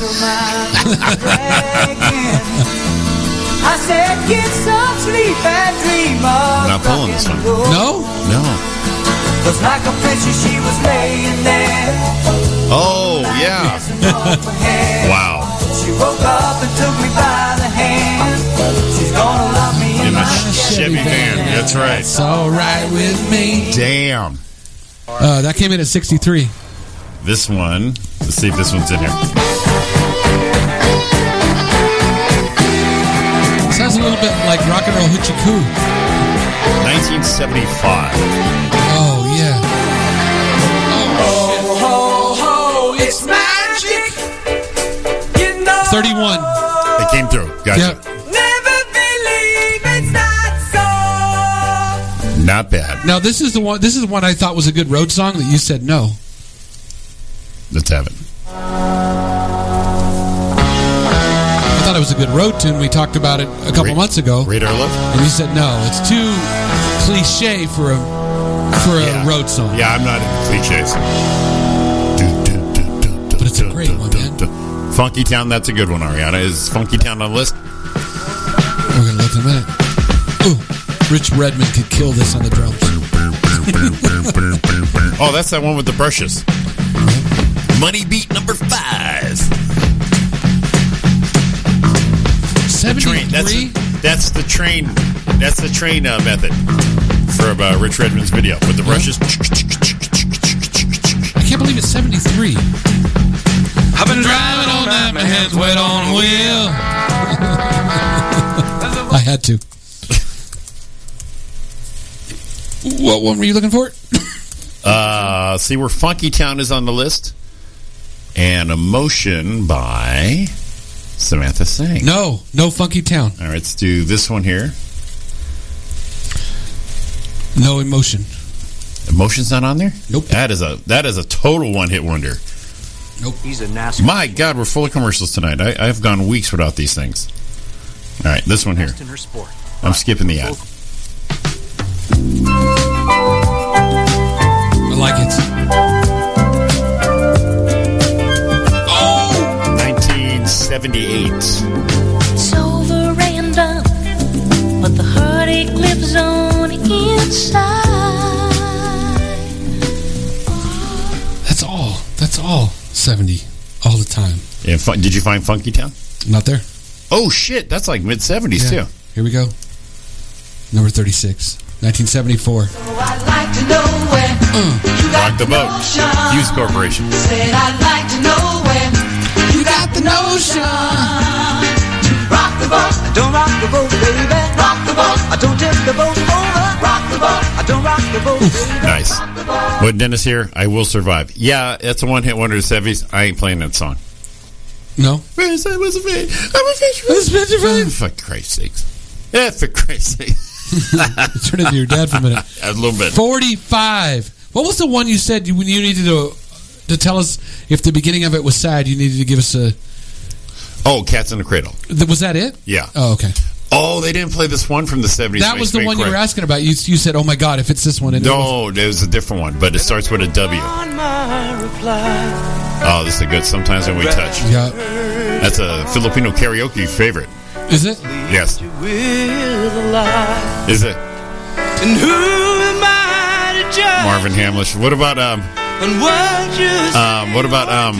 Speaker 15: said, get some sleep and dream of
Speaker 4: Not pulling this one.
Speaker 3: No?
Speaker 4: No.
Speaker 15: Cause like a picture she was laying there.
Speaker 4: Oh yeah. wow.
Speaker 15: She woke up and took me by the hand. She's gonna love me in,
Speaker 4: In
Speaker 15: my
Speaker 4: my
Speaker 3: Ah,
Speaker 4: Chevy van. That's right. It's
Speaker 3: all right with me.
Speaker 4: Damn.
Speaker 3: Uh, that came in at 63.
Speaker 4: This one. Let's see if this one's in here.
Speaker 3: Sounds a little bit like rock and roll hoochie coo.
Speaker 4: 1975.
Speaker 3: Oh yeah.
Speaker 15: Oh, ho, ho, Oh, it's magic. You know,
Speaker 3: 31.
Speaker 4: It came through. Gotcha.
Speaker 15: never believe it's not so.
Speaker 4: Not bad.
Speaker 3: Now this is the one. This is one I thought was a good road song that you said no.
Speaker 4: Let's have it.
Speaker 3: I thought it was a good road tune. We talked about it a couple months ago.
Speaker 4: Radar Love.
Speaker 3: And you said no. It's too cliche for a for a road song.
Speaker 4: Yeah, I'm not into cliches.
Speaker 3: But it's a great one, man.
Speaker 4: Funky Town. That's a good one, Ariana. Is Funky Town on the list?
Speaker 3: We're gonna look in a minute. Ooh, Rich Redman could kill this on the drums.
Speaker 4: Oh, that's that one with the brushes. Money beat number five. The train. That's, the- that's the train. That's the train uh, method for uh, Rich Redmond's video with the brushes.
Speaker 3: I can't believe it's 73. I've been driving all night, my head's wet on a wheel. I had to. what one were you looking for?
Speaker 4: Uh, see where Funky Town is on the list. And Emotion by Samantha Sang.
Speaker 3: No, no Funky Town,
Speaker 4: All right, let's do this one here.
Speaker 3: no emotion.
Speaker 4: Emotion's not on there.
Speaker 3: Nope.
Speaker 4: That is a that is a total one hit wonder.
Speaker 3: Nope.
Speaker 17: He's a nasty.
Speaker 4: My God, we're full of commercials tonight. I, I've gone weeks without these things. All right, this one here.
Speaker 17: in her sport.
Speaker 4: I'm skipping the ad.
Speaker 3: I like it. Oh!
Speaker 4: 1978.
Speaker 18: It's over and done, but the heartache lives on inside.
Speaker 3: That's all. That's all. 70 all the time.
Speaker 4: Yeah, fun, did you find Funky Town?
Speaker 3: Not there.
Speaker 4: Oh shit, that's like mid 70s
Speaker 3: Yeah.
Speaker 4: too.
Speaker 3: Here we go. Number 36, 1974.
Speaker 15: I'd like to know where you got
Speaker 4: Rock Mm. the boat. Hughes Corporation.
Speaker 15: Said I'd like to know where you got the notion. Rock the boat. I don't rock the boat, baby. Rock the boat. I don't tip the boat over. Rock the boat. I don't rock the boat, baby.
Speaker 4: Nice. What Dennis here? I will survive. Yeah, that's a one hit wonder of the 70s. I ain't playing that song.
Speaker 3: No.
Speaker 4: Where's I was a fish. I'm a fish. For Christ's sakes. Yeah, for Christ's sake.
Speaker 3: Turn into your dad for a minute.
Speaker 4: A little bit.
Speaker 3: 45. What was the one you said you, you needed to to tell us if the beginning of it was sad? You needed to give us a.
Speaker 4: Oh, Cats in the Cradle.
Speaker 3: th- Was that it?
Speaker 4: Yeah.
Speaker 3: Oh, okay.
Speaker 4: Oh, they didn't play this one from the 70s.
Speaker 3: that was the one you were asking about. You, you said, "Oh my God, if it's this one." And it was-
Speaker 4: No, it was a different one, but it starts with a W.
Speaker 15: On my reply.
Speaker 4: Oh, this is a good. Sometimes when we touch.
Speaker 3: Yeah.
Speaker 4: That's a Filipino karaoke favorite.
Speaker 3: Is it?
Speaker 4: Yes.
Speaker 15: With a lie.
Speaker 4: Is it
Speaker 15: And who am I to judge?
Speaker 4: Marvin Hamlish? What about um
Speaker 15: And what you
Speaker 4: um what about um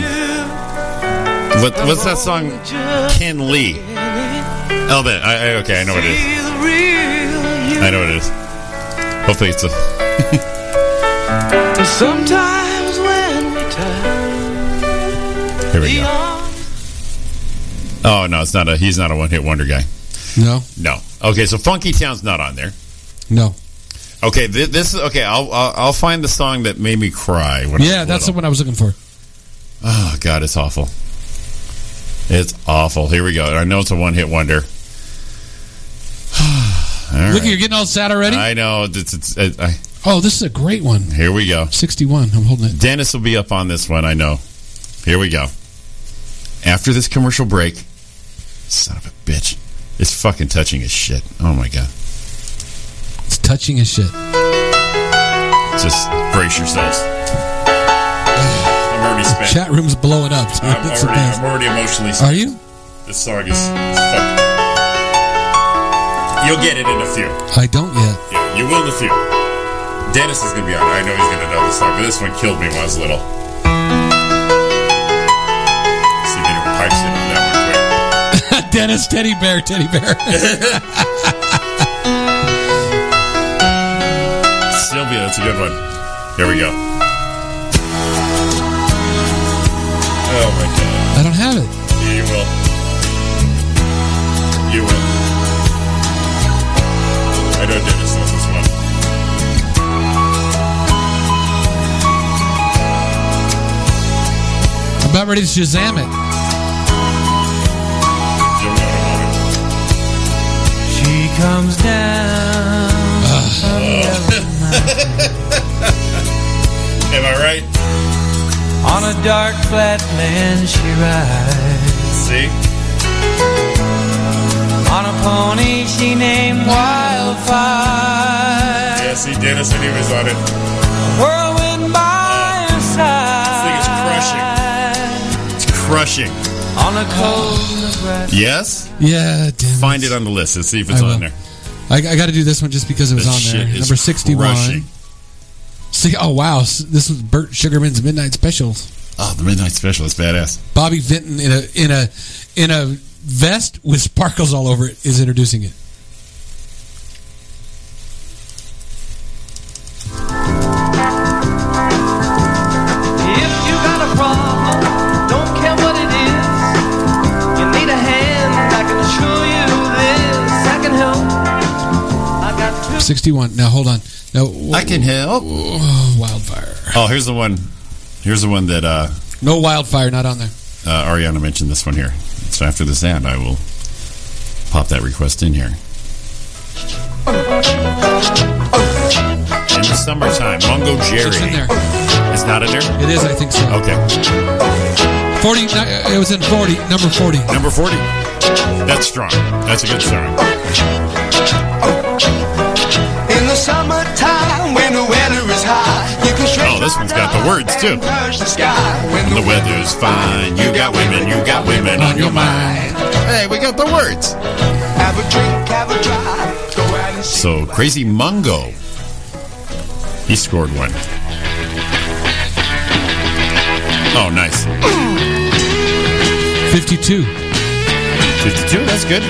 Speaker 4: what what's that song? Ken Lee. Oh, that I, I okay. I know what it is.
Speaker 15: see the real you.
Speaker 4: I know what it is. Hopefully it's a.
Speaker 15: And sometimes when we touch,
Speaker 4: Here we
Speaker 15: the
Speaker 4: go.
Speaker 15: arms
Speaker 4: Oh no, it's not a. He's not a one-hit wonder guy.
Speaker 3: No.
Speaker 4: No. Okay, so Funky Town's not on there.
Speaker 3: No.
Speaker 4: Okay, thi- this is okay. I'll I'll, I'll find the song that made me cry. When I
Speaker 3: Yeah,
Speaker 4: was
Speaker 3: that's the
Speaker 4: little.
Speaker 3: one I was looking for.
Speaker 4: Oh God, it's awful. It's awful. Here we go. I know it's a one-hit wonder. All
Speaker 3: Look,
Speaker 4: right.
Speaker 3: you're getting all sad already.
Speaker 4: I know. It's, it's, it, I,
Speaker 3: oh, this is a great one.
Speaker 4: here we go.
Speaker 3: 61. I'm holding it.
Speaker 4: Dennis will be up on this one. I know. Here we go. After this commercial break, son of a bitch, it's fucking touching as shit. Oh my god.
Speaker 3: It's touching as shit.
Speaker 4: Just brace yourselves. I'm already spent.
Speaker 3: Chat room's blowing up. so
Speaker 4: I'm,
Speaker 3: it's the
Speaker 4: already,
Speaker 3: best.
Speaker 4: I'm already emotionally
Speaker 3: Are you?
Speaker 4: This song is fucked. You'll get it in a few.
Speaker 3: I don't yet.
Speaker 4: Yeah, you will in a few. Dennis is gonna be on. it. I know he's gonna know this song, but this one killed me when I was little. See if anyone pipes in on that one quick.
Speaker 3: Dennis Teddy Bear, Teddy Bear.
Speaker 4: Sylvia, that's a good one. Here we go. Oh my god.
Speaker 3: I don't have it.
Speaker 4: Yeah, you will. You will. I know Dennis knows this one.
Speaker 3: I'm about ready to Shazam it.
Speaker 11: She comes down.
Speaker 4: Ah,
Speaker 11: from heaven
Speaker 4: Am I right?
Speaker 11: on a dark flat land she rides.
Speaker 4: See?
Speaker 11: On a pony she named Wildfire.
Speaker 4: Yeah, see, Dennis and he was on it.
Speaker 11: Whirlwind by her side.
Speaker 4: It's crushing. It's crushing.
Speaker 11: On a cold Nebraska.
Speaker 4: Yes?
Speaker 3: Yeah, Dennis.
Speaker 4: Find it on the list and see if it's
Speaker 3: I will.
Speaker 4: on there.
Speaker 3: I, got to do this one just because it was
Speaker 4: That
Speaker 3: on there.
Speaker 4: shit is
Speaker 3: Number 61.
Speaker 4: crushing.
Speaker 3: Si- oh, wow. S- This was Burt Sugarman's Midnight Specials.
Speaker 4: Oh, the Midnight Special is badass.
Speaker 3: Bobby Vinton in a in a in a vest with sparkles all over it is introducing it.
Speaker 11: If you got a problem, don't care what it is. You need a hand, I can assure you this. I can help. I got two.
Speaker 3: 61. Now, hold on. Now,
Speaker 4: I can help.
Speaker 3: Oh, wildfire.
Speaker 4: Oh, here's the one. Here's the one that uh,
Speaker 3: No wildfire, not on there.
Speaker 4: uh, Ariana mentioned this one here. So after this ad, I will pop that request in here. In the summertime, Mungo Jerry
Speaker 3: It's in there.
Speaker 4: is not in there.
Speaker 3: It is, I think so.
Speaker 4: Okay,
Speaker 3: 40. ni- It was in 40. Number 40.
Speaker 4: number forty. That's strong. That's a good song.
Speaker 15: In the summertime, when the weather is high, you can
Speaker 4: Oh, this one's got the words too.
Speaker 15: search the sky. When
Speaker 4: The weather's fine. You got women. You got women on your mind. Hey, we got the words.
Speaker 15: have a drink, have a drive, go out and see.
Speaker 4: So crazy Mungo. He scored one. Oh, nice.
Speaker 3: 52.
Speaker 4: 52, that's good.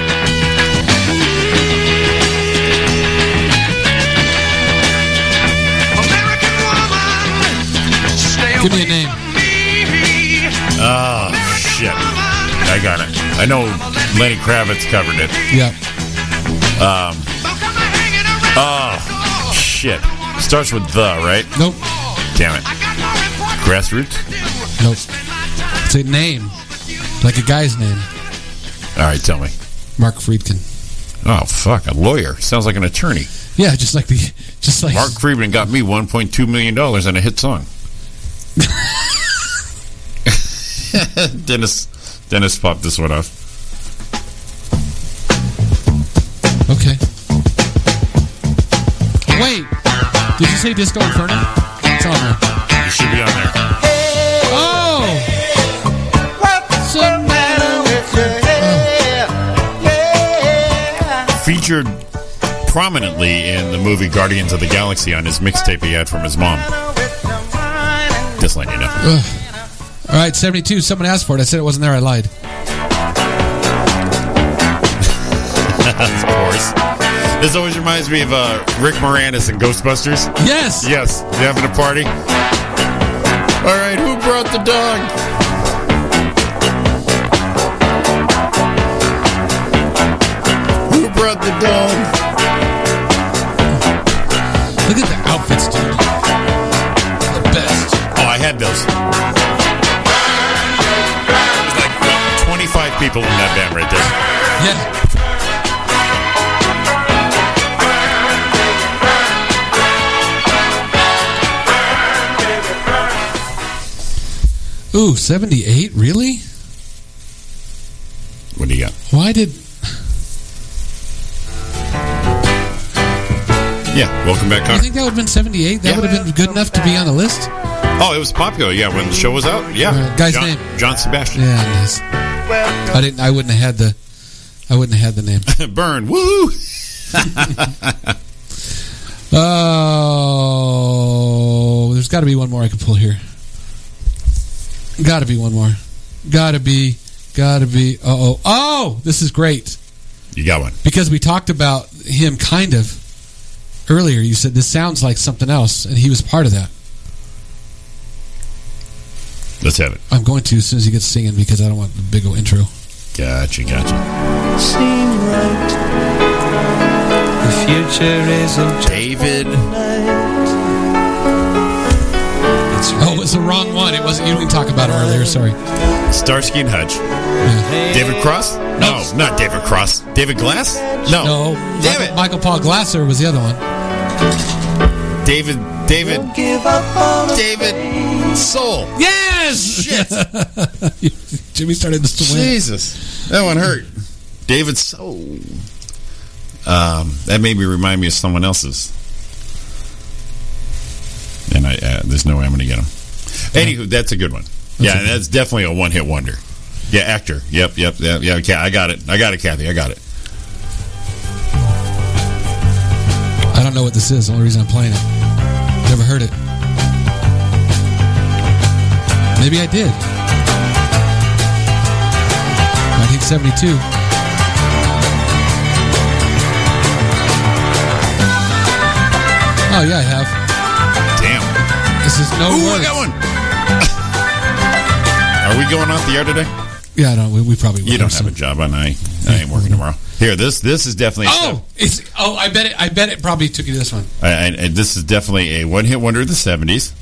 Speaker 15: American woman, stay
Speaker 3: Give me a
Speaker 15: away
Speaker 3: name.
Speaker 15: from me.
Speaker 4: Oh, shit. I got it. I know Lenny Kravitz covered it.
Speaker 3: Yeah.
Speaker 4: Um, oh, shit. Starts with the, right?
Speaker 3: Nope.
Speaker 4: Damn it. Grassroots?
Speaker 3: Nope. It's a name. Like a guy's name.
Speaker 4: All right, tell me.
Speaker 3: Mark Friedkin.
Speaker 4: Oh, fuck. A lawyer. Sounds like an attorney.
Speaker 3: Yeah, just like the. Just like.
Speaker 4: Mark Friedman got me $1.2 million on a hit song. Dennis Dennis popped this one off.
Speaker 3: Okay. Wait. Did you say Disco Inferno? It's on there.
Speaker 4: It should be on there.
Speaker 3: Oh!
Speaker 11: What's the matter with your head? Yeah.
Speaker 4: Featured prominently in the movie Guardians of the Galaxy on his mixtape he had from his mom. Just letting you know.
Speaker 3: Ugh. All right, 72. Someone asked for it. I said it wasn't there. I lied.
Speaker 4: of course. This always reminds me of uh, Rick Moranis and Ghostbusters.
Speaker 3: Yes!
Speaker 4: Yes, you having a party? All right, who brought the dog? Who brought the dog?
Speaker 3: Look at the outfits, dude. The best.
Speaker 4: Oh, I had those. There's like what, 25 people in that band right there.
Speaker 3: Yeah. Ooh, 78? Really?
Speaker 4: What do you got?
Speaker 3: Why did.
Speaker 4: Yeah, welcome back,
Speaker 3: I
Speaker 4: Connor.
Speaker 3: think that would have been 78. That
Speaker 4: Yeah.
Speaker 3: would have been good enough to be on the list.
Speaker 4: Oh, it was popular. Yeah, when the show was out. Yeah,
Speaker 3: Uh, guy's
Speaker 4: John,
Speaker 3: name.
Speaker 4: John Sebastian.
Speaker 3: Yeah, nice. I didn't. I wouldn't have had the. I wouldn't have had the name.
Speaker 4: Burn. Woo!
Speaker 3: Oh, there's got to be one more I can pull here. Got to be one more. Got to be. Got to be. Uh oh. Oh, this is great
Speaker 4: you got one.
Speaker 3: because we talked about him kind of earlier. You said this sounds like something else, and he was part of that.
Speaker 4: Let's have it.
Speaker 3: I'm going to as soon as he gets singing because I don't want the big old intro.
Speaker 4: Gotcha, gotcha.
Speaker 16: seem right. The future isn't
Speaker 4: David.
Speaker 3: Oh, it's the wrong one. It wasn't. You didn't talk about it earlier. Sorry.
Speaker 4: Starsky and Hutch. David Cross? No, not David Cross. David Glass? No.
Speaker 3: Damn it. Michael Paul Glasser was the other one.
Speaker 4: David. David.
Speaker 16: Give up on a
Speaker 4: David Soul.
Speaker 3: Yes.
Speaker 4: Shit.
Speaker 3: Jimmy started this to win.
Speaker 4: Jesus, that one hurt. David Soul. Um, that made me remind me of someone else's. And I, uh, there's no way I'm going to get him. Anywho, that's a good one. yeah, and that's definitely a one-hit wonder. Yeah, actor. Yep, yep, yep, yeah. Okay, I got it. I got it, Kathy. I got it.
Speaker 3: I don't know what this is. The only reason I'm playing it. Never heard it. Maybe I did. 1972. Oh yeah, I have.
Speaker 4: Damn.
Speaker 3: This is no.
Speaker 4: Ooh, I
Speaker 3: Words.
Speaker 4: got Oh, one. Are we going off the air today?
Speaker 3: Yeah, I don't. We, we probably.
Speaker 4: You
Speaker 3: will.
Speaker 4: don't have a job, and I, I ain't working tomorrow. Here, this this is definitely.
Speaker 3: Oh, it's oh. I bet it. I bet it probably took you to this one.
Speaker 4: I, I, I- this is definitely a one-hit wonder of the '70s.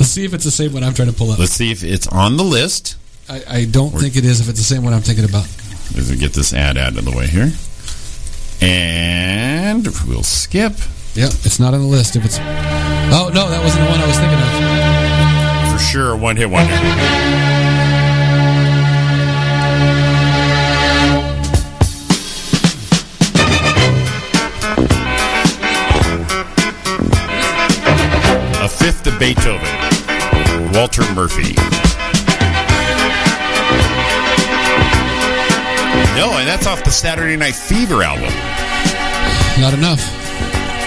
Speaker 3: Let's see if it's the same one I'm trying to pull up.
Speaker 4: Let's see if it's on the list.
Speaker 3: I, I don't think it is. If it's the same one I'm thinking about.
Speaker 4: Let's get this ad out of the way here, and we'll skip
Speaker 3: Yep, it's not on the list. If it's oh no, that wasn't the one I was thinking of.
Speaker 4: for sure. a One-hit wonder. A fifth of Beethoven, Walter Murphy. No, and that's off the Saturday Night Fever album.
Speaker 3: Not enough.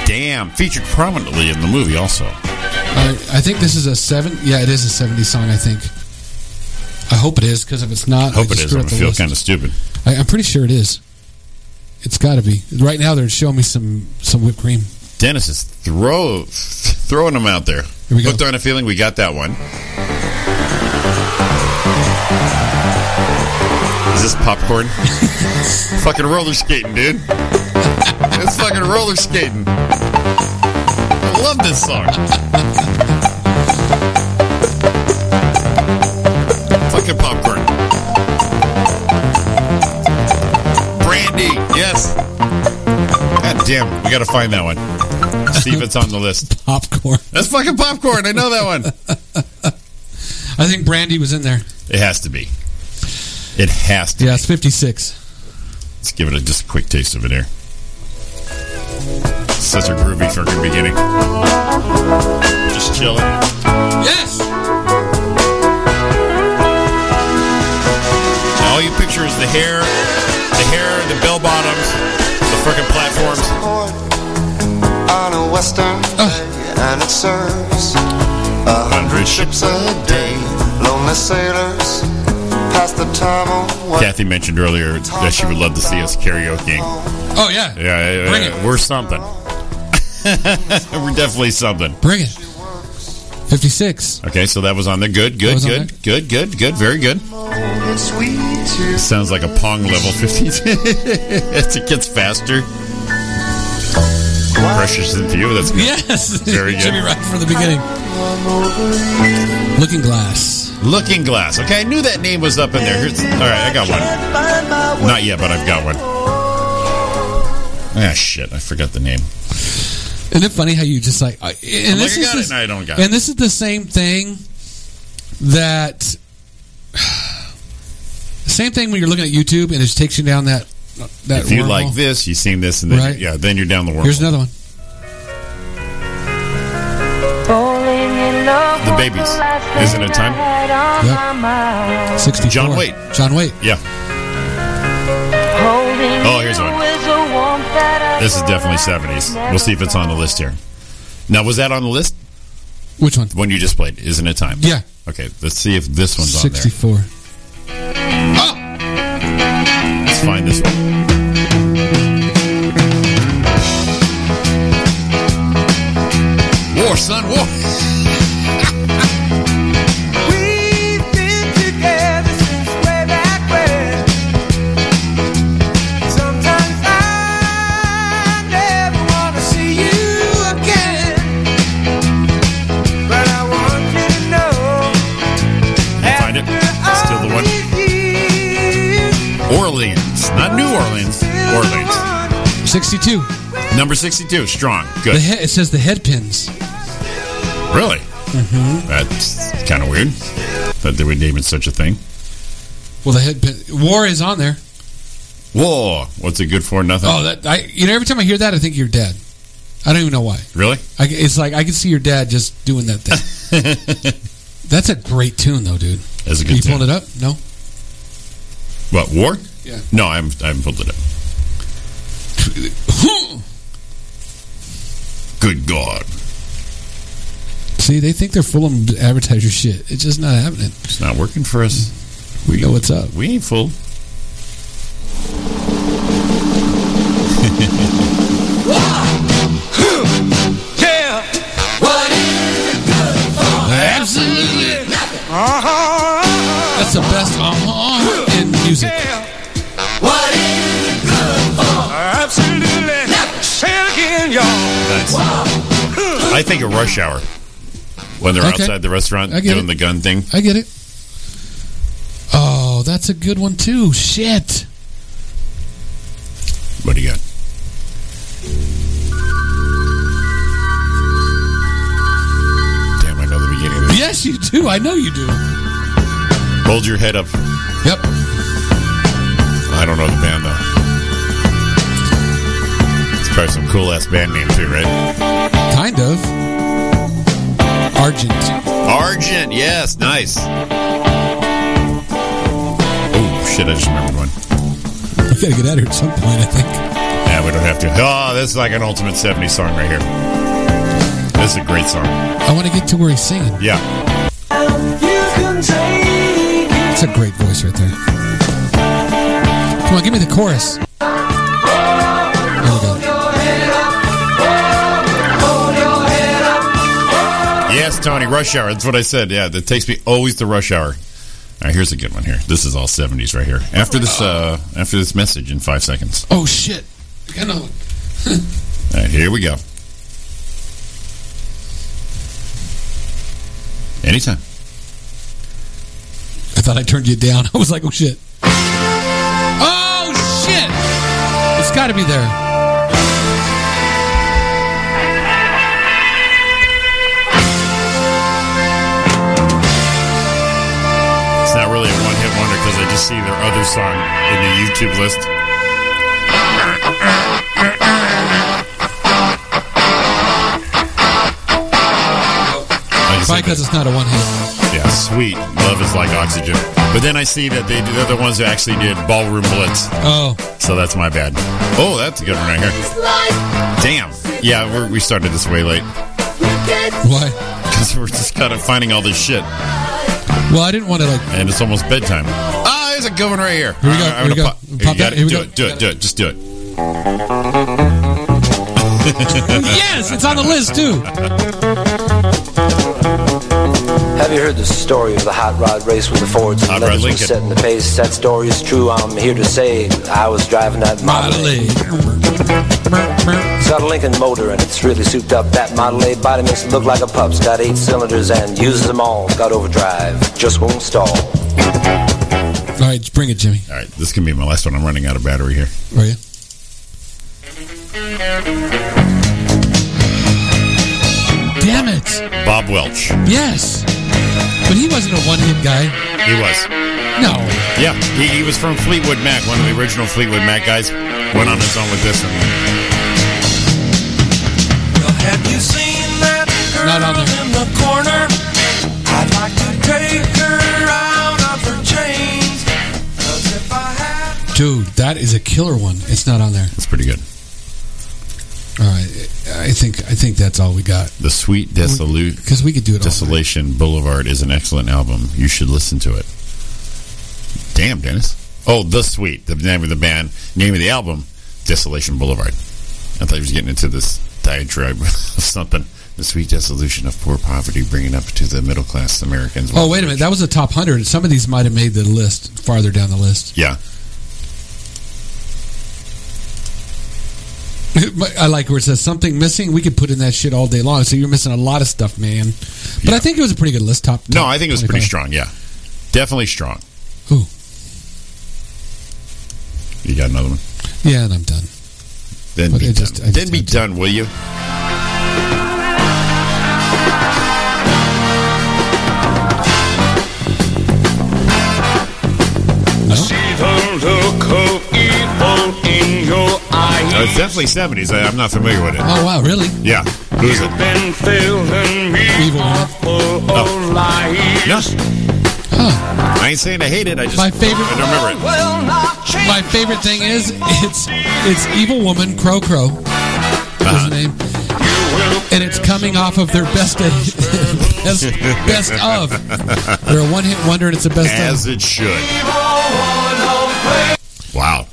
Speaker 4: Damn, featured prominently in the movie also.
Speaker 3: All right, I think this is a seven. Yeah, it is a seventy song. I think. I hope it is because if it's not, I
Speaker 4: Hope it
Speaker 3: just
Speaker 4: is.
Speaker 3: screwed up
Speaker 4: I'm gonna
Speaker 3: the
Speaker 4: feel
Speaker 3: list.
Speaker 4: kind of stupid.
Speaker 3: I, I'm pretty sure it is. It's got to be. Right now, they're showing me some some whipped cream.
Speaker 4: Dennis is throw throwing them out there.
Speaker 3: we go.
Speaker 4: Hooked on a feeling. We got that one. Is this popcorn? fucking roller skating, dude. It's fucking roller skating. I love this song. fucking popcorn. Brandy, yes. God damn, we gotta find that one. See if it's on the list.
Speaker 3: Popcorn.
Speaker 4: That's fucking popcorn. I know that one.
Speaker 3: I think Brandy was in there.
Speaker 4: It has to be. It has to.
Speaker 3: Yeah, it's fifty six.
Speaker 4: Let's give it a just quick taste of it here. Such a groovy fucking beginning. Just chilling.
Speaker 3: Yes.
Speaker 4: And all you picture is the hair, the hair, the bell bottoms, the fucking platforms.
Speaker 19: on a western bay, and it serves a hundred ships a day. Lonely sailors pass the time away.
Speaker 4: Kathy mentioned earlier that she would love to see us karaokeing.
Speaker 3: Oh yeah.
Speaker 4: Yeah, yeah,
Speaker 3: Bring
Speaker 4: yeah, we're something. we're definitely something.
Speaker 3: Bring it. Fifty six.
Speaker 4: Okay, so that was on there. Good,
Speaker 3: That
Speaker 4: good,
Speaker 3: was on
Speaker 4: good, good, good, good. Very good.
Speaker 19: It's sweet to
Speaker 4: Sounds like a Pong level 15. As it gets faster. Precious into you. That's good.
Speaker 3: Yes.
Speaker 4: Very good.
Speaker 3: Jimmy, right from the beginning. Looking Glass.
Speaker 4: Looking Glass. Okay, I knew that name was up in there. Here's, all right, I got one.
Speaker 19: find my way.
Speaker 4: Not yet, but I've got one. Ah, shit. I forgot the name.
Speaker 3: Isn't it funny how you just like? I-
Speaker 4: I'm
Speaker 3: And this
Speaker 4: like, I
Speaker 3: is
Speaker 4: got
Speaker 3: the-
Speaker 4: it, and I don't got
Speaker 3: and
Speaker 4: it.
Speaker 3: this is the same thing that same thing when you're looking at YouTube and it just takes you down that that
Speaker 4: If you
Speaker 3: wormhole.
Speaker 4: like this, you've seen this, and then
Speaker 3: Right.
Speaker 4: yeah, then you're down the wormhole.
Speaker 3: Here's another one.
Speaker 4: The Babies. Isn't it time?
Speaker 3: Yeah.
Speaker 4: 64. John Wayne.
Speaker 3: John Wayne.
Speaker 4: Yeah. Oh, here's one. This is definitely 70s. We'll see if it's on the list here. Now, was that on the list?
Speaker 3: Which one?
Speaker 4: The one you just played. Isn't it time?
Speaker 3: Yeah.
Speaker 4: Okay, let's see if this one's on there.
Speaker 3: 64.
Speaker 4: Ah! Let's find this one. War, son, war.
Speaker 15: We've been together since way back when. Sometimes I never wanna see you again, but I want you to know
Speaker 4: Find it. It's still the one. Orleans. Not New Orleans. Orleans.
Speaker 3: 62.
Speaker 4: Number 62. Strong. Good.
Speaker 3: The he- it says the head pins.
Speaker 4: Really?
Speaker 3: hmm
Speaker 4: That's kind of weird that there would name it such a thing.
Speaker 3: Well, the head pin. War is on there.
Speaker 4: Whoa. What's it good for? Nothing.
Speaker 3: Oh, that I. You know, every time I hear that, I think you're dead. I don't even know why.
Speaker 4: Really?
Speaker 3: I, it's like I can see your dad just doing that thing. That's a great tune, though, dude.
Speaker 4: That's a
Speaker 3: you
Speaker 4: good tune.
Speaker 3: pulling it up? No.
Speaker 4: What, war?
Speaker 3: Yeah.
Speaker 4: No, I haven't, I haven't pulled it up. Good God.
Speaker 3: See, they think they're full of advertiser shit. It's just not happening.
Speaker 4: It's not working for us.
Speaker 3: We know what's up.
Speaker 4: We ain't full.
Speaker 15: Yeah. What is it good for? Absolutely nothing. Uh-huh.
Speaker 3: That's the best uh-huh in music.
Speaker 15: What is it good for? Absolutely nothing. Say it again, y'all.
Speaker 4: Nice. I think of rush hour when they're
Speaker 3: Okay.
Speaker 4: outside the restaurant
Speaker 3: I get
Speaker 4: doing
Speaker 3: it.
Speaker 4: the gun thing.
Speaker 3: I get it. Oh, that's a good one too. Shit.
Speaker 4: What do you got? Damn, I know the beginning of this.
Speaker 3: Yes, you do. I know you do.
Speaker 4: Hold your head up.
Speaker 3: Yep.
Speaker 4: I don't know the band though. It's probably some cool ass band name too, right?
Speaker 3: Kind of. Argent.
Speaker 4: Argent, yes, nice. Oh shit, I just remembered one.
Speaker 3: We gotta get out of here at some point. I think.
Speaker 4: Yeah, we don't have to. Oh, this is like an ultimate 70s song right here. This is a great song.
Speaker 3: I want to get to where he's singing.
Speaker 4: Yeah.
Speaker 3: That's a great voice right there. Come on, give me the chorus. There we go.
Speaker 4: Yes, Tony, Rush Hour. That's what I said. Yeah, that takes me always to Rush Hour. All right, here's a good one here. This is all 70s right here. After this uh after this message in 5 seconds.
Speaker 3: Oh shit! I got another one.
Speaker 4: All right, here we go. Anytime.
Speaker 3: I thought I turned you down. I was like, oh shit. Oh shit! It's got to be there.
Speaker 4: It's not really a one-hit wonder cuz I just see their other song in the YouTube list. I
Speaker 3: Probably
Speaker 4: just think that-
Speaker 3: because it's not a one hit.
Speaker 4: Yeah, sweet. Love is like oxygen. But then I see that they they're the ones who actually did Ballroom Blitz.
Speaker 3: Oh,
Speaker 4: So that's my bad. Oh, that's a good one right here. Damn. Yeah, we're, we started this way late
Speaker 3: why?
Speaker 4: because we're just kind of finding all this shit,
Speaker 3: Well, I didn't want to like.
Speaker 4: and it's almost bedtime. Ah, there's a good one right here.
Speaker 3: Here we go,
Speaker 4: I'm
Speaker 3: here we
Speaker 4: gonna
Speaker 3: go.
Speaker 4: pop-
Speaker 3: Pop
Speaker 4: you
Speaker 3: that,
Speaker 4: got it.
Speaker 3: here we
Speaker 4: do
Speaker 3: go.
Speaker 4: it. Do it. Do it. Just do it.
Speaker 3: oh, yes, it's on the list too.
Speaker 20: Have you heard the story of the hot rod race with the Fords and
Speaker 4: Hot
Speaker 20: the
Speaker 4: Rod
Speaker 20: Leathers were
Speaker 4: Lincoln.
Speaker 20: setting the pace? That story is true. I'm here to say I was driving that Model A. It's got a Lincoln motor and it's really souped up. That Model A body makes it look like a pup's got eight cylinders and uses them all. It's got overdrive, just won't stall.
Speaker 3: All right, bring it, Jimmy.
Speaker 4: All right, this can be my last one. I'm running out of battery here.
Speaker 3: Where are you? Damn it!
Speaker 4: Bob Welch.
Speaker 3: Yes, but he wasn't a one hit guy.
Speaker 4: He was.
Speaker 3: No,
Speaker 4: Yeah, he, he was from Fleetwood Mac, one of the original Fleetwood Mac guys. Went on his own with this one.
Speaker 15: Have you seen that girl
Speaker 3: Not on there.
Speaker 15: in the corner?
Speaker 16: I'd like to take her out of her chains. 'Cause if I had
Speaker 3: Dude, that is a killer one. It's not on there.
Speaker 4: That's pretty good.
Speaker 3: All right, I think I think that's all we got.
Speaker 4: The Sweet Desolute
Speaker 3: because we could do it.
Speaker 4: Desolation Boulevard is an excellent album. You should listen to it. Damn, Dennis. Oh, the Sweet, the name of the band, name of the album, Desolation Boulevard. I thought he was getting into this diatribe of something. The sweet desolation of poor poverty, bringing up to the middle class Americans.
Speaker 3: Oh wait a minute, that was the top hundred. Some of these might have made the list farther down the list.
Speaker 4: Yeah,
Speaker 3: But I like where it says something missing. We could put in that shit all day long. So you're missing a lot of stuff, man. But I think it was a pretty good list. Top.
Speaker 4: no,
Speaker 3: top
Speaker 4: I think it was
Speaker 3: 25.
Speaker 4: pretty strong. Yeah, definitely strong.
Speaker 3: Who?
Speaker 4: You got another one?
Speaker 3: Yeah, and I'm done.
Speaker 4: Then
Speaker 3: But
Speaker 4: be
Speaker 3: I
Speaker 4: done.
Speaker 3: just- I
Speaker 4: then be done, will you?
Speaker 5: I see the look of evil in your eyes.
Speaker 4: No, it's definitely seventies. I'm not familiar with it.
Speaker 3: Oh wow, really?
Speaker 4: Yeah. Who's it?
Speaker 5: Been filling me Oh, up full of lies.
Speaker 4: No. I ain't saying I hate it. I just
Speaker 3: My favorite-
Speaker 4: I don't remember it.
Speaker 3: My favorite thing is it's it's Evil Woman Crow Crow. Was
Speaker 4: Uh-huh.
Speaker 3: the name. And it's coming off of their best best, best of. They're a one hit wonder and it's the best
Speaker 4: As
Speaker 3: of.
Speaker 4: it should.
Speaker 5: Oh,
Speaker 4: Wow.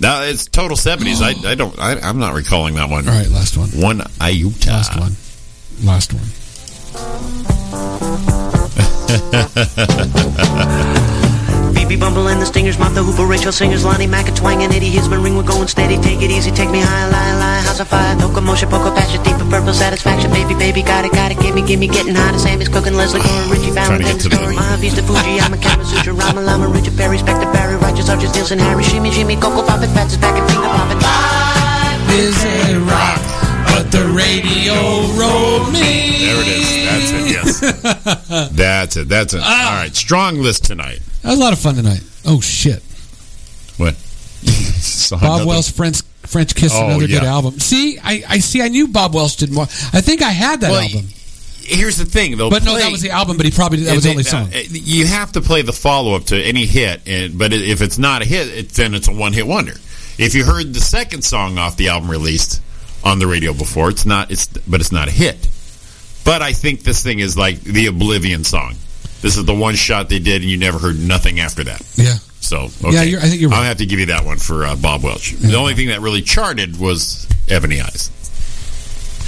Speaker 4: No, it's total seventies. I, I don't. I, I'm not recalling that one.
Speaker 3: All right, last one.
Speaker 4: One iota.
Speaker 3: Last one. Last one.
Speaker 21: BB Bumble and the Stingers, Martha Hooper, Rachel Singers, Lonnie Mack, and Twang, and Eddie Hisman ring. We're going steady, take it easy, take me high, lie, lie, house of fire, no commotion, poker passion, deep and purple satisfaction, baby, baby, got it, got it, gimme, gimme, getting hotter, Sammy's cooking, Leslie, Gore, Richie, Fallon,
Speaker 4: Trying to get
Speaker 21: and
Speaker 4: to the-
Speaker 21: Story, Mahavis, the Fuji, I'm a Kamasutra, Rama Lama, Richard Perry, Spectre Barry, Rogers, Archer, Stilson, Harry, Shimmy, Jimmy, Coco, Pop it, Pat's back and finger pop it.
Speaker 3: Is a rock, but the radio rolled me.
Speaker 4: There it is. That's it. Yes. That's it. That's it.
Speaker 3: Ah.
Speaker 4: All right. Strong list tonight.
Speaker 3: That was a lot of fun tonight. Oh shit!
Speaker 4: What? Saw
Speaker 3: Bob
Speaker 4: another-
Speaker 3: Wells French French Kiss,
Speaker 4: Oh,
Speaker 3: another good
Speaker 4: yeah.
Speaker 3: album. See, I, I see. I knew Bob Wells did more. I think I had that
Speaker 4: Well,
Speaker 3: album,
Speaker 4: Here's the thing, though.
Speaker 3: but no, that was the album. But he probably that was the only song.
Speaker 4: uh, eh, You have to play the follow up to any hit, and, but if it's not a hit, it, then it's a one hit wonder. If you heard the second song off the album released on the radio before, it's not. It's but it's not a hit. But I think this thing is like the Oblivion song. This is the one shot they did, and you never heard nothing after that.
Speaker 3: Yeah.
Speaker 4: So okay.
Speaker 3: Yeah, you're- I think you're
Speaker 4: I'll have to give you that one for uh, Bob Welch. The only thing that really charted was Ebony Eyes.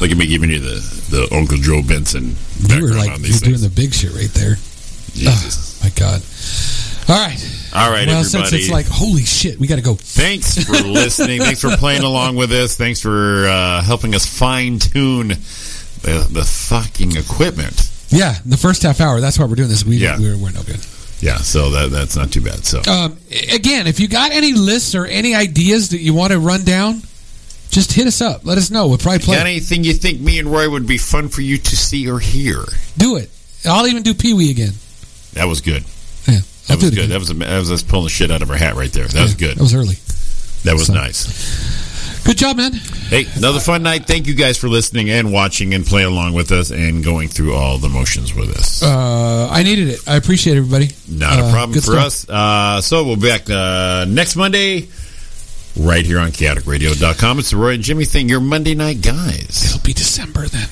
Speaker 4: Look at me giving you the, the Uncle Joe Benson
Speaker 3: You were
Speaker 4: background
Speaker 3: like
Speaker 4: on
Speaker 3: you're
Speaker 4: these
Speaker 3: doing
Speaker 4: things.
Speaker 3: the big shit right there.
Speaker 4: Jesus.
Speaker 3: Oh, my God. All right.
Speaker 4: All right,
Speaker 3: well,
Speaker 4: everybody.
Speaker 3: since it's like holy shit, we got to go.
Speaker 4: Thanks for listening. Thanks for playing along with us. Thanks for uh, helping us fine tune the, the fucking equipment.
Speaker 3: Yeah, in the first half hour. That's why we're doing this. We
Speaker 4: Yeah.
Speaker 3: we're, we're no good.
Speaker 4: Yeah, so that that's not too bad. So
Speaker 3: Um, a- again, if you got any lists or any ideas that you want to run down, just hit us up. Let us know. We'll probably play.
Speaker 4: Got anything you think me and Roy would be fun for you to see or hear?
Speaker 3: Do it. I'll even do Pee Wee again.
Speaker 4: That was good.
Speaker 3: Yeah, I'll
Speaker 4: That
Speaker 3: do
Speaker 4: was
Speaker 3: it
Speaker 4: good. That was, that was us pulling the shit out of our hat right there. That was
Speaker 3: Yeah,
Speaker 4: good.
Speaker 3: That was early.
Speaker 4: That was
Speaker 3: So-
Speaker 4: nice.
Speaker 3: Good job, man.
Speaker 4: Hey, another fun night. Thank you guys for listening and watching and playing along with us and going through all the motions with us.
Speaker 3: Uh, I needed it. I appreciate everybody.
Speaker 4: Not
Speaker 3: Uh,
Speaker 4: a problem
Speaker 3: good
Speaker 4: for
Speaker 3: stuff.
Speaker 4: us. Uh, so we'll be back uh, next Monday right here on chaoticradio.com. It's the Roy and Jimmy thing, your Monday night guys.
Speaker 3: It'll be December then.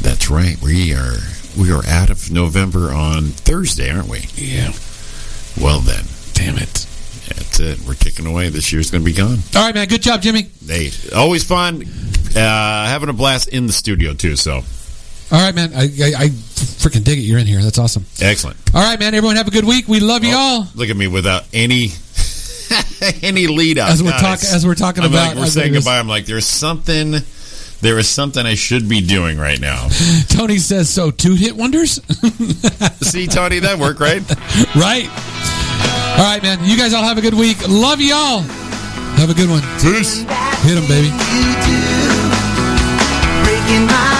Speaker 4: That's right. We are we are out of November on Thursday, aren't we?
Speaker 3: Yeah.
Speaker 4: Well then,
Speaker 3: Damn it.
Speaker 4: that's it. We're kicking away. This year's going to be gone.
Speaker 3: All right, man. Good job, Jimmy.
Speaker 4: Hey, always fun. Uh, having a blast in the studio too. So
Speaker 3: All right, man. I, I, I freaking dig it. You're in here. That's awesome.
Speaker 4: excellent.
Speaker 3: All right, man. Everyone have a good week. We love
Speaker 4: Oh,
Speaker 3: you all.
Speaker 4: Look at me without any any lead up.
Speaker 3: As we're talking- as we're talking about-
Speaker 4: like, we're
Speaker 3: as
Speaker 4: saying
Speaker 3: it is-
Speaker 4: goodbye. I'm like, there's something, there is something I should be doing right now.
Speaker 3: Tony says so. Two hit wonders.
Speaker 4: See, Tony, that worked, right?
Speaker 3: right. All right, man. You guys all have a good week. Love you all. Have a good one.
Speaker 4: Peace.
Speaker 3: Hit him, baby.
Speaker 16: breaking my